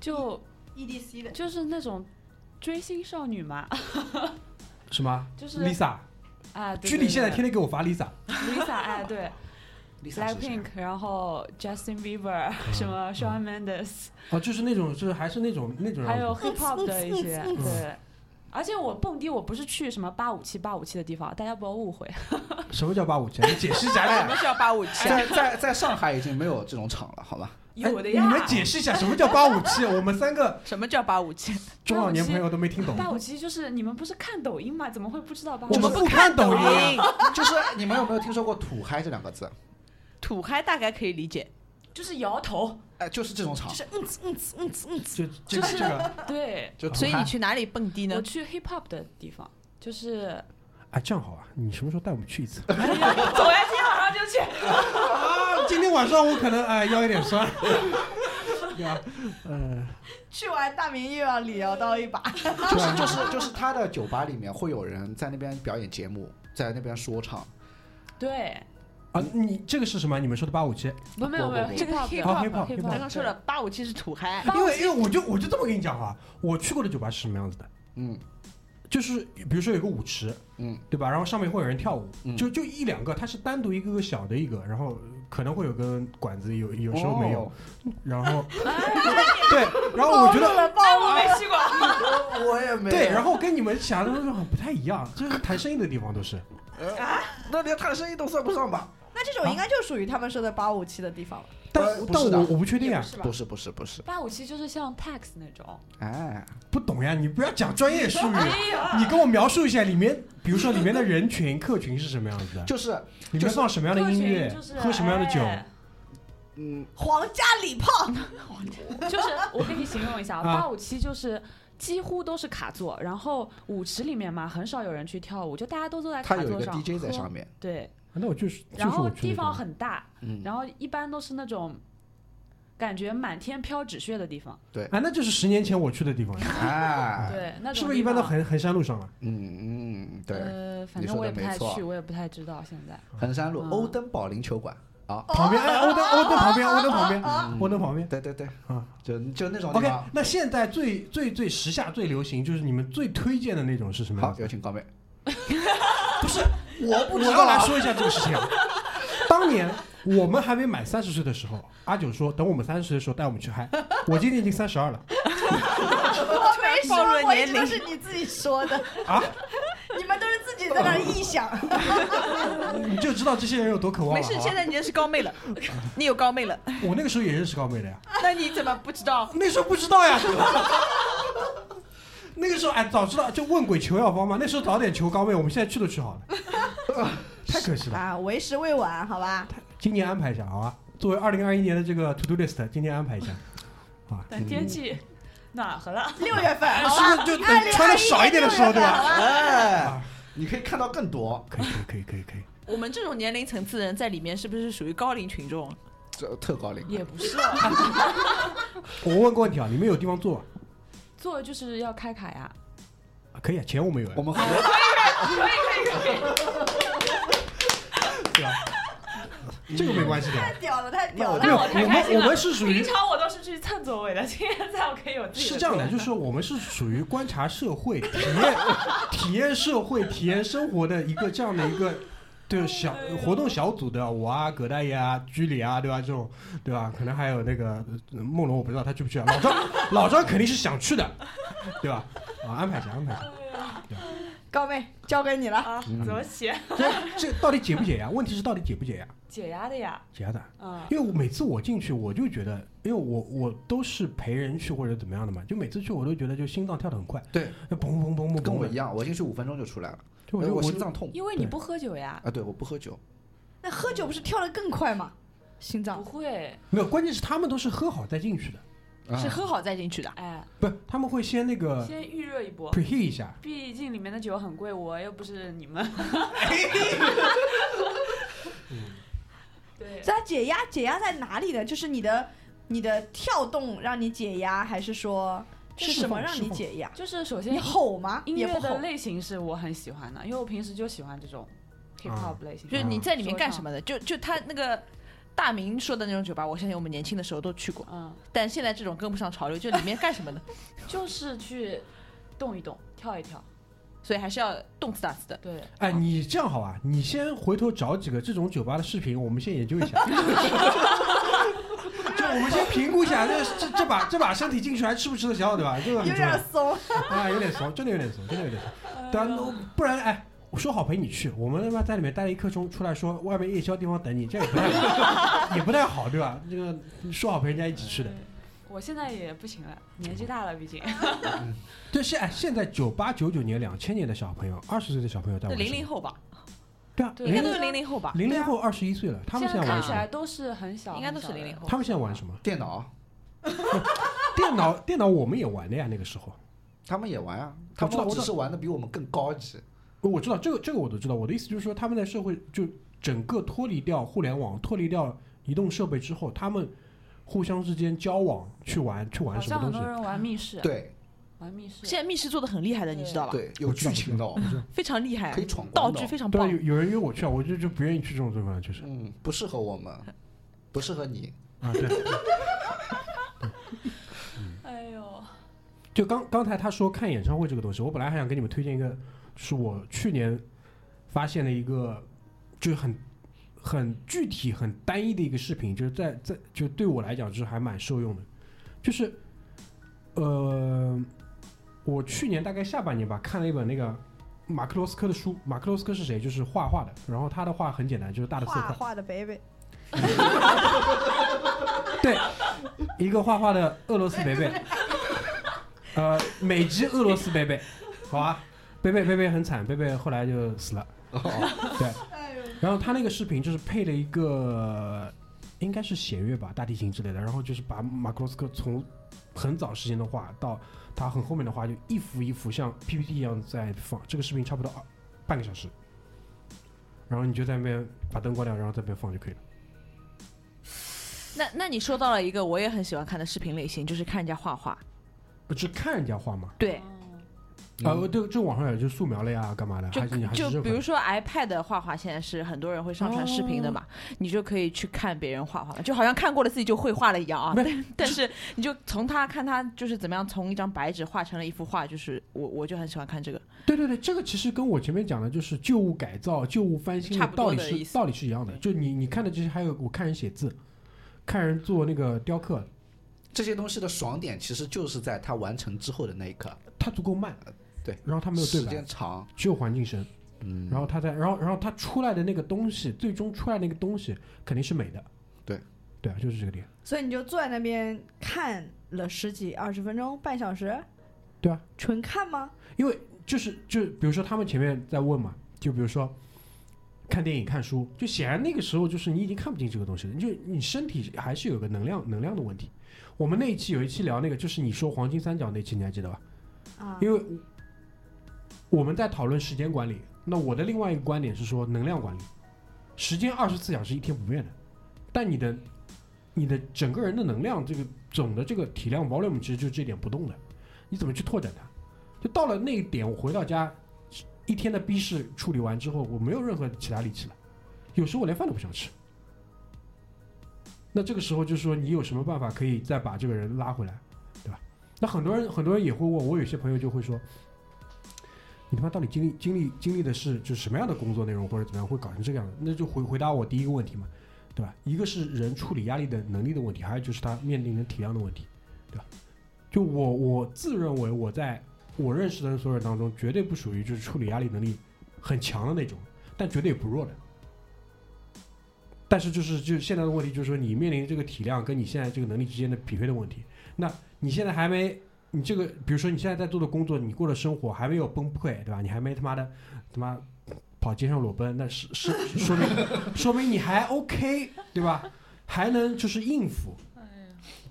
[SPEAKER 4] 就
[SPEAKER 6] EDC 的
[SPEAKER 4] 就是那种追星少女嘛，
[SPEAKER 6] 啊
[SPEAKER 2] 什么
[SPEAKER 4] 就是
[SPEAKER 2] ？Lisa，
[SPEAKER 4] 啊，对
[SPEAKER 2] 居里现在天
[SPEAKER 4] 对
[SPEAKER 2] 天给我发 Lisa，
[SPEAKER 4] 对
[SPEAKER 2] <laughs>
[SPEAKER 4] Lisa 哎对
[SPEAKER 5] Lisa 是谁啊
[SPEAKER 4] ，Blackpink，然后 Justin Bieber，什
[SPEAKER 2] 嗯
[SPEAKER 4] 么 Shawn Mendes，
[SPEAKER 2] 哦，就是那种，就是还是那种那种
[SPEAKER 4] 还
[SPEAKER 2] 样
[SPEAKER 4] 有
[SPEAKER 2] 子
[SPEAKER 4] Hip Hop 的一些
[SPEAKER 2] 嗯
[SPEAKER 4] 对。而且我蹦迪，我不是去什么八五七八五七的地方，大家不要误会。
[SPEAKER 2] 什么叫八五七？你解释一下
[SPEAKER 4] 哎
[SPEAKER 3] 什么
[SPEAKER 2] 呀。
[SPEAKER 3] 叫八五七？
[SPEAKER 5] 在在在上海已经没有这种场了，好吧？
[SPEAKER 4] 有的
[SPEAKER 2] 哎
[SPEAKER 4] 呀，
[SPEAKER 2] 你们解释一下什么叫八五七？我们三个
[SPEAKER 3] <laughs> 什么叫八五七？
[SPEAKER 2] 中老年朋友都没听懂。
[SPEAKER 4] 八五七就是你们不是看抖音吗？怎么会不知道八五
[SPEAKER 2] 我
[SPEAKER 4] 七？
[SPEAKER 2] 们不看抖音，
[SPEAKER 5] <laughs> 就是你们有没有听说过“土嗨”这两个字？
[SPEAKER 3] 土嗨大概可以理解，
[SPEAKER 4] 就是摇头，
[SPEAKER 5] 哎，就是这种场，
[SPEAKER 2] 就这个
[SPEAKER 6] 嗯
[SPEAKER 4] 就是
[SPEAKER 2] 这个，
[SPEAKER 4] 对，
[SPEAKER 5] 就土
[SPEAKER 3] 所以你
[SPEAKER 5] 嗨。
[SPEAKER 3] 去哪里蹦迪呢
[SPEAKER 4] 我？去 hip hop 的地方，就是
[SPEAKER 2] 哎，这样好啊，你什么时候带我们去一次？ <laughs>
[SPEAKER 4] 走完今天晚上就去。
[SPEAKER 2] 啊，今天晚上我可能哎腰有点酸。 <laughs> 对吧？呃，
[SPEAKER 6] 去完大明又要理疗到一
[SPEAKER 3] 啊
[SPEAKER 6] 把，
[SPEAKER 5] <laughs> 就是就是就是他的酒吧里面会有人在那边表演节目，在那边说唱。
[SPEAKER 4] <laughs> 对，
[SPEAKER 2] 啊，你这个是什么？你们说的八五七？
[SPEAKER 4] 不没有没有
[SPEAKER 5] 不不不
[SPEAKER 4] hip hop
[SPEAKER 3] 这
[SPEAKER 4] 的
[SPEAKER 3] 个
[SPEAKER 2] 好哦 hip hop，
[SPEAKER 4] hip
[SPEAKER 2] 好 hip hop
[SPEAKER 3] 刚刚说了，八五七是土嗨，
[SPEAKER 2] 因为因为我就我就这么跟你讲啊，我去过的酒吧是什么样子的？
[SPEAKER 5] 嗯
[SPEAKER 2] 就是比如说有个舞池，
[SPEAKER 5] 嗯，
[SPEAKER 2] 对吧？然后上面会有人跳舞，
[SPEAKER 5] 嗯
[SPEAKER 2] 就就一两个，它是单独一个个小的一个，然后可能会有根管子，有有时候没有，
[SPEAKER 5] 哦，
[SPEAKER 2] 然后 <laughs> 对，然后我觉得
[SPEAKER 4] 但哎我没去过。
[SPEAKER 5] 我也没有。
[SPEAKER 2] 对，然后跟你们想象中不太一样，就是谈生意的地方都是，
[SPEAKER 5] 那连谈生意都算不上吧？
[SPEAKER 6] 那这种应该就属于他们说的八五七的地方了，
[SPEAKER 2] 但
[SPEAKER 5] 呃不
[SPEAKER 2] 但
[SPEAKER 5] 是的
[SPEAKER 2] 我我不确定啊，
[SPEAKER 6] 是吧
[SPEAKER 5] 不？是不是不是，
[SPEAKER 4] 八五七就是像 tax 那种，
[SPEAKER 5] 哎，
[SPEAKER 2] 不懂呀，你不要讲专业术语，
[SPEAKER 4] 呀，
[SPEAKER 2] 你跟我描述一下里面，比如说里面的人群、客群是什么样
[SPEAKER 5] <laughs>
[SPEAKER 2] 子的，
[SPEAKER 5] 就是
[SPEAKER 2] 里面放什么样的音乐，
[SPEAKER 4] 就是
[SPEAKER 2] 喝什么样的酒，
[SPEAKER 4] 哎
[SPEAKER 5] 嗯，
[SPEAKER 6] 皇家礼炮，
[SPEAKER 4] 就是我给你形容一下，
[SPEAKER 2] 啊
[SPEAKER 4] 八五七就是。几乎都是卡座，然后舞池里面嘛，很少有人去跳舞，就大家都坐在
[SPEAKER 5] 他
[SPEAKER 4] 卡
[SPEAKER 5] 有
[SPEAKER 4] 座
[SPEAKER 5] 一个
[SPEAKER 4] 上。
[SPEAKER 5] DJ 在
[SPEAKER 4] 喝
[SPEAKER 5] 上面，
[SPEAKER 4] 对，
[SPEAKER 2] 那我就是就是
[SPEAKER 4] 然后
[SPEAKER 2] 我去的
[SPEAKER 4] 地方
[SPEAKER 2] 地
[SPEAKER 4] 很大，
[SPEAKER 5] 嗯，
[SPEAKER 4] 然后一般都是那种感觉满天飘纸屑的地方。
[SPEAKER 2] 啊，那就是十年前我去的地方呀，
[SPEAKER 5] 哎，
[SPEAKER 4] <laughs> 对，那种
[SPEAKER 2] 是不是
[SPEAKER 4] 地
[SPEAKER 2] 一般都
[SPEAKER 4] 方？啊
[SPEAKER 2] 衡衡山路上啊？
[SPEAKER 5] 嗯嗯，对，
[SPEAKER 4] 呃，反
[SPEAKER 5] 你
[SPEAKER 4] 正
[SPEAKER 5] 说的
[SPEAKER 4] 我也不
[SPEAKER 5] 没
[SPEAKER 4] 太
[SPEAKER 5] 错
[SPEAKER 4] 去，我也不太知道现在。
[SPEAKER 5] 衡山路
[SPEAKER 4] 嗯
[SPEAKER 5] 欧登堡篮球馆啊，
[SPEAKER 2] 旁边，哎，欧登，欧登旁边，欧登旁边，
[SPEAKER 5] 嗯
[SPEAKER 2] 欧登旁边
[SPEAKER 5] 对对对，
[SPEAKER 2] 啊。
[SPEAKER 5] 就就那种地
[SPEAKER 2] OK，
[SPEAKER 5] 方。
[SPEAKER 2] 那现在最最最时下、最流行，就是你们最推荐的那种是什么样
[SPEAKER 5] 好，
[SPEAKER 2] 子
[SPEAKER 5] 有？请高妹。
[SPEAKER 2] 不是，
[SPEAKER 5] 我不
[SPEAKER 2] 我
[SPEAKER 5] 知
[SPEAKER 2] 要
[SPEAKER 5] 道
[SPEAKER 2] 来
[SPEAKER 5] 啊
[SPEAKER 2] 说一下这个事情啊。当年我们还没满三十岁的时候，阿九说等我们三十岁的时候带我们去嗨。我今年已经三十二了
[SPEAKER 6] <laughs> 我没
[SPEAKER 3] 暴露了
[SPEAKER 6] 说，我一
[SPEAKER 3] 年
[SPEAKER 6] 直
[SPEAKER 3] 龄
[SPEAKER 6] 都是你自己说的，
[SPEAKER 2] 啊，
[SPEAKER 6] <laughs> 你们都是自己在那儿臆 <laughs> 想。
[SPEAKER 2] 你就知道这些人有多渴望了。
[SPEAKER 3] 没事，
[SPEAKER 2] 好吧
[SPEAKER 3] 现在你认识高妹了，你有高妹了，
[SPEAKER 2] 我那个时候也认识高妹的呀，
[SPEAKER 3] 那你怎么不知道？
[SPEAKER 2] 那时候不知道呀，对吧？ <laughs> 那个时候哎，早知道就问鬼求药方嘛。那时候早点求高妹，我们现在去都去好了， <laughs> 太可惜了。
[SPEAKER 6] 啊，为时未晚，好吧？
[SPEAKER 2] 今年安排一下，好吧？作为二零二一年的这个 to do list，今年安排一下，
[SPEAKER 4] 等天气暖和了，
[SPEAKER 6] 六月份，好
[SPEAKER 2] 是
[SPEAKER 6] 吧？
[SPEAKER 2] 不是就
[SPEAKER 6] 二
[SPEAKER 2] 等
[SPEAKER 6] 零
[SPEAKER 2] 穿的少一点的时候，对吧？
[SPEAKER 5] 哎，你可以看到更多，
[SPEAKER 2] 可以，可以，可以，可以，可以。
[SPEAKER 3] 我们这种年龄层次的人在里面是不是属于高龄群众？
[SPEAKER 5] 这特高龄。
[SPEAKER 4] 也不是，
[SPEAKER 2] 我问个问题啊，你们有地方坐吗？
[SPEAKER 4] 坐就是要开卡呀。
[SPEAKER 2] 啊可以啊，钱我们有呀
[SPEAKER 5] 我，们合
[SPEAKER 2] 对吧？这个没关系的。
[SPEAKER 6] 太屌了，太
[SPEAKER 2] 没有
[SPEAKER 6] 屌
[SPEAKER 2] 我们
[SPEAKER 6] 了！
[SPEAKER 4] 那我太开心了
[SPEAKER 2] 我们是属于
[SPEAKER 4] 平常我都是去蹭座位的，今天在我可以有自己
[SPEAKER 2] 是
[SPEAKER 4] 的
[SPEAKER 2] 这样
[SPEAKER 4] 座
[SPEAKER 2] 的，
[SPEAKER 4] 位
[SPEAKER 2] 就是我们是属于观察社会、 <laughs> 体验体验社会、体验生活的一个这样的一个。对小活动小组的我啊，葛大爷啊，居里啊，对吧？这种对吧？可能还有那个呃梦龙，我不知道他去不去啊。老张，老张肯定是想去的，对吧？啊，安排一下，安排一下。
[SPEAKER 6] 高妹，交给你了。
[SPEAKER 4] 啊，怎么写？
[SPEAKER 2] 这到底解不解呀？问题是到底解不解呀？
[SPEAKER 4] <laughs> 解压的呀，
[SPEAKER 2] 解的，
[SPEAKER 4] 啊，
[SPEAKER 2] 因为我每次我进去，我就觉得，因为我我都是陪人去或者怎么样的嘛，就每次去我都觉得就心脏跳得很快，
[SPEAKER 5] 对，
[SPEAKER 2] 就砰砰砰砰砰，
[SPEAKER 5] 跟我一，样，我进去五分钟就出来了，
[SPEAKER 2] 就
[SPEAKER 5] 因
[SPEAKER 2] 我就
[SPEAKER 5] 为
[SPEAKER 2] 我
[SPEAKER 5] 我心脏痛
[SPEAKER 4] 因为你不喝酒呀，
[SPEAKER 5] 啊。对，我不喝酒，
[SPEAKER 6] 那喝酒不是跳得更快吗？心
[SPEAKER 4] 不
[SPEAKER 6] 脏
[SPEAKER 4] 会，
[SPEAKER 2] 没有，关键是他们都是喝好再进去的，
[SPEAKER 5] 啊
[SPEAKER 3] 是喝好再进去的。
[SPEAKER 4] 哎，
[SPEAKER 2] 不是，他们会先那个
[SPEAKER 4] 先预热一波。
[SPEAKER 2] preheat 一下，
[SPEAKER 4] 毕竟里面的酒很贵，我又不是你们。对，
[SPEAKER 6] 所以它解压解压在哪里呢？就是你的你的跳动让你解压，还是说是
[SPEAKER 2] 释
[SPEAKER 6] 什么
[SPEAKER 2] 放
[SPEAKER 6] 让
[SPEAKER 2] 释
[SPEAKER 6] 你
[SPEAKER 2] 放
[SPEAKER 6] 解压？
[SPEAKER 4] <laughs> 就是首先
[SPEAKER 6] 你吼吗？
[SPEAKER 4] 音
[SPEAKER 6] 也
[SPEAKER 4] 乐
[SPEAKER 6] 不
[SPEAKER 4] 的
[SPEAKER 6] 吼。
[SPEAKER 4] 啊类型是我很喜欢的，因为我平时就喜欢这种 hip hop 类型
[SPEAKER 3] 就
[SPEAKER 4] 的。
[SPEAKER 3] 是你在里面干什么的？就就他那个大明说的那种酒吧，我相信我们年轻的时候都去过，
[SPEAKER 4] 嗯，
[SPEAKER 3] 但现在这种跟不上潮流，就里面干什么的？
[SPEAKER 4] <laughs> 就是去动一动，跳一跳。
[SPEAKER 3] 所以还是要动次打次的。
[SPEAKER 4] 对，
[SPEAKER 2] 哎，你这样好啊，你先回头找几个这种酒吧的视频，我们先研究一下。就我们先评估一下，这这这把这把身体进去还吃不吃得消，对吧？这个很
[SPEAKER 6] 有
[SPEAKER 2] 重要
[SPEAKER 6] 点怂。
[SPEAKER 2] 啊，有点怂，真的有点怂，真的有点怂。对啊，不然哎，我说好陪你去，我们他妈在里面待了一刻钟，出来说外面夜宵地方等你，这样也不太好，也不太好，对吧？这个说好陪人家一起去的，
[SPEAKER 4] 我现在也不行了，年纪大了，毕竟。
[SPEAKER 2] 对，现哎现在九八九九年、两千年的小朋友，二十岁的小朋友在
[SPEAKER 3] 就
[SPEAKER 2] 玩
[SPEAKER 3] 零
[SPEAKER 2] 什
[SPEAKER 3] 零
[SPEAKER 2] 么
[SPEAKER 3] 后吧，
[SPEAKER 2] 对啊，
[SPEAKER 4] 对
[SPEAKER 3] 应该
[SPEAKER 2] 零
[SPEAKER 3] 都
[SPEAKER 2] 零
[SPEAKER 3] 是零零后吧，
[SPEAKER 2] 零零后二十一岁了，他们现在
[SPEAKER 4] 看
[SPEAKER 2] 玩
[SPEAKER 4] 起
[SPEAKER 2] 什
[SPEAKER 4] 来
[SPEAKER 2] 么？
[SPEAKER 4] 都是很小，
[SPEAKER 3] 应该都是
[SPEAKER 4] 很小的
[SPEAKER 3] 零零后。
[SPEAKER 2] 他们现在玩什么？
[SPEAKER 5] 电脑
[SPEAKER 2] 电脑 <laughs> 电脑我们也玩的呀，那个时候
[SPEAKER 5] 他们也玩啊，他
[SPEAKER 2] 我知道
[SPEAKER 5] 们只是玩的比我们更高级。
[SPEAKER 2] 我知道这个这个我都知道。我的意思就是说，他们在社会就整个脱离掉互联网、脱离掉移动设备之后，他们互相之间交往去玩去玩
[SPEAKER 4] 好
[SPEAKER 2] 什么
[SPEAKER 4] 像很
[SPEAKER 2] 东西
[SPEAKER 4] 多？人玩密室，
[SPEAKER 5] 对
[SPEAKER 4] 玩密室。
[SPEAKER 3] 现在密室做的很厉害的，你知
[SPEAKER 2] 啊
[SPEAKER 3] 道吧？
[SPEAKER 5] 对，有剧情的，哦，
[SPEAKER 3] 非常厉害
[SPEAKER 5] 可，以闯关
[SPEAKER 3] 哎道
[SPEAKER 5] 的
[SPEAKER 3] 具
[SPEAKER 5] 哦。
[SPEAKER 3] 非常
[SPEAKER 2] 对啊，
[SPEAKER 3] 棒
[SPEAKER 2] 有。有人约我去啊，我就就不愿意去这种地方，
[SPEAKER 4] <laughs>
[SPEAKER 2] 就是
[SPEAKER 5] 嗯，不适合我们，
[SPEAKER 3] <laughs>
[SPEAKER 5] 不适合你。
[SPEAKER 2] 啊，对。
[SPEAKER 4] 哎呦，
[SPEAKER 2] 就刚刚才他说看演唱会这个东西，我本来还想给你们推荐一个，是我去年发现了一个，就是很很具体、很单一的一个视频，就是在在就对我来讲就是还蛮受用的，就是呃，我去年大概下半年吧看了一本那个马克罗斯科的书，马克罗斯科是谁？就是画画的，然后他的画很简单，就是大的色
[SPEAKER 6] 画
[SPEAKER 2] 块，
[SPEAKER 6] 画的 baby，
[SPEAKER 2] 一个画画的俄罗斯贝 <laughs> 贝，呃，美籍俄罗斯贝贝，好啊，贝贝贝贝很惨，贝贝后来就死了。啊
[SPEAKER 5] 哦
[SPEAKER 2] 然后他那个视频就是配了一个，应该是弦乐吧，大提琴之类的，然后就是把马克罗斯科从很早时间的画到他很后面的画，就一幅一幅像 PPT 一样在放。这个视频差不多二半个小时，然后你就在那边把灯关掉，然后在那边放就可以了。
[SPEAKER 3] 那那你说到了一个我也很喜欢看的视频类型，就是看人家画画。
[SPEAKER 2] 呃只看人家画嘛，
[SPEAKER 3] 对，
[SPEAKER 2] 啊、
[SPEAKER 5] 嗯
[SPEAKER 2] 呃，这这网上有就素描了呀，干嘛的？
[SPEAKER 3] 就
[SPEAKER 2] 还是你还是
[SPEAKER 3] 就
[SPEAKER 2] 认
[SPEAKER 3] 比
[SPEAKER 2] 可的哦
[SPEAKER 3] 如说 iPad 的画画，现在是很多人会上传视频的嘛，你就可以去看别人画画，就好像看过了自己就会画了一样啊。
[SPEAKER 2] 不
[SPEAKER 3] 但 <laughs> 但是你就从他看他就是怎么样从一张白纸画成了一幅画，就是我我就很喜欢看这个。
[SPEAKER 2] 对对对，这个其实跟我前面讲的就是旧物改造、旧物翻新
[SPEAKER 3] 差
[SPEAKER 2] 的
[SPEAKER 3] 不多
[SPEAKER 2] 道理
[SPEAKER 3] 的意
[SPEAKER 2] 是
[SPEAKER 3] 思
[SPEAKER 2] 道理是一样的。就你你看的这些，还有我看人写字，看人做那个雕刻，
[SPEAKER 5] 这些东西的爽点其实就是在它完成之后的那一刻，
[SPEAKER 2] 它足够慢，
[SPEAKER 5] 对，
[SPEAKER 2] 然后它没有对
[SPEAKER 5] 时
[SPEAKER 2] 白
[SPEAKER 5] 间，长，
[SPEAKER 2] 只有环境声，
[SPEAKER 5] 嗯，
[SPEAKER 2] 然后它在，然后然后它出来的那个东西，最终出来那个东西肯定是美的。
[SPEAKER 5] 对，
[SPEAKER 2] 对啊，就是这个点。
[SPEAKER 6] 所以你就坐在那边看了十几、二十分钟、半小时。
[SPEAKER 2] 对啊，
[SPEAKER 6] 纯看吗？
[SPEAKER 2] 因为就是就比如说他们前面在问嘛，就比如说看电影、看书，就显然那个时候就是你已经看不进这个东西了，你就你身体还是有个能量能量的问题。我们那一期有一期聊那个，就是你说黄金三角那期，你还记得吧？
[SPEAKER 6] 啊，
[SPEAKER 2] 因为我们在讨论时间管理，那我的另外一个观点是说能量管理，时间二十四小时一天不变的，但你的你的整个人的能量这个总的这个体量 volume 其实就这点不动的，你怎么去拓展它？就到了那一点，我回到家一天的逼事处理完之后，我没有任何其他力气了，有时候我连饭都不想吃。那这个时候就是说，你有什么办法可以再把这个人拉回来？那很多人很多人也会问我，有些朋友就会说，你他妈到底经历经历经历的是就是什么样的工作内容或者怎么样会搞成这个样子？那就回回答我第一个问题嘛，对吧？一个是人处理压力的能力的问题，还有就是他面临的体量的问题，对吧？就我我自认为我在我认识的所有人当中，绝对不属于就是处理压力能力很强的那种，但绝对也不弱的。但是就是就是现在的问题，就是说你面临这个体量跟你现在这个能力之间的匹配的问题。那你现在还没，你这个，比如说你现在在做的工作，你过的生活还没有崩溃，对吧？你还没他妈的他妈跑街上裸奔，那是是说明说明你还 OK，对吧？还能就是应付，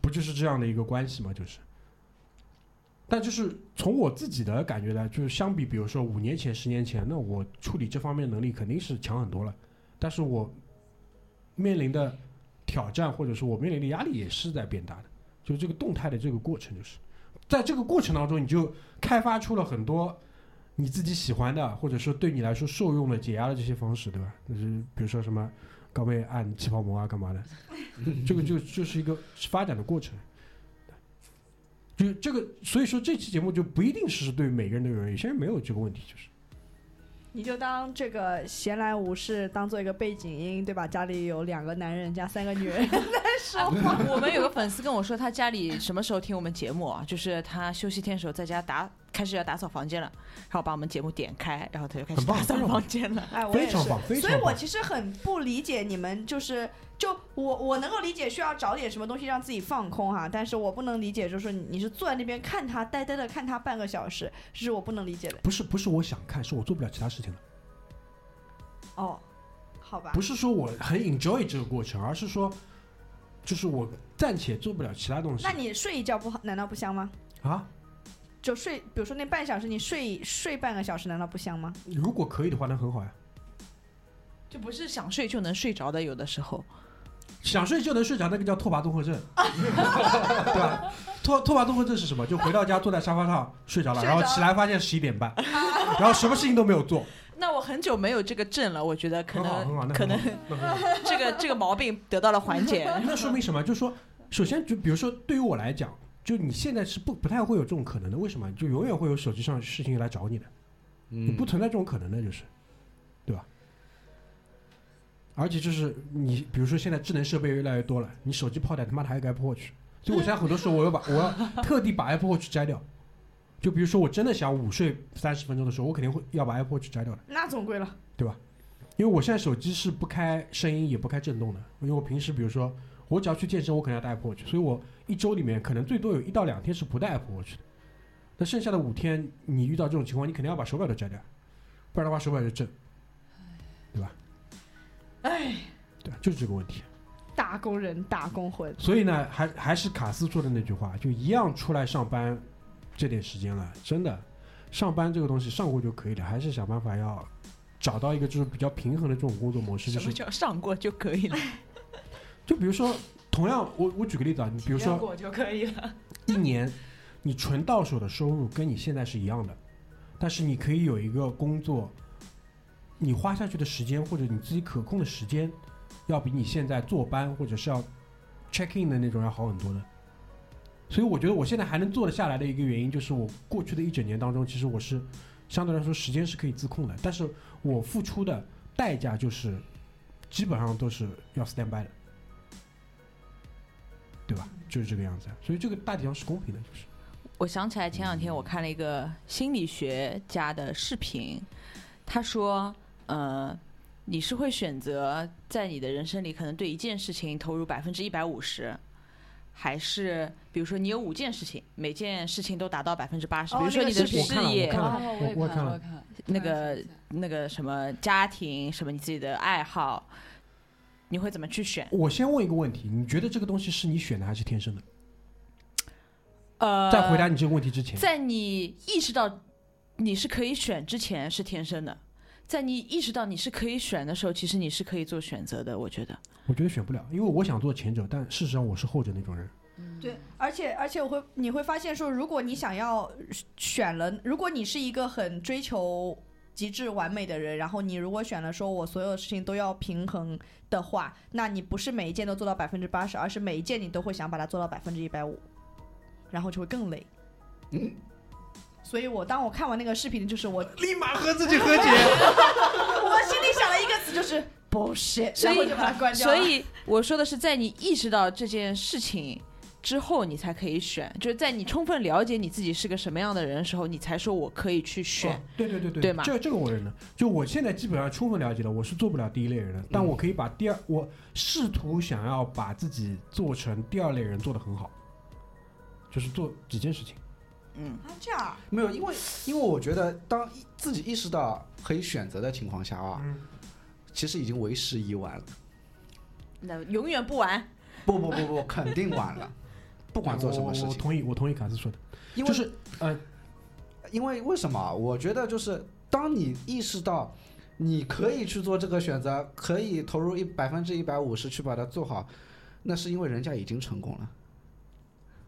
[SPEAKER 2] 不就是这样的一个关系吗？就是，但就是从我自己的感觉来，就是相比，比如说五年前、十年前，那我处理这方面能力肯定是强很多了，但是我面临的挑战或者说我面临的压力也是在变大的。就是这个动态的这个过程，就是在这个过程当中，你就开发出了很多你自己喜欢的，或者说对你来说受用的解压的这些方式，对吧？就是比如说什么高位按气泡膜啊，干嘛的，这个就就是一个发展的过程。就这个，所以说这期节目就不一定是对每个人都有用，有些人没有这个问题，就是
[SPEAKER 6] 你就当这个闲来无事当做一个背景音，对吧？家里有两个男人加三个女
[SPEAKER 2] <laughs>
[SPEAKER 6] 人在说话，
[SPEAKER 3] <laughs> 我们有个粉丝跟我说，他家里什么时候听我们节目啊？就是他休息天的时候在家打，开始要打扫房间了，然后把我们节目点开，然后他就开始
[SPEAKER 2] 很棒
[SPEAKER 3] 打扫
[SPEAKER 2] 非常棒
[SPEAKER 3] 房间了。
[SPEAKER 6] 哎，我也
[SPEAKER 2] 非
[SPEAKER 6] 是
[SPEAKER 2] 常棒，非
[SPEAKER 6] 所
[SPEAKER 2] 常
[SPEAKER 6] 以
[SPEAKER 2] 棒。
[SPEAKER 6] 我其实很不理解你们，就是就我我能够理解需要找点什么东西让自己放空哈，但是我不能理解，就是说你你是坐在那边看他呆呆的看他半个小时，这是我不能理解的。
[SPEAKER 2] 不是不是我想看，是我做不了其他事情了。
[SPEAKER 6] 哦，好吧
[SPEAKER 2] 不，是说我很 enjoy 这个过程，而是说，就是我暂且做不了其他东西
[SPEAKER 6] 那你睡一觉不好，难道不香吗？
[SPEAKER 2] 啊。
[SPEAKER 6] 就睡，比如说那半小时，你睡睡半个小时，难道不香吗？
[SPEAKER 2] 如果可以的话，那很好呀。
[SPEAKER 3] 就不是想睡就能睡着的，有的时候。
[SPEAKER 2] 想睡就能睡着，那个叫拓跋综合症，对吧？拓拓跋综合症是什么？就回到家坐在沙发上睡着了，
[SPEAKER 6] 睡
[SPEAKER 2] 然后
[SPEAKER 6] 着
[SPEAKER 2] 起来发现十一点半，然后什么事情都没有做，
[SPEAKER 3] 那我很久没有这个症了，我觉得
[SPEAKER 2] 很
[SPEAKER 3] 可
[SPEAKER 2] 好很好，
[SPEAKER 3] 能
[SPEAKER 2] 那
[SPEAKER 3] 可
[SPEAKER 2] 很好
[SPEAKER 3] 能
[SPEAKER 2] 那很好。
[SPEAKER 3] 这个这个毛病得到了缓解。
[SPEAKER 2] 那说明什么？就是说，首先就比如说对于我来讲，就你现在是不不太会有这种可能的，为什么？就永远会有手机上的事情来找你的。你
[SPEAKER 5] 嗯
[SPEAKER 2] 不存在这种可能的，就是，对吧？而且就是你，比如说现在智能设备越来越多了，你手机泡在他妈的还有个 Apple Watch，所以我现在很多时候我要把我要特地把 Apple Watch 摘掉。就比如说我真的想午睡三十分钟的时候，我肯定会要把 Apple Watch 摘掉的，
[SPEAKER 6] 那总归了，
[SPEAKER 2] 因为我现在手机是不开声音也不开震动的，因为我平时比如说我只要去健身，我肯定要带 Apple Watch，所以我一周里面可能最多有一到两天是不带 Apple Watch 的。那剩下的五天，你遇到这种情况，你肯定要把手表都摘掉，不然的话手表就震。
[SPEAKER 6] 哎，
[SPEAKER 2] 对，啊就是这个问题。
[SPEAKER 6] 打工人打工魂，
[SPEAKER 2] 所以呢，还还是卡斯说的那句话，就一样出来上班，这点时间了，真的，上班这个东西上过就可以了，还是想办法要找到一个就是比较平衡的这种工作模式，就
[SPEAKER 3] 什
[SPEAKER 2] <laughs>
[SPEAKER 3] 么
[SPEAKER 2] 是
[SPEAKER 3] 叫上过就可以了？
[SPEAKER 2] 就比如说，同样我我举个例子啊，你比如
[SPEAKER 6] 嗯
[SPEAKER 4] 结
[SPEAKER 2] 说
[SPEAKER 4] 果就可以了。
[SPEAKER 2] 一年你纯到手的收入跟你现在是一样的，但是你可以有一个工作，你花下去的时间或者你自己可控的时间，要比你现在坐班或者是要 check in 的那种要好很多的。所以我觉得我现在还能做得下来的一个原因，就是我过去的一整年当中，其实我是相对来说时间是可以自控的，但是我付出的代价就是基本上都是要 stand by 的，对吧？就是这个样子。啊所以这个大体上是公平的，就是。
[SPEAKER 3] <laughs> 我想起来前两天我看了一个心理学家的视频，他说，呃，你是会选择在你的人生里可能对一件事情投入百分之一百五十，还是比如说你有五件事情，每件事情都达到百分之八十，
[SPEAKER 6] 哦
[SPEAKER 3] 比如说
[SPEAKER 6] 那个
[SPEAKER 3] 你的
[SPEAKER 6] 视频
[SPEAKER 3] 事
[SPEAKER 2] 我看了
[SPEAKER 3] 业、
[SPEAKER 2] 看了我
[SPEAKER 4] 哦
[SPEAKER 2] 我
[SPEAKER 4] 也
[SPEAKER 2] 也看
[SPEAKER 4] 看
[SPEAKER 2] 了
[SPEAKER 4] 我也看了
[SPEAKER 3] 那个那个什么家庭、什么你自己的爱好，你会怎么去选？
[SPEAKER 2] 我先问一个问题，你觉得这个东西是你选的还是天生的？
[SPEAKER 3] 呃，
[SPEAKER 2] 在回答你这个问题之前，
[SPEAKER 3] 在你意识到你是可以选之前是天生的，在你意识到你是可以选的时候，其实你是可以做选择的。我觉得
[SPEAKER 2] 我觉得选不了，因为我想做前者，但事实上我是后者那种人。
[SPEAKER 3] 嗯
[SPEAKER 6] 对，而且而且我会你会发现说，如果你想要选了，如果你是一个很追求极致完美的人，然后你如果选了说我所有事情都要平衡的话，那你不是每一件都做到百分之八十，而是每一件你都会想把它做到百分之一百五，然后就会更
[SPEAKER 3] <laughs>
[SPEAKER 6] 累。
[SPEAKER 5] 嗯
[SPEAKER 6] 所以我当我看完那个视频，就是我
[SPEAKER 2] 立马和自己和解。
[SPEAKER 6] 我心里想了一个词，就是 bullshit，
[SPEAKER 3] 所以
[SPEAKER 6] 然后就把它关掉
[SPEAKER 3] 所
[SPEAKER 6] 了。
[SPEAKER 3] 以我说的是，在你意识到这件事情之后，你才可以选。就是在你充分了解你自己是个什么样的人的时候，你才说我可以去选。
[SPEAKER 2] 哦对对对对，
[SPEAKER 3] 对吗
[SPEAKER 2] 这这个我认了。就我现在基本上充分了解了，我是做不了第一类人的，
[SPEAKER 3] 嗯
[SPEAKER 2] 但我可以把第二，我试图想要把自己做成第二类人做得很好，就是做几件事情。
[SPEAKER 3] 嗯，
[SPEAKER 6] 啊这样，
[SPEAKER 5] 没有，因为因为我觉得当一自己意识到可以选择的情况下啊，
[SPEAKER 2] 嗯
[SPEAKER 5] 其实已经为时已晚了。
[SPEAKER 3] 那永远不完。
[SPEAKER 5] 不不不不，肯定晚了，不
[SPEAKER 2] 不
[SPEAKER 5] 管做什么事
[SPEAKER 2] 我
[SPEAKER 5] 情，
[SPEAKER 2] 同意，我同意卡斯说的，
[SPEAKER 5] 因为
[SPEAKER 2] 就是
[SPEAKER 3] 呃
[SPEAKER 5] 因为为什么啊？我觉得就是当你意识到你可以去做这个选择，可以投入一百分之一百五十去把它做好，那是因为人家已经成功了，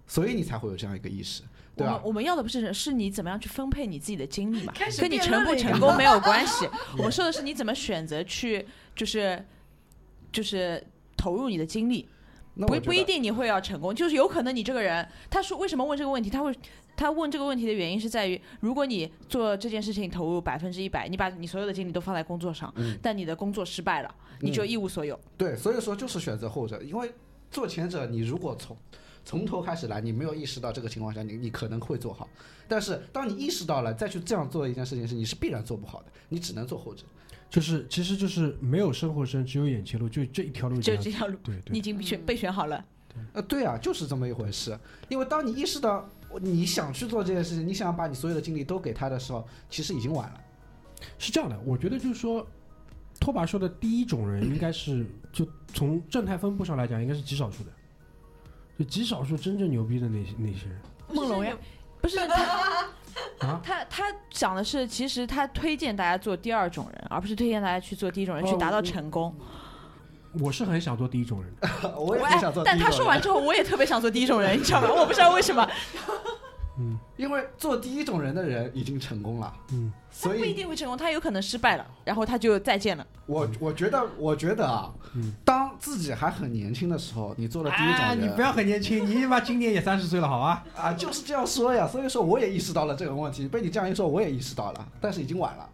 [SPEAKER 5] 所以你才会有这样一个意识。对
[SPEAKER 3] 我
[SPEAKER 5] 吧
[SPEAKER 3] 们我们要的不是人是你怎么样去分配你自己的精力嘛
[SPEAKER 6] 开，始
[SPEAKER 3] 跟你
[SPEAKER 6] 辩
[SPEAKER 3] 成
[SPEAKER 6] 论
[SPEAKER 3] 不
[SPEAKER 6] 了
[SPEAKER 3] 成功没有
[SPEAKER 6] <laughs>
[SPEAKER 3] 关系。我们说的是你怎么选择去，就是就是投入你的精力，
[SPEAKER 5] 那我
[SPEAKER 3] 不
[SPEAKER 5] 觉
[SPEAKER 3] 不
[SPEAKER 5] 得
[SPEAKER 3] 一定你会要成功，就是有可能你这个人，他说为什么问这个问题，他会他问这个问题的原因是在于，如果你做这件事情投入百分之一百，你把你所有的精力都放在工作上，
[SPEAKER 5] 嗯
[SPEAKER 3] 但你的工作失败了，你就一无所有。
[SPEAKER 5] 对，所以说就是选择后者，因为做前者，你如果从从头开始来，你没有意识到这个情况下，你你可能会做好，但是当你意识到了再去这样做一件事情时，你是必然做不好的，你只能做后者。
[SPEAKER 2] 就是其实就是没有生活生，只有眼前路，就这一条路
[SPEAKER 3] 就
[SPEAKER 2] 这
[SPEAKER 3] 这
[SPEAKER 2] 样。
[SPEAKER 3] 条路，
[SPEAKER 2] 对
[SPEAKER 3] 你
[SPEAKER 2] 对
[SPEAKER 3] 已经选被选好了。
[SPEAKER 5] 呃，对啊，就是这么一回事。因为当你意识到你想去做这件事情，你想把你所有的精力都给他的时候，其实已经晚了。
[SPEAKER 2] 是这样的，我觉得就是说，拓跋说的第一种人应该是就从正态分布上来讲，应该是极少数的，就极少数真正牛逼的那些那些人
[SPEAKER 6] 梦龙呀，
[SPEAKER 3] 不是他，
[SPEAKER 2] 啊。
[SPEAKER 3] 他他讲的是，其实他推荐大家做第二种人，而不是推荐大家去做第一种
[SPEAKER 5] 哦
[SPEAKER 3] 人，去达到成功。
[SPEAKER 2] 我是很想做第一种人的，
[SPEAKER 5] <laughs> 我也
[SPEAKER 3] 我
[SPEAKER 5] 很想做第一
[SPEAKER 3] 但
[SPEAKER 5] 种人，
[SPEAKER 3] 他说完之后，我也特别想做第一种人，你知道吗？我不知道为什么，
[SPEAKER 2] 嗯
[SPEAKER 5] 因为做第一种人的人已经成功了，
[SPEAKER 2] 嗯，
[SPEAKER 5] <laughs>
[SPEAKER 3] 他
[SPEAKER 5] 所
[SPEAKER 3] 不一
[SPEAKER 5] 以
[SPEAKER 3] 定会成功，他有可能失败了，然后他就再见了。
[SPEAKER 5] 我我觉得，我觉得啊，
[SPEAKER 2] 嗯
[SPEAKER 5] 当自己还很年轻的时候，你做了第一种人，
[SPEAKER 2] 啊，你不要很年轻，你他妈今年也三十岁了，好
[SPEAKER 5] <laughs>
[SPEAKER 2] 啊。
[SPEAKER 5] 啊，就是这样说呀。所以说，我也意识到了这个问题，被你这样一说，我也意识到了，但是已经晚了。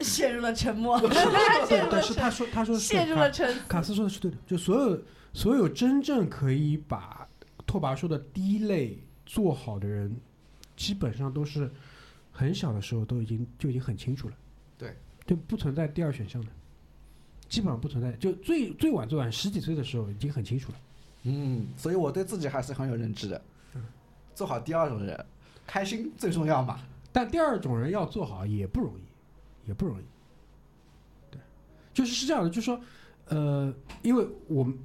[SPEAKER 6] 陷入了沉默。
[SPEAKER 2] 对，但是他说他说的是对
[SPEAKER 6] 陷入
[SPEAKER 2] 卡
[SPEAKER 6] 了沉。
[SPEAKER 2] 卡斯说的是对的，就所有所有真正可以把拓跋说的第一类做好的人，基本上都是很小的时候都已经就已经很清楚了，
[SPEAKER 5] 对，
[SPEAKER 2] 就不存在第二选项的，基本上不存在，就最最晚最晚十几岁的时候已经很清楚了。
[SPEAKER 5] 嗯，所以我对自己还是很有认知的。
[SPEAKER 2] 嗯
[SPEAKER 5] 做好第二种人，开心最重要嘛。
[SPEAKER 2] 但第二种人要做好也不容易，也不容易。对，就是是这样的，就是说，呃，因为我们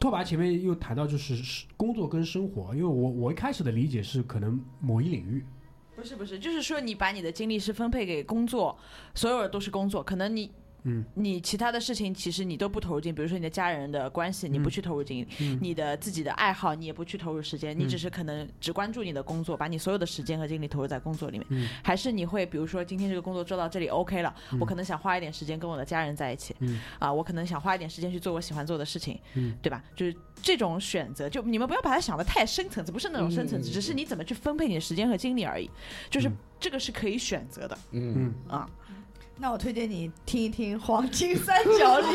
[SPEAKER 2] 拓跋前面又谈到就是是工作跟生活，因为我我一开始的理解是可能某一领域，
[SPEAKER 3] 不是不是，就是说你把你的精力是分配给工作，所有的都是工作，可能你。
[SPEAKER 2] 嗯，
[SPEAKER 3] 你其他的事情其实你都不投入进，比如说你的家人的关系，你不去投入精力，
[SPEAKER 2] 嗯
[SPEAKER 3] 你的自己的爱好你也不去投入时间，你只是可能只关注你的工作，把你所有的时间和精力投入在工作里面，
[SPEAKER 2] 嗯
[SPEAKER 3] 还是你会比如说今天这个工作做到这里 OK 了，我可能想花一点时间跟我的家人在一起，
[SPEAKER 2] 嗯
[SPEAKER 3] 啊，我可能想花一点时间去做我喜欢做的事情，
[SPEAKER 2] 嗯
[SPEAKER 3] 对吧？就是这种选择，就你们不要把它想的太深层次，不是那种深层次，
[SPEAKER 5] 嗯
[SPEAKER 3] 只是你怎么去分配你的时间和精力而已，就是
[SPEAKER 2] 嗯
[SPEAKER 3] 这个是可以选择的
[SPEAKER 5] 嗯
[SPEAKER 2] 嗯，
[SPEAKER 3] 啊。
[SPEAKER 6] 那我推荐你听一听《黄金三角里》，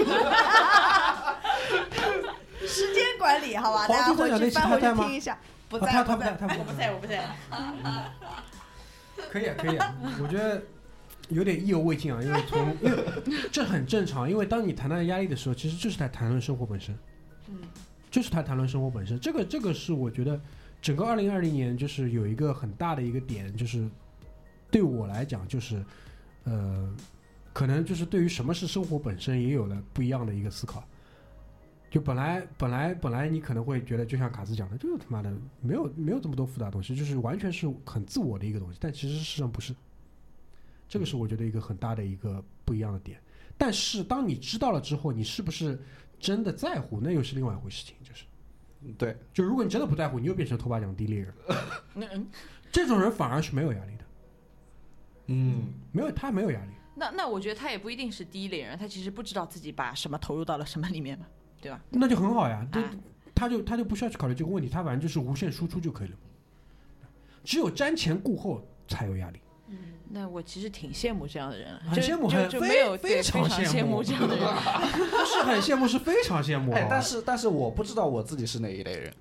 [SPEAKER 6] <laughs> 时间管理，好吧？
[SPEAKER 2] 黄
[SPEAKER 6] 大家
[SPEAKER 2] 金三
[SPEAKER 6] 回
[SPEAKER 2] 角
[SPEAKER 6] 去
[SPEAKER 2] 那期
[SPEAKER 6] 翻
[SPEAKER 2] 他
[SPEAKER 6] 回去
[SPEAKER 2] 在吗
[SPEAKER 6] 听一下。不
[SPEAKER 2] 啊他
[SPEAKER 6] 在，
[SPEAKER 2] 他
[SPEAKER 6] 不
[SPEAKER 2] 不在，。他
[SPEAKER 6] 在
[SPEAKER 2] 不在，
[SPEAKER 3] 我不在，
[SPEAKER 2] <laughs> 可以啊可以啊，我觉得有点意犹未尽啊，因为从因为这很正常，因为当你谈到压力的时候，其实就是在谈论生活本身，
[SPEAKER 6] 嗯，
[SPEAKER 2] 就是在谈论生活本身，这个这个是我觉得整个二零二零年就是有一个很大的一个点，就是对我来讲就是呃，可能就是对于什么是生活本身也有了不一样的一个思考。就本来本来本来你可能会觉得，就像卡斯讲的，就是他妈的没有没有这么多复杂的东西，就是完全是很自我的一个东西，但其实事实上不是。这个是我觉得一个很大的一个不一样的点。但是当你知道了之后，你是不是真的在乎，那又是另外一回事情。就是，
[SPEAKER 5] 嗯对，
[SPEAKER 2] 就如果你真的不在乎，你又变成拖把奖第一类人了。
[SPEAKER 3] <laughs> 那嗯
[SPEAKER 2] 这种人反而是没有压力的，
[SPEAKER 5] 嗯，
[SPEAKER 2] 没有他没有压力。
[SPEAKER 3] 那那我觉得他也不一定是第一类人，他其实不知道自己把什么投入到了什么里面嘛，对吧？
[SPEAKER 2] 那就很好呀，他
[SPEAKER 3] 啊
[SPEAKER 2] 他就他就不需要去考虑这个问题，他反正就是无限输出就可以了。只有瞻前顾后才有压力，
[SPEAKER 3] 那我其实挺羡慕这样的人了，
[SPEAKER 2] 很
[SPEAKER 3] 就
[SPEAKER 2] 羡慕
[SPEAKER 3] 就
[SPEAKER 2] 很
[SPEAKER 3] 就
[SPEAKER 2] 非
[SPEAKER 3] 没有
[SPEAKER 2] 非
[SPEAKER 3] 对非
[SPEAKER 2] 常
[SPEAKER 3] 常
[SPEAKER 2] 羡
[SPEAKER 3] 羡
[SPEAKER 2] 慕
[SPEAKER 3] 慕这样的人。
[SPEAKER 2] 不是很羡慕，是非常羡慕啊。
[SPEAKER 5] 哎，但是但是我不知道我自己是哪一类人。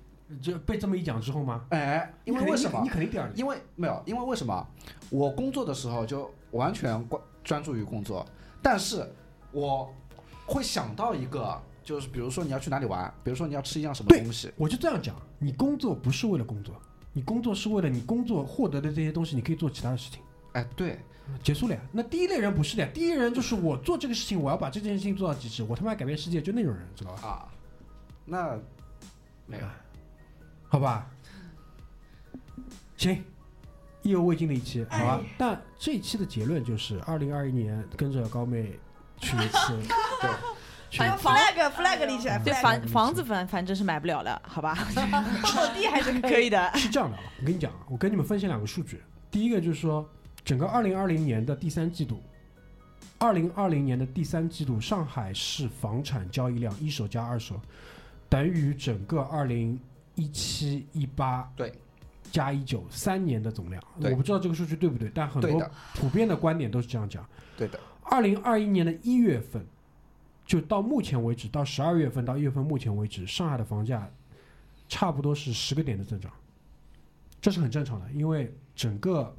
[SPEAKER 2] 就被这么一讲之后吗？
[SPEAKER 5] 哎，因为为什么
[SPEAKER 2] 你？肯定第二类，
[SPEAKER 5] 因为没有，因为为什么？我工作的时候就完全关专注于工作，但是我会想到一个，就是比如说你要去哪里玩，比如说你要吃一样什么
[SPEAKER 2] 对
[SPEAKER 5] 东西，
[SPEAKER 2] 我就这样讲，你工作不是为了工作，你工作是为了你工作获得的这些东西，你可以做其他的事情。
[SPEAKER 5] 哎，对，
[SPEAKER 2] 结束了呀。那第一类人不是的呀，第一类人就是我做这个事情，我要把这件事情做到极致，我他妈改变世界，就那种人，知道吧？
[SPEAKER 5] 啊，那没有，
[SPEAKER 2] 好吧，行，意犹未尽的一期，
[SPEAKER 5] 哎
[SPEAKER 2] 好吧。但
[SPEAKER 5] <laughs>
[SPEAKER 2] 这一期的结论就是，二零二一年跟着高妹去一次
[SPEAKER 5] 对
[SPEAKER 2] 去
[SPEAKER 3] 哎
[SPEAKER 6] 要
[SPEAKER 3] 呀房
[SPEAKER 6] flag flag 立起来 <laughs>
[SPEAKER 3] 对
[SPEAKER 6] ，flag
[SPEAKER 3] 房房子反反正是买不了了，好吧？
[SPEAKER 2] <laughs>
[SPEAKER 6] 落地还是
[SPEAKER 3] 可以的。
[SPEAKER 2] 是这样的啊，我跟你讲啊，我跟你们分析两个数据。第一个就是说，整个二零二零年的第三季度，二零二零年的第三季度，上海市房产交易量一手加二手等于整个二零一七一八
[SPEAKER 5] 对
[SPEAKER 2] 加一九三年的总量。
[SPEAKER 5] 对
[SPEAKER 2] 我不知道这个数据对不对，但很
[SPEAKER 5] 对
[SPEAKER 2] 多
[SPEAKER 5] 的，
[SPEAKER 2] 普遍的观点都是这样讲。
[SPEAKER 5] 对的，
[SPEAKER 2] 二零二一年的一月份，就到目前为止，到十二月份到一月份目前为止，上海的房价差不多是十个点的增长，这是很正常的，因为整个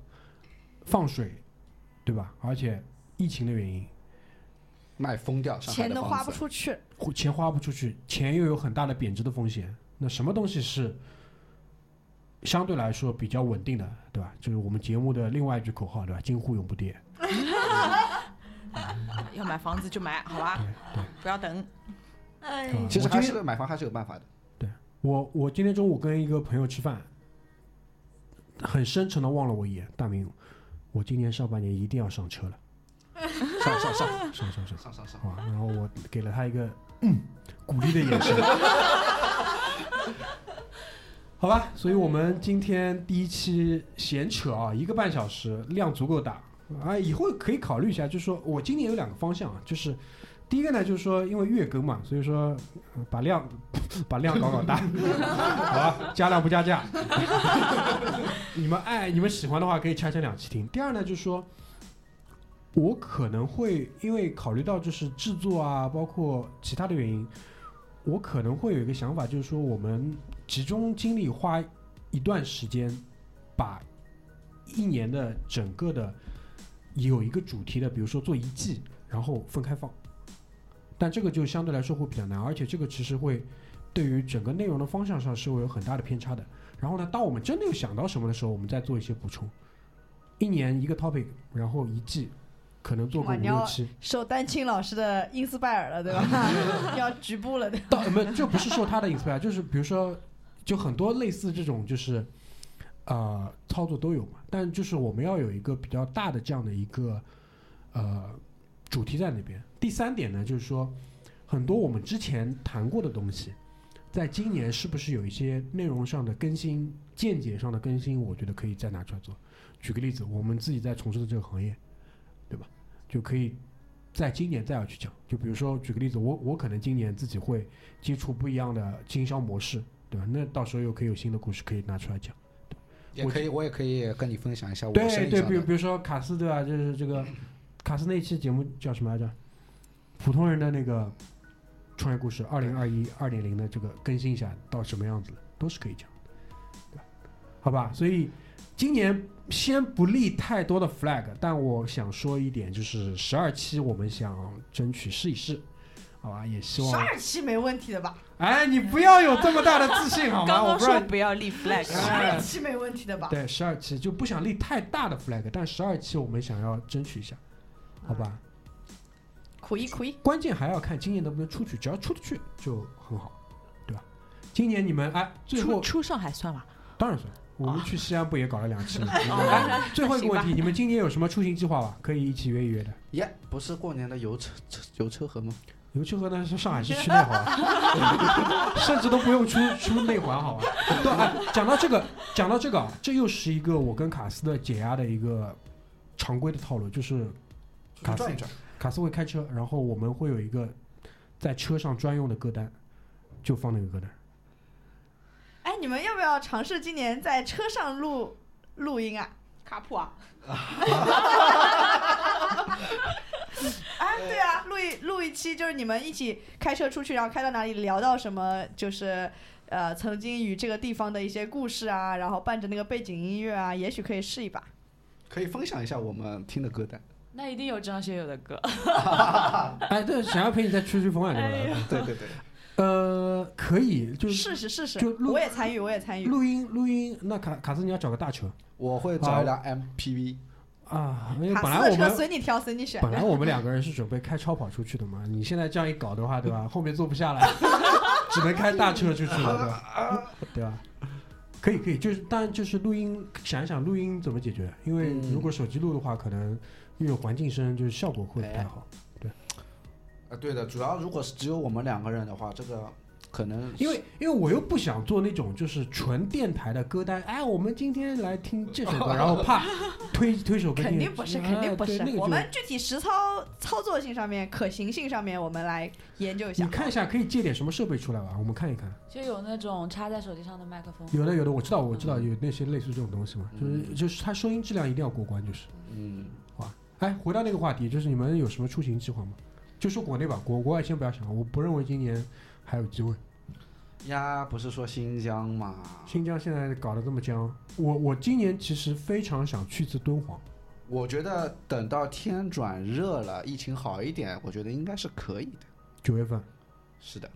[SPEAKER 2] 放水，对吧？而且疫情的原因，
[SPEAKER 5] 卖疯掉，上海
[SPEAKER 6] 钱
[SPEAKER 5] 的
[SPEAKER 6] 都
[SPEAKER 5] 房
[SPEAKER 6] 花
[SPEAKER 5] 子
[SPEAKER 6] 不出去，
[SPEAKER 2] 钱花不出去，钱又有很大的贬值的风险。那什么东西是相对来说比较稳定的，对吧？就是我们节目的另外一句口号，对吧？京沪永不跌。
[SPEAKER 3] 要买房子就买，好吧？不要等。
[SPEAKER 6] 哎
[SPEAKER 2] 啊
[SPEAKER 5] 其实
[SPEAKER 2] 我今
[SPEAKER 5] 还
[SPEAKER 2] 天
[SPEAKER 5] 是买房还是有办法的。
[SPEAKER 2] 我我今天中午跟一个朋友吃饭，很深沉的望了我一眼，大明，我今年上半年一定要上车了，
[SPEAKER 5] 上上上
[SPEAKER 2] 上上上，
[SPEAKER 5] 上上上，
[SPEAKER 2] 啊！然后我给了他一个嗯鼓励的眼神， <laughs> 好吧，所以我们今天第一期闲扯啊，一个半小时，量足够大啊，以后可以考虑一下，就是说我今年有两个方向啊，就是。第一个呢，就是说，因为月更嘛，所以说呃把量 <laughs> 把量搞搞大，好吧，加量不加价。 <laughs> 你们爱你们喜欢的话，可以拆成两期听。第二呢，就是说，我可能会因为考虑到就是制作啊，包括其他的原因，我可能会有一个想法，就是说我们集中精力花一段时间，把一年的整个的有一个主题的，比如说做一季，然后分开放。但这个就相对来说会比较难，而且这个其实会对于整个内容的方向上是会有很大的偏差的。然后呢，当我们真的有想到什么的时候，我们再做一些补充。一年一个 topic，然后一季，可能做个
[SPEAKER 6] 哇
[SPEAKER 2] 五
[SPEAKER 6] 你要
[SPEAKER 2] 六期。
[SPEAKER 6] 受丹青老师的 inspire 了，对
[SPEAKER 2] <laughs>
[SPEAKER 6] 吧？要局部了，对吧
[SPEAKER 2] 到没有，这不是说他的 inspire，就是比如说，就很多类似这种就是，呃，操作都有嘛。但就是我们要有一个比较大的这样的一个呃主题在那边。第三点呢，就是说很多我们之前谈过的东西，在今年是不是有一些内容上的更新、见解上的更新，我觉得可以再拿出来做。举个例子，我们自己在从事的这个行业，对吧？就可以在今年再要去讲。就比如说，举个例子，我我可能今年自己会接触不一样的经销模式，对吧？那到时候又可以有新的故事可以拿出来讲。
[SPEAKER 5] 也可以，我也可以跟你分享一下呃我生
[SPEAKER 2] 对
[SPEAKER 5] 意
[SPEAKER 2] 对，
[SPEAKER 5] 上
[SPEAKER 2] 比如
[SPEAKER 5] 的
[SPEAKER 2] 比如说卡斯对吧？就是这
[SPEAKER 5] <laughs>
[SPEAKER 2] 个卡斯那期节目叫什么来着？普通人的那个创业故事，二零二一二点零的这个更新一下到什么样子了，都是可以讲的，对吧？好吧，所以今年先不立太多的 flag，但我想说一点，就是十二期我们想争取试一试，好吧？也希
[SPEAKER 6] 十
[SPEAKER 2] 望
[SPEAKER 6] 二期没问题的吧？
[SPEAKER 2] 哎，你不要有这么大的自信好吗？
[SPEAKER 3] <laughs> 刚
[SPEAKER 2] 我
[SPEAKER 3] 刚
[SPEAKER 2] 不知道
[SPEAKER 3] 说
[SPEAKER 2] <laughs>
[SPEAKER 3] 不要立 flag，
[SPEAKER 6] 十二期没问题的吧？
[SPEAKER 2] 哎对，十二期就不想立太大的 flag，但十二期我们想要争取一下，好吧？
[SPEAKER 3] 嗯
[SPEAKER 6] 苦一苦一，
[SPEAKER 2] 关键还要看今年能不能出去，只要出得去就很好，对吧？今年你们哎，最
[SPEAKER 3] 出
[SPEAKER 2] 后
[SPEAKER 3] 出上海算吗？
[SPEAKER 2] 当然是我们去西安不也搞了两期吗？
[SPEAKER 3] <laughs> 哦
[SPEAKER 2] 哎最后一个问
[SPEAKER 3] 行
[SPEAKER 2] 题，你们今年有什么出行计划吧？可以一起约一约的。
[SPEAKER 5] 耶不是过年的油车车油车河吗？
[SPEAKER 2] 尤其河南是上海市
[SPEAKER 3] <laughs>
[SPEAKER 2] 区内好吧， <laughs> 甚至都不用出出内环好吧？ <laughs> 对，哎，讲到这个，讲到这个啊，这又是一个我跟卡斯的解压的一个常规的套路，就是
[SPEAKER 5] 出
[SPEAKER 2] 卡
[SPEAKER 5] 去
[SPEAKER 2] 斯
[SPEAKER 5] 转一转，
[SPEAKER 2] 卡斯会开车，然后我们会有一个在车上专用的歌单，就放那个歌单。
[SPEAKER 6] 哎，你们要不要尝试今年在车上录录音啊？卡普啊？哎，对啊，录一录一期，就是你们一起开车出去，然后开到哪里，聊到什么，就是呃，曾经与这个地方的一些故事啊，然后伴着那个背景音乐啊，也许可以试一把。
[SPEAKER 5] 可以分享一下我们听的歌单。
[SPEAKER 4] 那一定有张学友的歌，
[SPEAKER 2] 哎，对，想要陪你再吹吹风啊，对
[SPEAKER 4] 哎
[SPEAKER 2] 吧？
[SPEAKER 5] 嗯对对对，
[SPEAKER 2] 呃，可以，
[SPEAKER 6] <laughs>
[SPEAKER 2] 就是
[SPEAKER 6] 试试试试
[SPEAKER 2] 就，录
[SPEAKER 6] 我也参与，我也参与。
[SPEAKER 2] 录音录音。那卡卡斯，你要找个大车
[SPEAKER 5] <laughs> 我会找一辆 MPV，
[SPEAKER 2] 啊，因为本来
[SPEAKER 6] 卡斯
[SPEAKER 2] 我
[SPEAKER 6] 的车
[SPEAKER 2] 们
[SPEAKER 6] 随你挑，随你
[SPEAKER 2] <laughs>
[SPEAKER 6] 选。
[SPEAKER 2] 本来我们两个人是准备开超跑出去的嘛，你现在这样一搞的话，对
[SPEAKER 6] <laughs>
[SPEAKER 2] 吧？后面坐不下来， <laughs> 只能开大车出去了，对吧？
[SPEAKER 6] <laughs>
[SPEAKER 2] 对吧？可以可以，就是当然就是录音，想一想录音怎么解决，因为
[SPEAKER 5] 嗯
[SPEAKER 2] 如果手机录的话，可能又有环境声，就是效果会不太好。
[SPEAKER 5] 啊，对的，主要如果是只有我们两个人的话，这个可能
[SPEAKER 2] 因为因为我又不想做那种就是纯电台的歌单，哎，我们今天来听这首歌，然后啪
[SPEAKER 6] <laughs>
[SPEAKER 2] 推推首歌进
[SPEAKER 6] 肯
[SPEAKER 2] 去，
[SPEAKER 6] 定不是，肯定不
[SPEAKER 2] 哎
[SPEAKER 6] 是
[SPEAKER 2] 对那。个
[SPEAKER 6] 我
[SPEAKER 2] 就
[SPEAKER 6] 们具体实操操作性上面、可行性上面，我们来研究一下。
[SPEAKER 2] 你看一下可以借点什么设备出来吧，我们看一看。
[SPEAKER 4] 就有那种插在手机上的麦克风。
[SPEAKER 2] 有的有的，我知道我知道有那些类似这种东西嘛，
[SPEAKER 6] 嗯
[SPEAKER 2] 就是就是它收音质量一定要过关，就是
[SPEAKER 5] 嗯，
[SPEAKER 2] 哇。哎，回到那个话题，就是你们有什么出行计划吗？就说国内吧，国国外先不要想，我不认为今年还有机会。
[SPEAKER 5] 呀，不是说新疆嘛，
[SPEAKER 2] 新疆现在搞得这么僵，我我今年其实非常想去一次敦煌。
[SPEAKER 5] 我觉得等到天转热了，疫情好一点，我觉得应该是可以的。
[SPEAKER 2] 九月份，
[SPEAKER 5] 是的，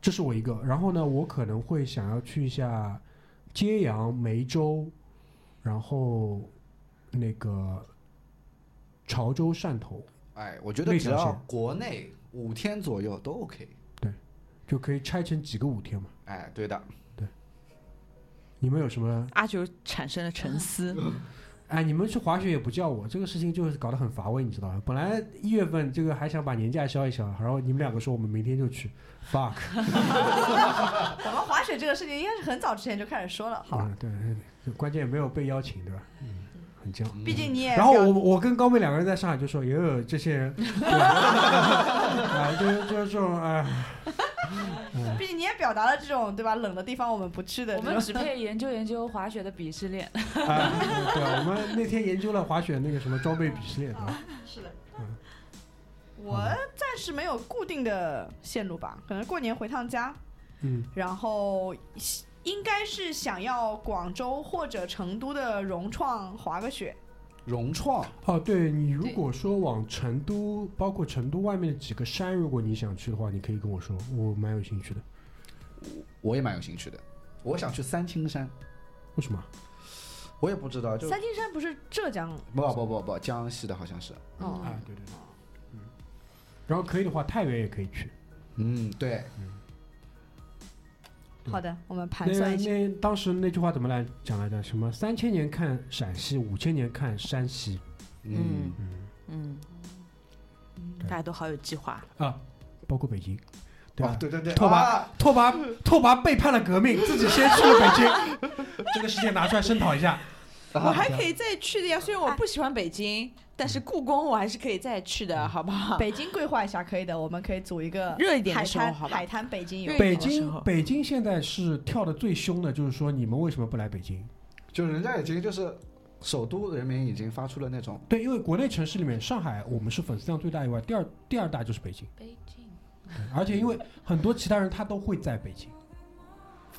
[SPEAKER 2] 这是我一个。然后呢，我可能会想要去一下揭阳、梅州，然后那个潮州、汕头，
[SPEAKER 5] 哎，我觉得
[SPEAKER 2] 那
[SPEAKER 5] 只
[SPEAKER 2] 条
[SPEAKER 5] 要
[SPEAKER 2] 线
[SPEAKER 5] 国内五天左右都 OK。
[SPEAKER 2] 就可以拆成几个五天嘛。
[SPEAKER 5] 哎，对的，
[SPEAKER 2] 你们有什么？
[SPEAKER 3] 阿九产生了沉思，
[SPEAKER 2] 哎，你们去滑雪也不叫我，这个事情就是搞得很乏味，你知道吧？本来一月份这个还想把年假消一消，然后你们两个说我们明天就去，fuck，
[SPEAKER 6] 我们滑雪这个事情应该是很早之前就开始说了，好吧？
[SPEAKER 2] 嗯，对，对对关键也没有被邀请，对吧？嗯，很僵。
[SPEAKER 6] 毕竟你也
[SPEAKER 2] 嗯然后
[SPEAKER 6] 不要
[SPEAKER 2] 我我跟高妹两个人在上海就说，也有这些人， <laughs> 对啊，就是就是这种哎，
[SPEAKER 6] 毕竟你也表达了这种对吧冷的地方我们不去的
[SPEAKER 4] 我
[SPEAKER 6] 这种，
[SPEAKER 4] 们只配研究研究滑雪的鄙
[SPEAKER 3] <laughs>
[SPEAKER 4] 视链。
[SPEAKER 2] 哎，对啊，我们那天研究了滑雪那个什么装备鄙视链，对吧？
[SPEAKER 6] 是的
[SPEAKER 2] 嗯。
[SPEAKER 6] 我暂时没有固定的线路
[SPEAKER 3] 嗯
[SPEAKER 6] 吧，可能过年回趟家，
[SPEAKER 2] 嗯，
[SPEAKER 6] 然后应该是想要广州或者成都的融创滑个雪。
[SPEAKER 5] 融创
[SPEAKER 2] 哦，对你如果说往成都，包括成都外面的几个山，如果你想去的话，你可以跟我说，我蛮有兴趣的。
[SPEAKER 5] 我也蛮有兴趣的，我想去三清山，
[SPEAKER 2] 为什么？
[SPEAKER 5] 我也不知道，就
[SPEAKER 6] 三清山不是浙江？
[SPEAKER 5] 不不不不，江西的好像是，
[SPEAKER 6] 哦，
[SPEAKER 2] 啊，对对对，嗯，然后可以的话，太原也可以去。
[SPEAKER 5] 嗯，对，
[SPEAKER 6] 好的，我们盘
[SPEAKER 2] 那
[SPEAKER 6] 算
[SPEAKER 2] 个
[SPEAKER 6] 一下。
[SPEAKER 2] 那当时那句话怎么来讲来着？什么三千年看陕西，五千年看山西。
[SPEAKER 3] 嗯
[SPEAKER 2] 嗯。
[SPEAKER 3] 嗯，
[SPEAKER 2] 对
[SPEAKER 3] 大家都好有计划。
[SPEAKER 2] 啊，包括北京，对吧？
[SPEAKER 5] 啊对对对，
[SPEAKER 2] 拓跋
[SPEAKER 5] 啊
[SPEAKER 2] 拓跋拓跋背叛了革命，自己先去了北京， <laughs> 这个事情拿出来声讨一下。
[SPEAKER 3] 我还
[SPEAKER 5] 啊
[SPEAKER 3] 可以再去的呀，虽然我不喜欢北京，但是故宫我还是可以再去的，好不好？
[SPEAKER 6] 北京规划一下可以的，我们可以组一个
[SPEAKER 3] 热一点
[SPEAKER 6] 海
[SPEAKER 3] 的时候
[SPEAKER 6] 滩
[SPEAKER 3] 好吧
[SPEAKER 6] 海滩北京游
[SPEAKER 3] 热。
[SPEAKER 2] 北
[SPEAKER 3] 好的时
[SPEAKER 2] 京
[SPEAKER 3] 候
[SPEAKER 2] 北京现在是跳的最凶的，就是说你们为什么不来北京？
[SPEAKER 5] 就人家已经就是首都人民已经发出了那种
[SPEAKER 2] 对，因为国内城市里面，上海我们是粉丝量最大以外，第二第二大就是北京，
[SPEAKER 4] 北京，
[SPEAKER 2] 对而且因为很多其他人他都会在北京，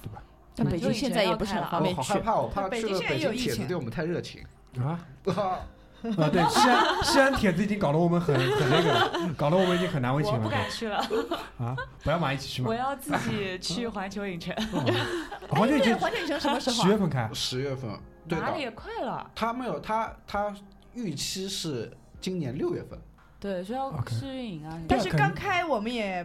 [SPEAKER 2] 对吧？
[SPEAKER 3] 但北京现在也不是很方
[SPEAKER 2] 哦
[SPEAKER 3] 便
[SPEAKER 5] 哦我好害
[SPEAKER 3] 去。
[SPEAKER 5] 怕，我怕
[SPEAKER 6] 北
[SPEAKER 5] 去
[SPEAKER 6] 京
[SPEAKER 5] 了
[SPEAKER 6] 现在
[SPEAKER 5] 北
[SPEAKER 6] 也有
[SPEAKER 5] 京
[SPEAKER 6] 疫
[SPEAKER 5] 帖子
[SPEAKER 6] 情
[SPEAKER 5] 对我们太
[SPEAKER 6] <laughs>
[SPEAKER 5] 热情。
[SPEAKER 2] 啊
[SPEAKER 5] 啊，
[SPEAKER 2] 啊，对，西安西安帖子已经搞得我们很很那个了，搞得我们已经很难为情
[SPEAKER 4] 我不
[SPEAKER 2] 了
[SPEAKER 4] 敢去了，
[SPEAKER 2] 啊！不要马一起去嘛哦
[SPEAKER 4] 我，要自
[SPEAKER 2] <laughs>
[SPEAKER 4] 己去环球影城。
[SPEAKER 2] 好像已
[SPEAKER 6] 哎 <laughs> 对，
[SPEAKER 2] 经
[SPEAKER 6] 环球影城什么时候
[SPEAKER 2] 十月
[SPEAKER 6] 啊？
[SPEAKER 2] 份开，
[SPEAKER 5] 十月份，对
[SPEAKER 4] 哪
[SPEAKER 5] 的
[SPEAKER 4] 里，也快
[SPEAKER 2] 啊
[SPEAKER 4] 了，
[SPEAKER 5] 他没有，他他预期是今年六月份，
[SPEAKER 4] 对，说要
[SPEAKER 2] OK
[SPEAKER 4] 试运营啊。
[SPEAKER 6] 但
[SPEAKER 2] 对
[SPEAKER 6] 是
[SPEAKER 2] 肯
[SPEAKER 6] 刚开我们也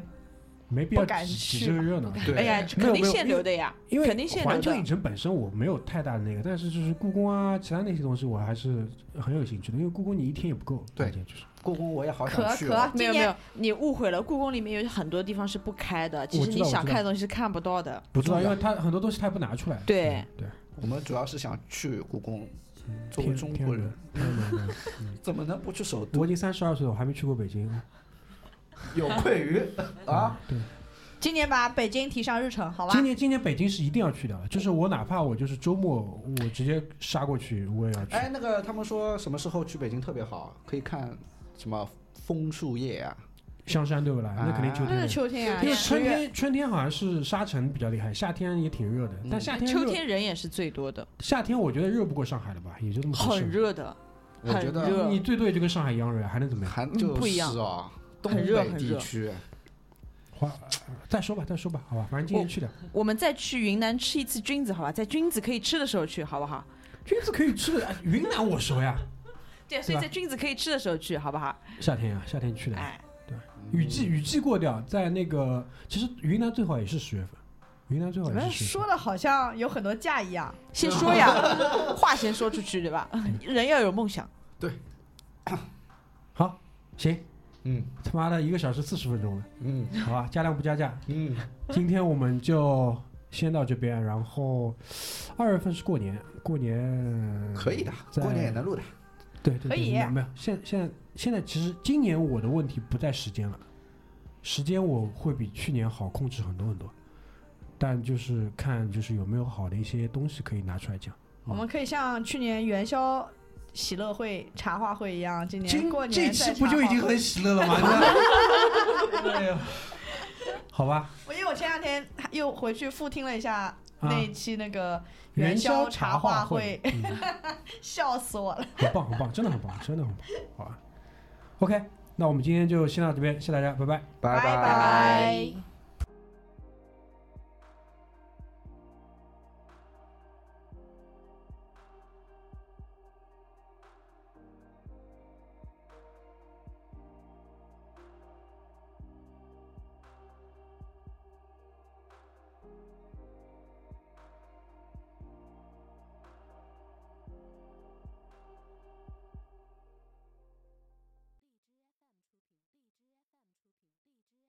[SPEAKER 2] 没必要
[SPEAKER 6] 不敢
[SPEAKER 2] 挤
[SPEAKER 6] 去
[SPEAKER 2] 挤这个热闹。
[SPEAKER 5] 对，
[SPEAKER 3] 哎呀，
[SPEAKER 2] 没
[SPEAKER 3] 肯
[SPEAKER 2] 有
[SPEAKER 3] 定
[SPEAKER 2] 没有
[SPEAKER 3] 限流的呀，
[SPEAKER 2] 因为
[SPEAKER 3] 肯定限
[SPEAKER 2] 环
[SPEAKER 3] 流
[SPEAKER 2] 球影
[SPEAKER 3] 的。
[SPEAKER 2] 城本身我没有太大的那个，但是就是故宫啊，其他那些东西我还是很有兴趣的，因为故宫你一天也不够，
[SPEAKER 5] 对
[SPEAKER 2] 关键就是
[SPEAKER 5] 故宫我也好
[SPEAKER 6] 可
[SPEAKER 5] 想去
[SPEAKER 6] 可
[SPEAKER 5] 哦。
[SPEAKER 3] 没
[SPEAKER 6] 今
[SPEAKER 3] 有没
[SPEAKER 6] 年
[SPEAKER 3] 有，啊你误会了，故宫里面有很多地方是不开的，其
[SPEAKER 2] 我
[SPEAKER 3] 实
[SPEAKER 2] 知
[SPEAKER 3] 你
[SPEAKER 2] 道我
[SPEAKER 3] 想
[SPEAKER 2] 知道
[SPEAKER 3] 看的东西是看不到的。
[SPEAKER 2] 不知道，
[SPEAKER 5] 重
[SPEAKER 2] 因
[SPEAKER 5] 要
[SPEAKER 2] 为它很多东西它也不拿出来。
[SPEAKER 3] 对
[SPEAKER 2] 嗯对，
[SPEAKER 5] 我们主要是想去故宫，
[SPEAKER 2] 嗯
[SPEAKER 5] 作为
[SPEAKER 2] 天
[SPEAKER 5] 中
[SPEAKER 2] 天
[SPEAKER 5] 国
[SPEAKER 2] 安门
[SPEAKER 5] 人
[SPEAKER 2] 天安门
[SPEAKER 5] <laughs>
[SPEAKER 2] 对
[SPEAKER 5] 怎么能不去首
[SPEAKER 2] 我
[SPEAKER 5] 都
[SPEAKER 2] 已？经三十二岁了，我还没去过北京
[SPEAKER 5] 啊有愧
[SPEAKER 6] <laughs>
[SPEAKER 5] 于啊！！
[SPEAKER 2] 嗯对，
[SPEAKER 6] 今年把北京提上日程，好吧
[SPEAKER 2] 今？年今年北京是一定要去的，就是我哪怕我就是周末我直接杀过去，我也要去。
[SPEAKER 5] 哎，那个他们说什么时候去北京特别好，可以看什么枫树叶啊？
[SPEAKER 2] 香山对不啦？那肯定秋
[SPEAKER 6] 那
[SPEAKER 2] 天
[SPEAKER 6] 是
[SPEAKER 2] 了。
[SPEAKER 6] 秋天啊，
[SPEAKER 2] 因为
[SPEAKER 6] 十
[SPEAKER 2] 春
[SPEAKER 6] 月。
[SPEAKER 2] 天，春天好像是沙尘比较厉害，夏天也挺热的，但
[SPEAKER 5] 嗯
[SPEAKER 2] 夏天
[SPEAKER 3] 秋
[SPEAKER 2] 热
[SPEAKER 3] 天人也是最多的，
[SPEAKER 2] 夏天我觉得热不过上海了吧，也就那么回事
[SPEAKER 3] 很热的，
[SPEAKER 5] 我觉
[SPEAKER 3] 很
[SPEAKER 5] 得
[SPEAKER 3] 热
[SPEAKER 2] 你最多也就跟上海一样热，还能怎么样？
[SPEAKER 5] 还
[SPEAKER 3] 嗯
[SPEAKER 5] 就
[SPEAKER 3] 不一样
[SPEAKER 5] 是啊，东
[SPEAKER 3] 很热
[SPEAKER 5] 北
[SPEAKER 3] 很
[SPEAKER 5] 地
[SPEAKER 3] 热
[SPEAKER 5] 区
[SPEAKER 2] 花再说吧，再说吧，好吧，反正今年去了。
[SPEAKER 3] 我们再去云南吃一次菌子，好吧？在菌子可以吃的时候去，好不好？
[SPEAKER 2] 君子可以吃的，哎云南我熟呀，
[SPEAKER 3] 对，啊所
[SPEAKER 2] 对
[SPEAKER 3] 以
[SPEAKER 2] 吧
[SPEAKER 3] 在菌子可以吃的时候去，好不好？
[SPEAKER 2] 夏天呀，夏天去的。
[SPEAKER 3] 哎，
[SPEAKER 2] 雨季雨季过掉，在那个其实云南最好也是十月份，云南最好
[SPEAKER 6] 你
[SPEAKER 2] 也
[SPEAKER 6] 们
[SPEAKER 2] 是十月
[SPEAKER 6] 说的好像有很多假一样，
[SPEAKER 3] <laughs> 先说呀，话先
[SPEAKER 2] <laughs>
[SPEAKER 3] 说出去，对吧？人要有梦想。
[SPEAKER 2] 份。好，行，
[SPEAKER 5] 嗯
[SPEAKER 2] 他妈的一个小时四十分钟了，
[SPEAKER 5] 嗯
[SPEAKER 2] 好吧，加量不加价。
[SPEAKER 5] 嗯，
[SPEAKER 2] 今天我们就先到这边，然后二月份是过年，过年
[SPEAKER 5] 嗯可以的，
[SPEAKER 2] 在
[SPEAKER 5] 过年也能录的。
[SPEAKER 2] 对对对
[SPEAKER 6] 可以
[SPEAKER 2] 没有没有，现现在现在其实今年我的问题不在时间了，时间我会比去年好控制很多很多，但就是看就是有没有好的一些东西可以拿出来讲。
[SPEAKER 6] 我们可以像去年元宵喜乐会、茶话会一样，今年
[SPEAKER 5] 今
[SPEAKER 6] 过年
[SPEAKER 5] 这
[SPEAKER 6] 再
[SPEAKER 5] 期
[SPEAKER 6] 茶
[SPEAKER 5] 不就已
[SPEAKER 6] 话
[SPEAKER 5] 经
[SPEAKER 6] 会
[SPEAKER 5] 很喜乐
[SPEAKER 6] <laughs>
[SPEAKER 5] 了吗？哎
[SPEAKER 2] 哎
[SPEAKER 5] 呀，
[SPEAKER 2] 好吧，
[SPEAKER 6] 我因为我前两天又回去复听了一下
[SPEAKER 2] 啊
[SPEAKER 6] 那一期那个
[SPEAKER 2] 元
[SPEAKER 6] 宵
[SPEAKER 2] 宵
[SPEAKER 6] 茶
[SPEAKER 2] 茶
[SPEAKER 6] 话
[SPEAKER 2] 话
[SPEAKER 6] 会
[SPEAKER 2] 会，嗯
[SPEAKER 6] 笑死我了。
[SPEAKER 2] 很棒很棒，真的很棒，真的很棒，好吧。OK，那我们今天就先到这边，谢谢大家，拜拜。
[SPEAKER 5] 拜
[SPEAKER 6] 拜拜。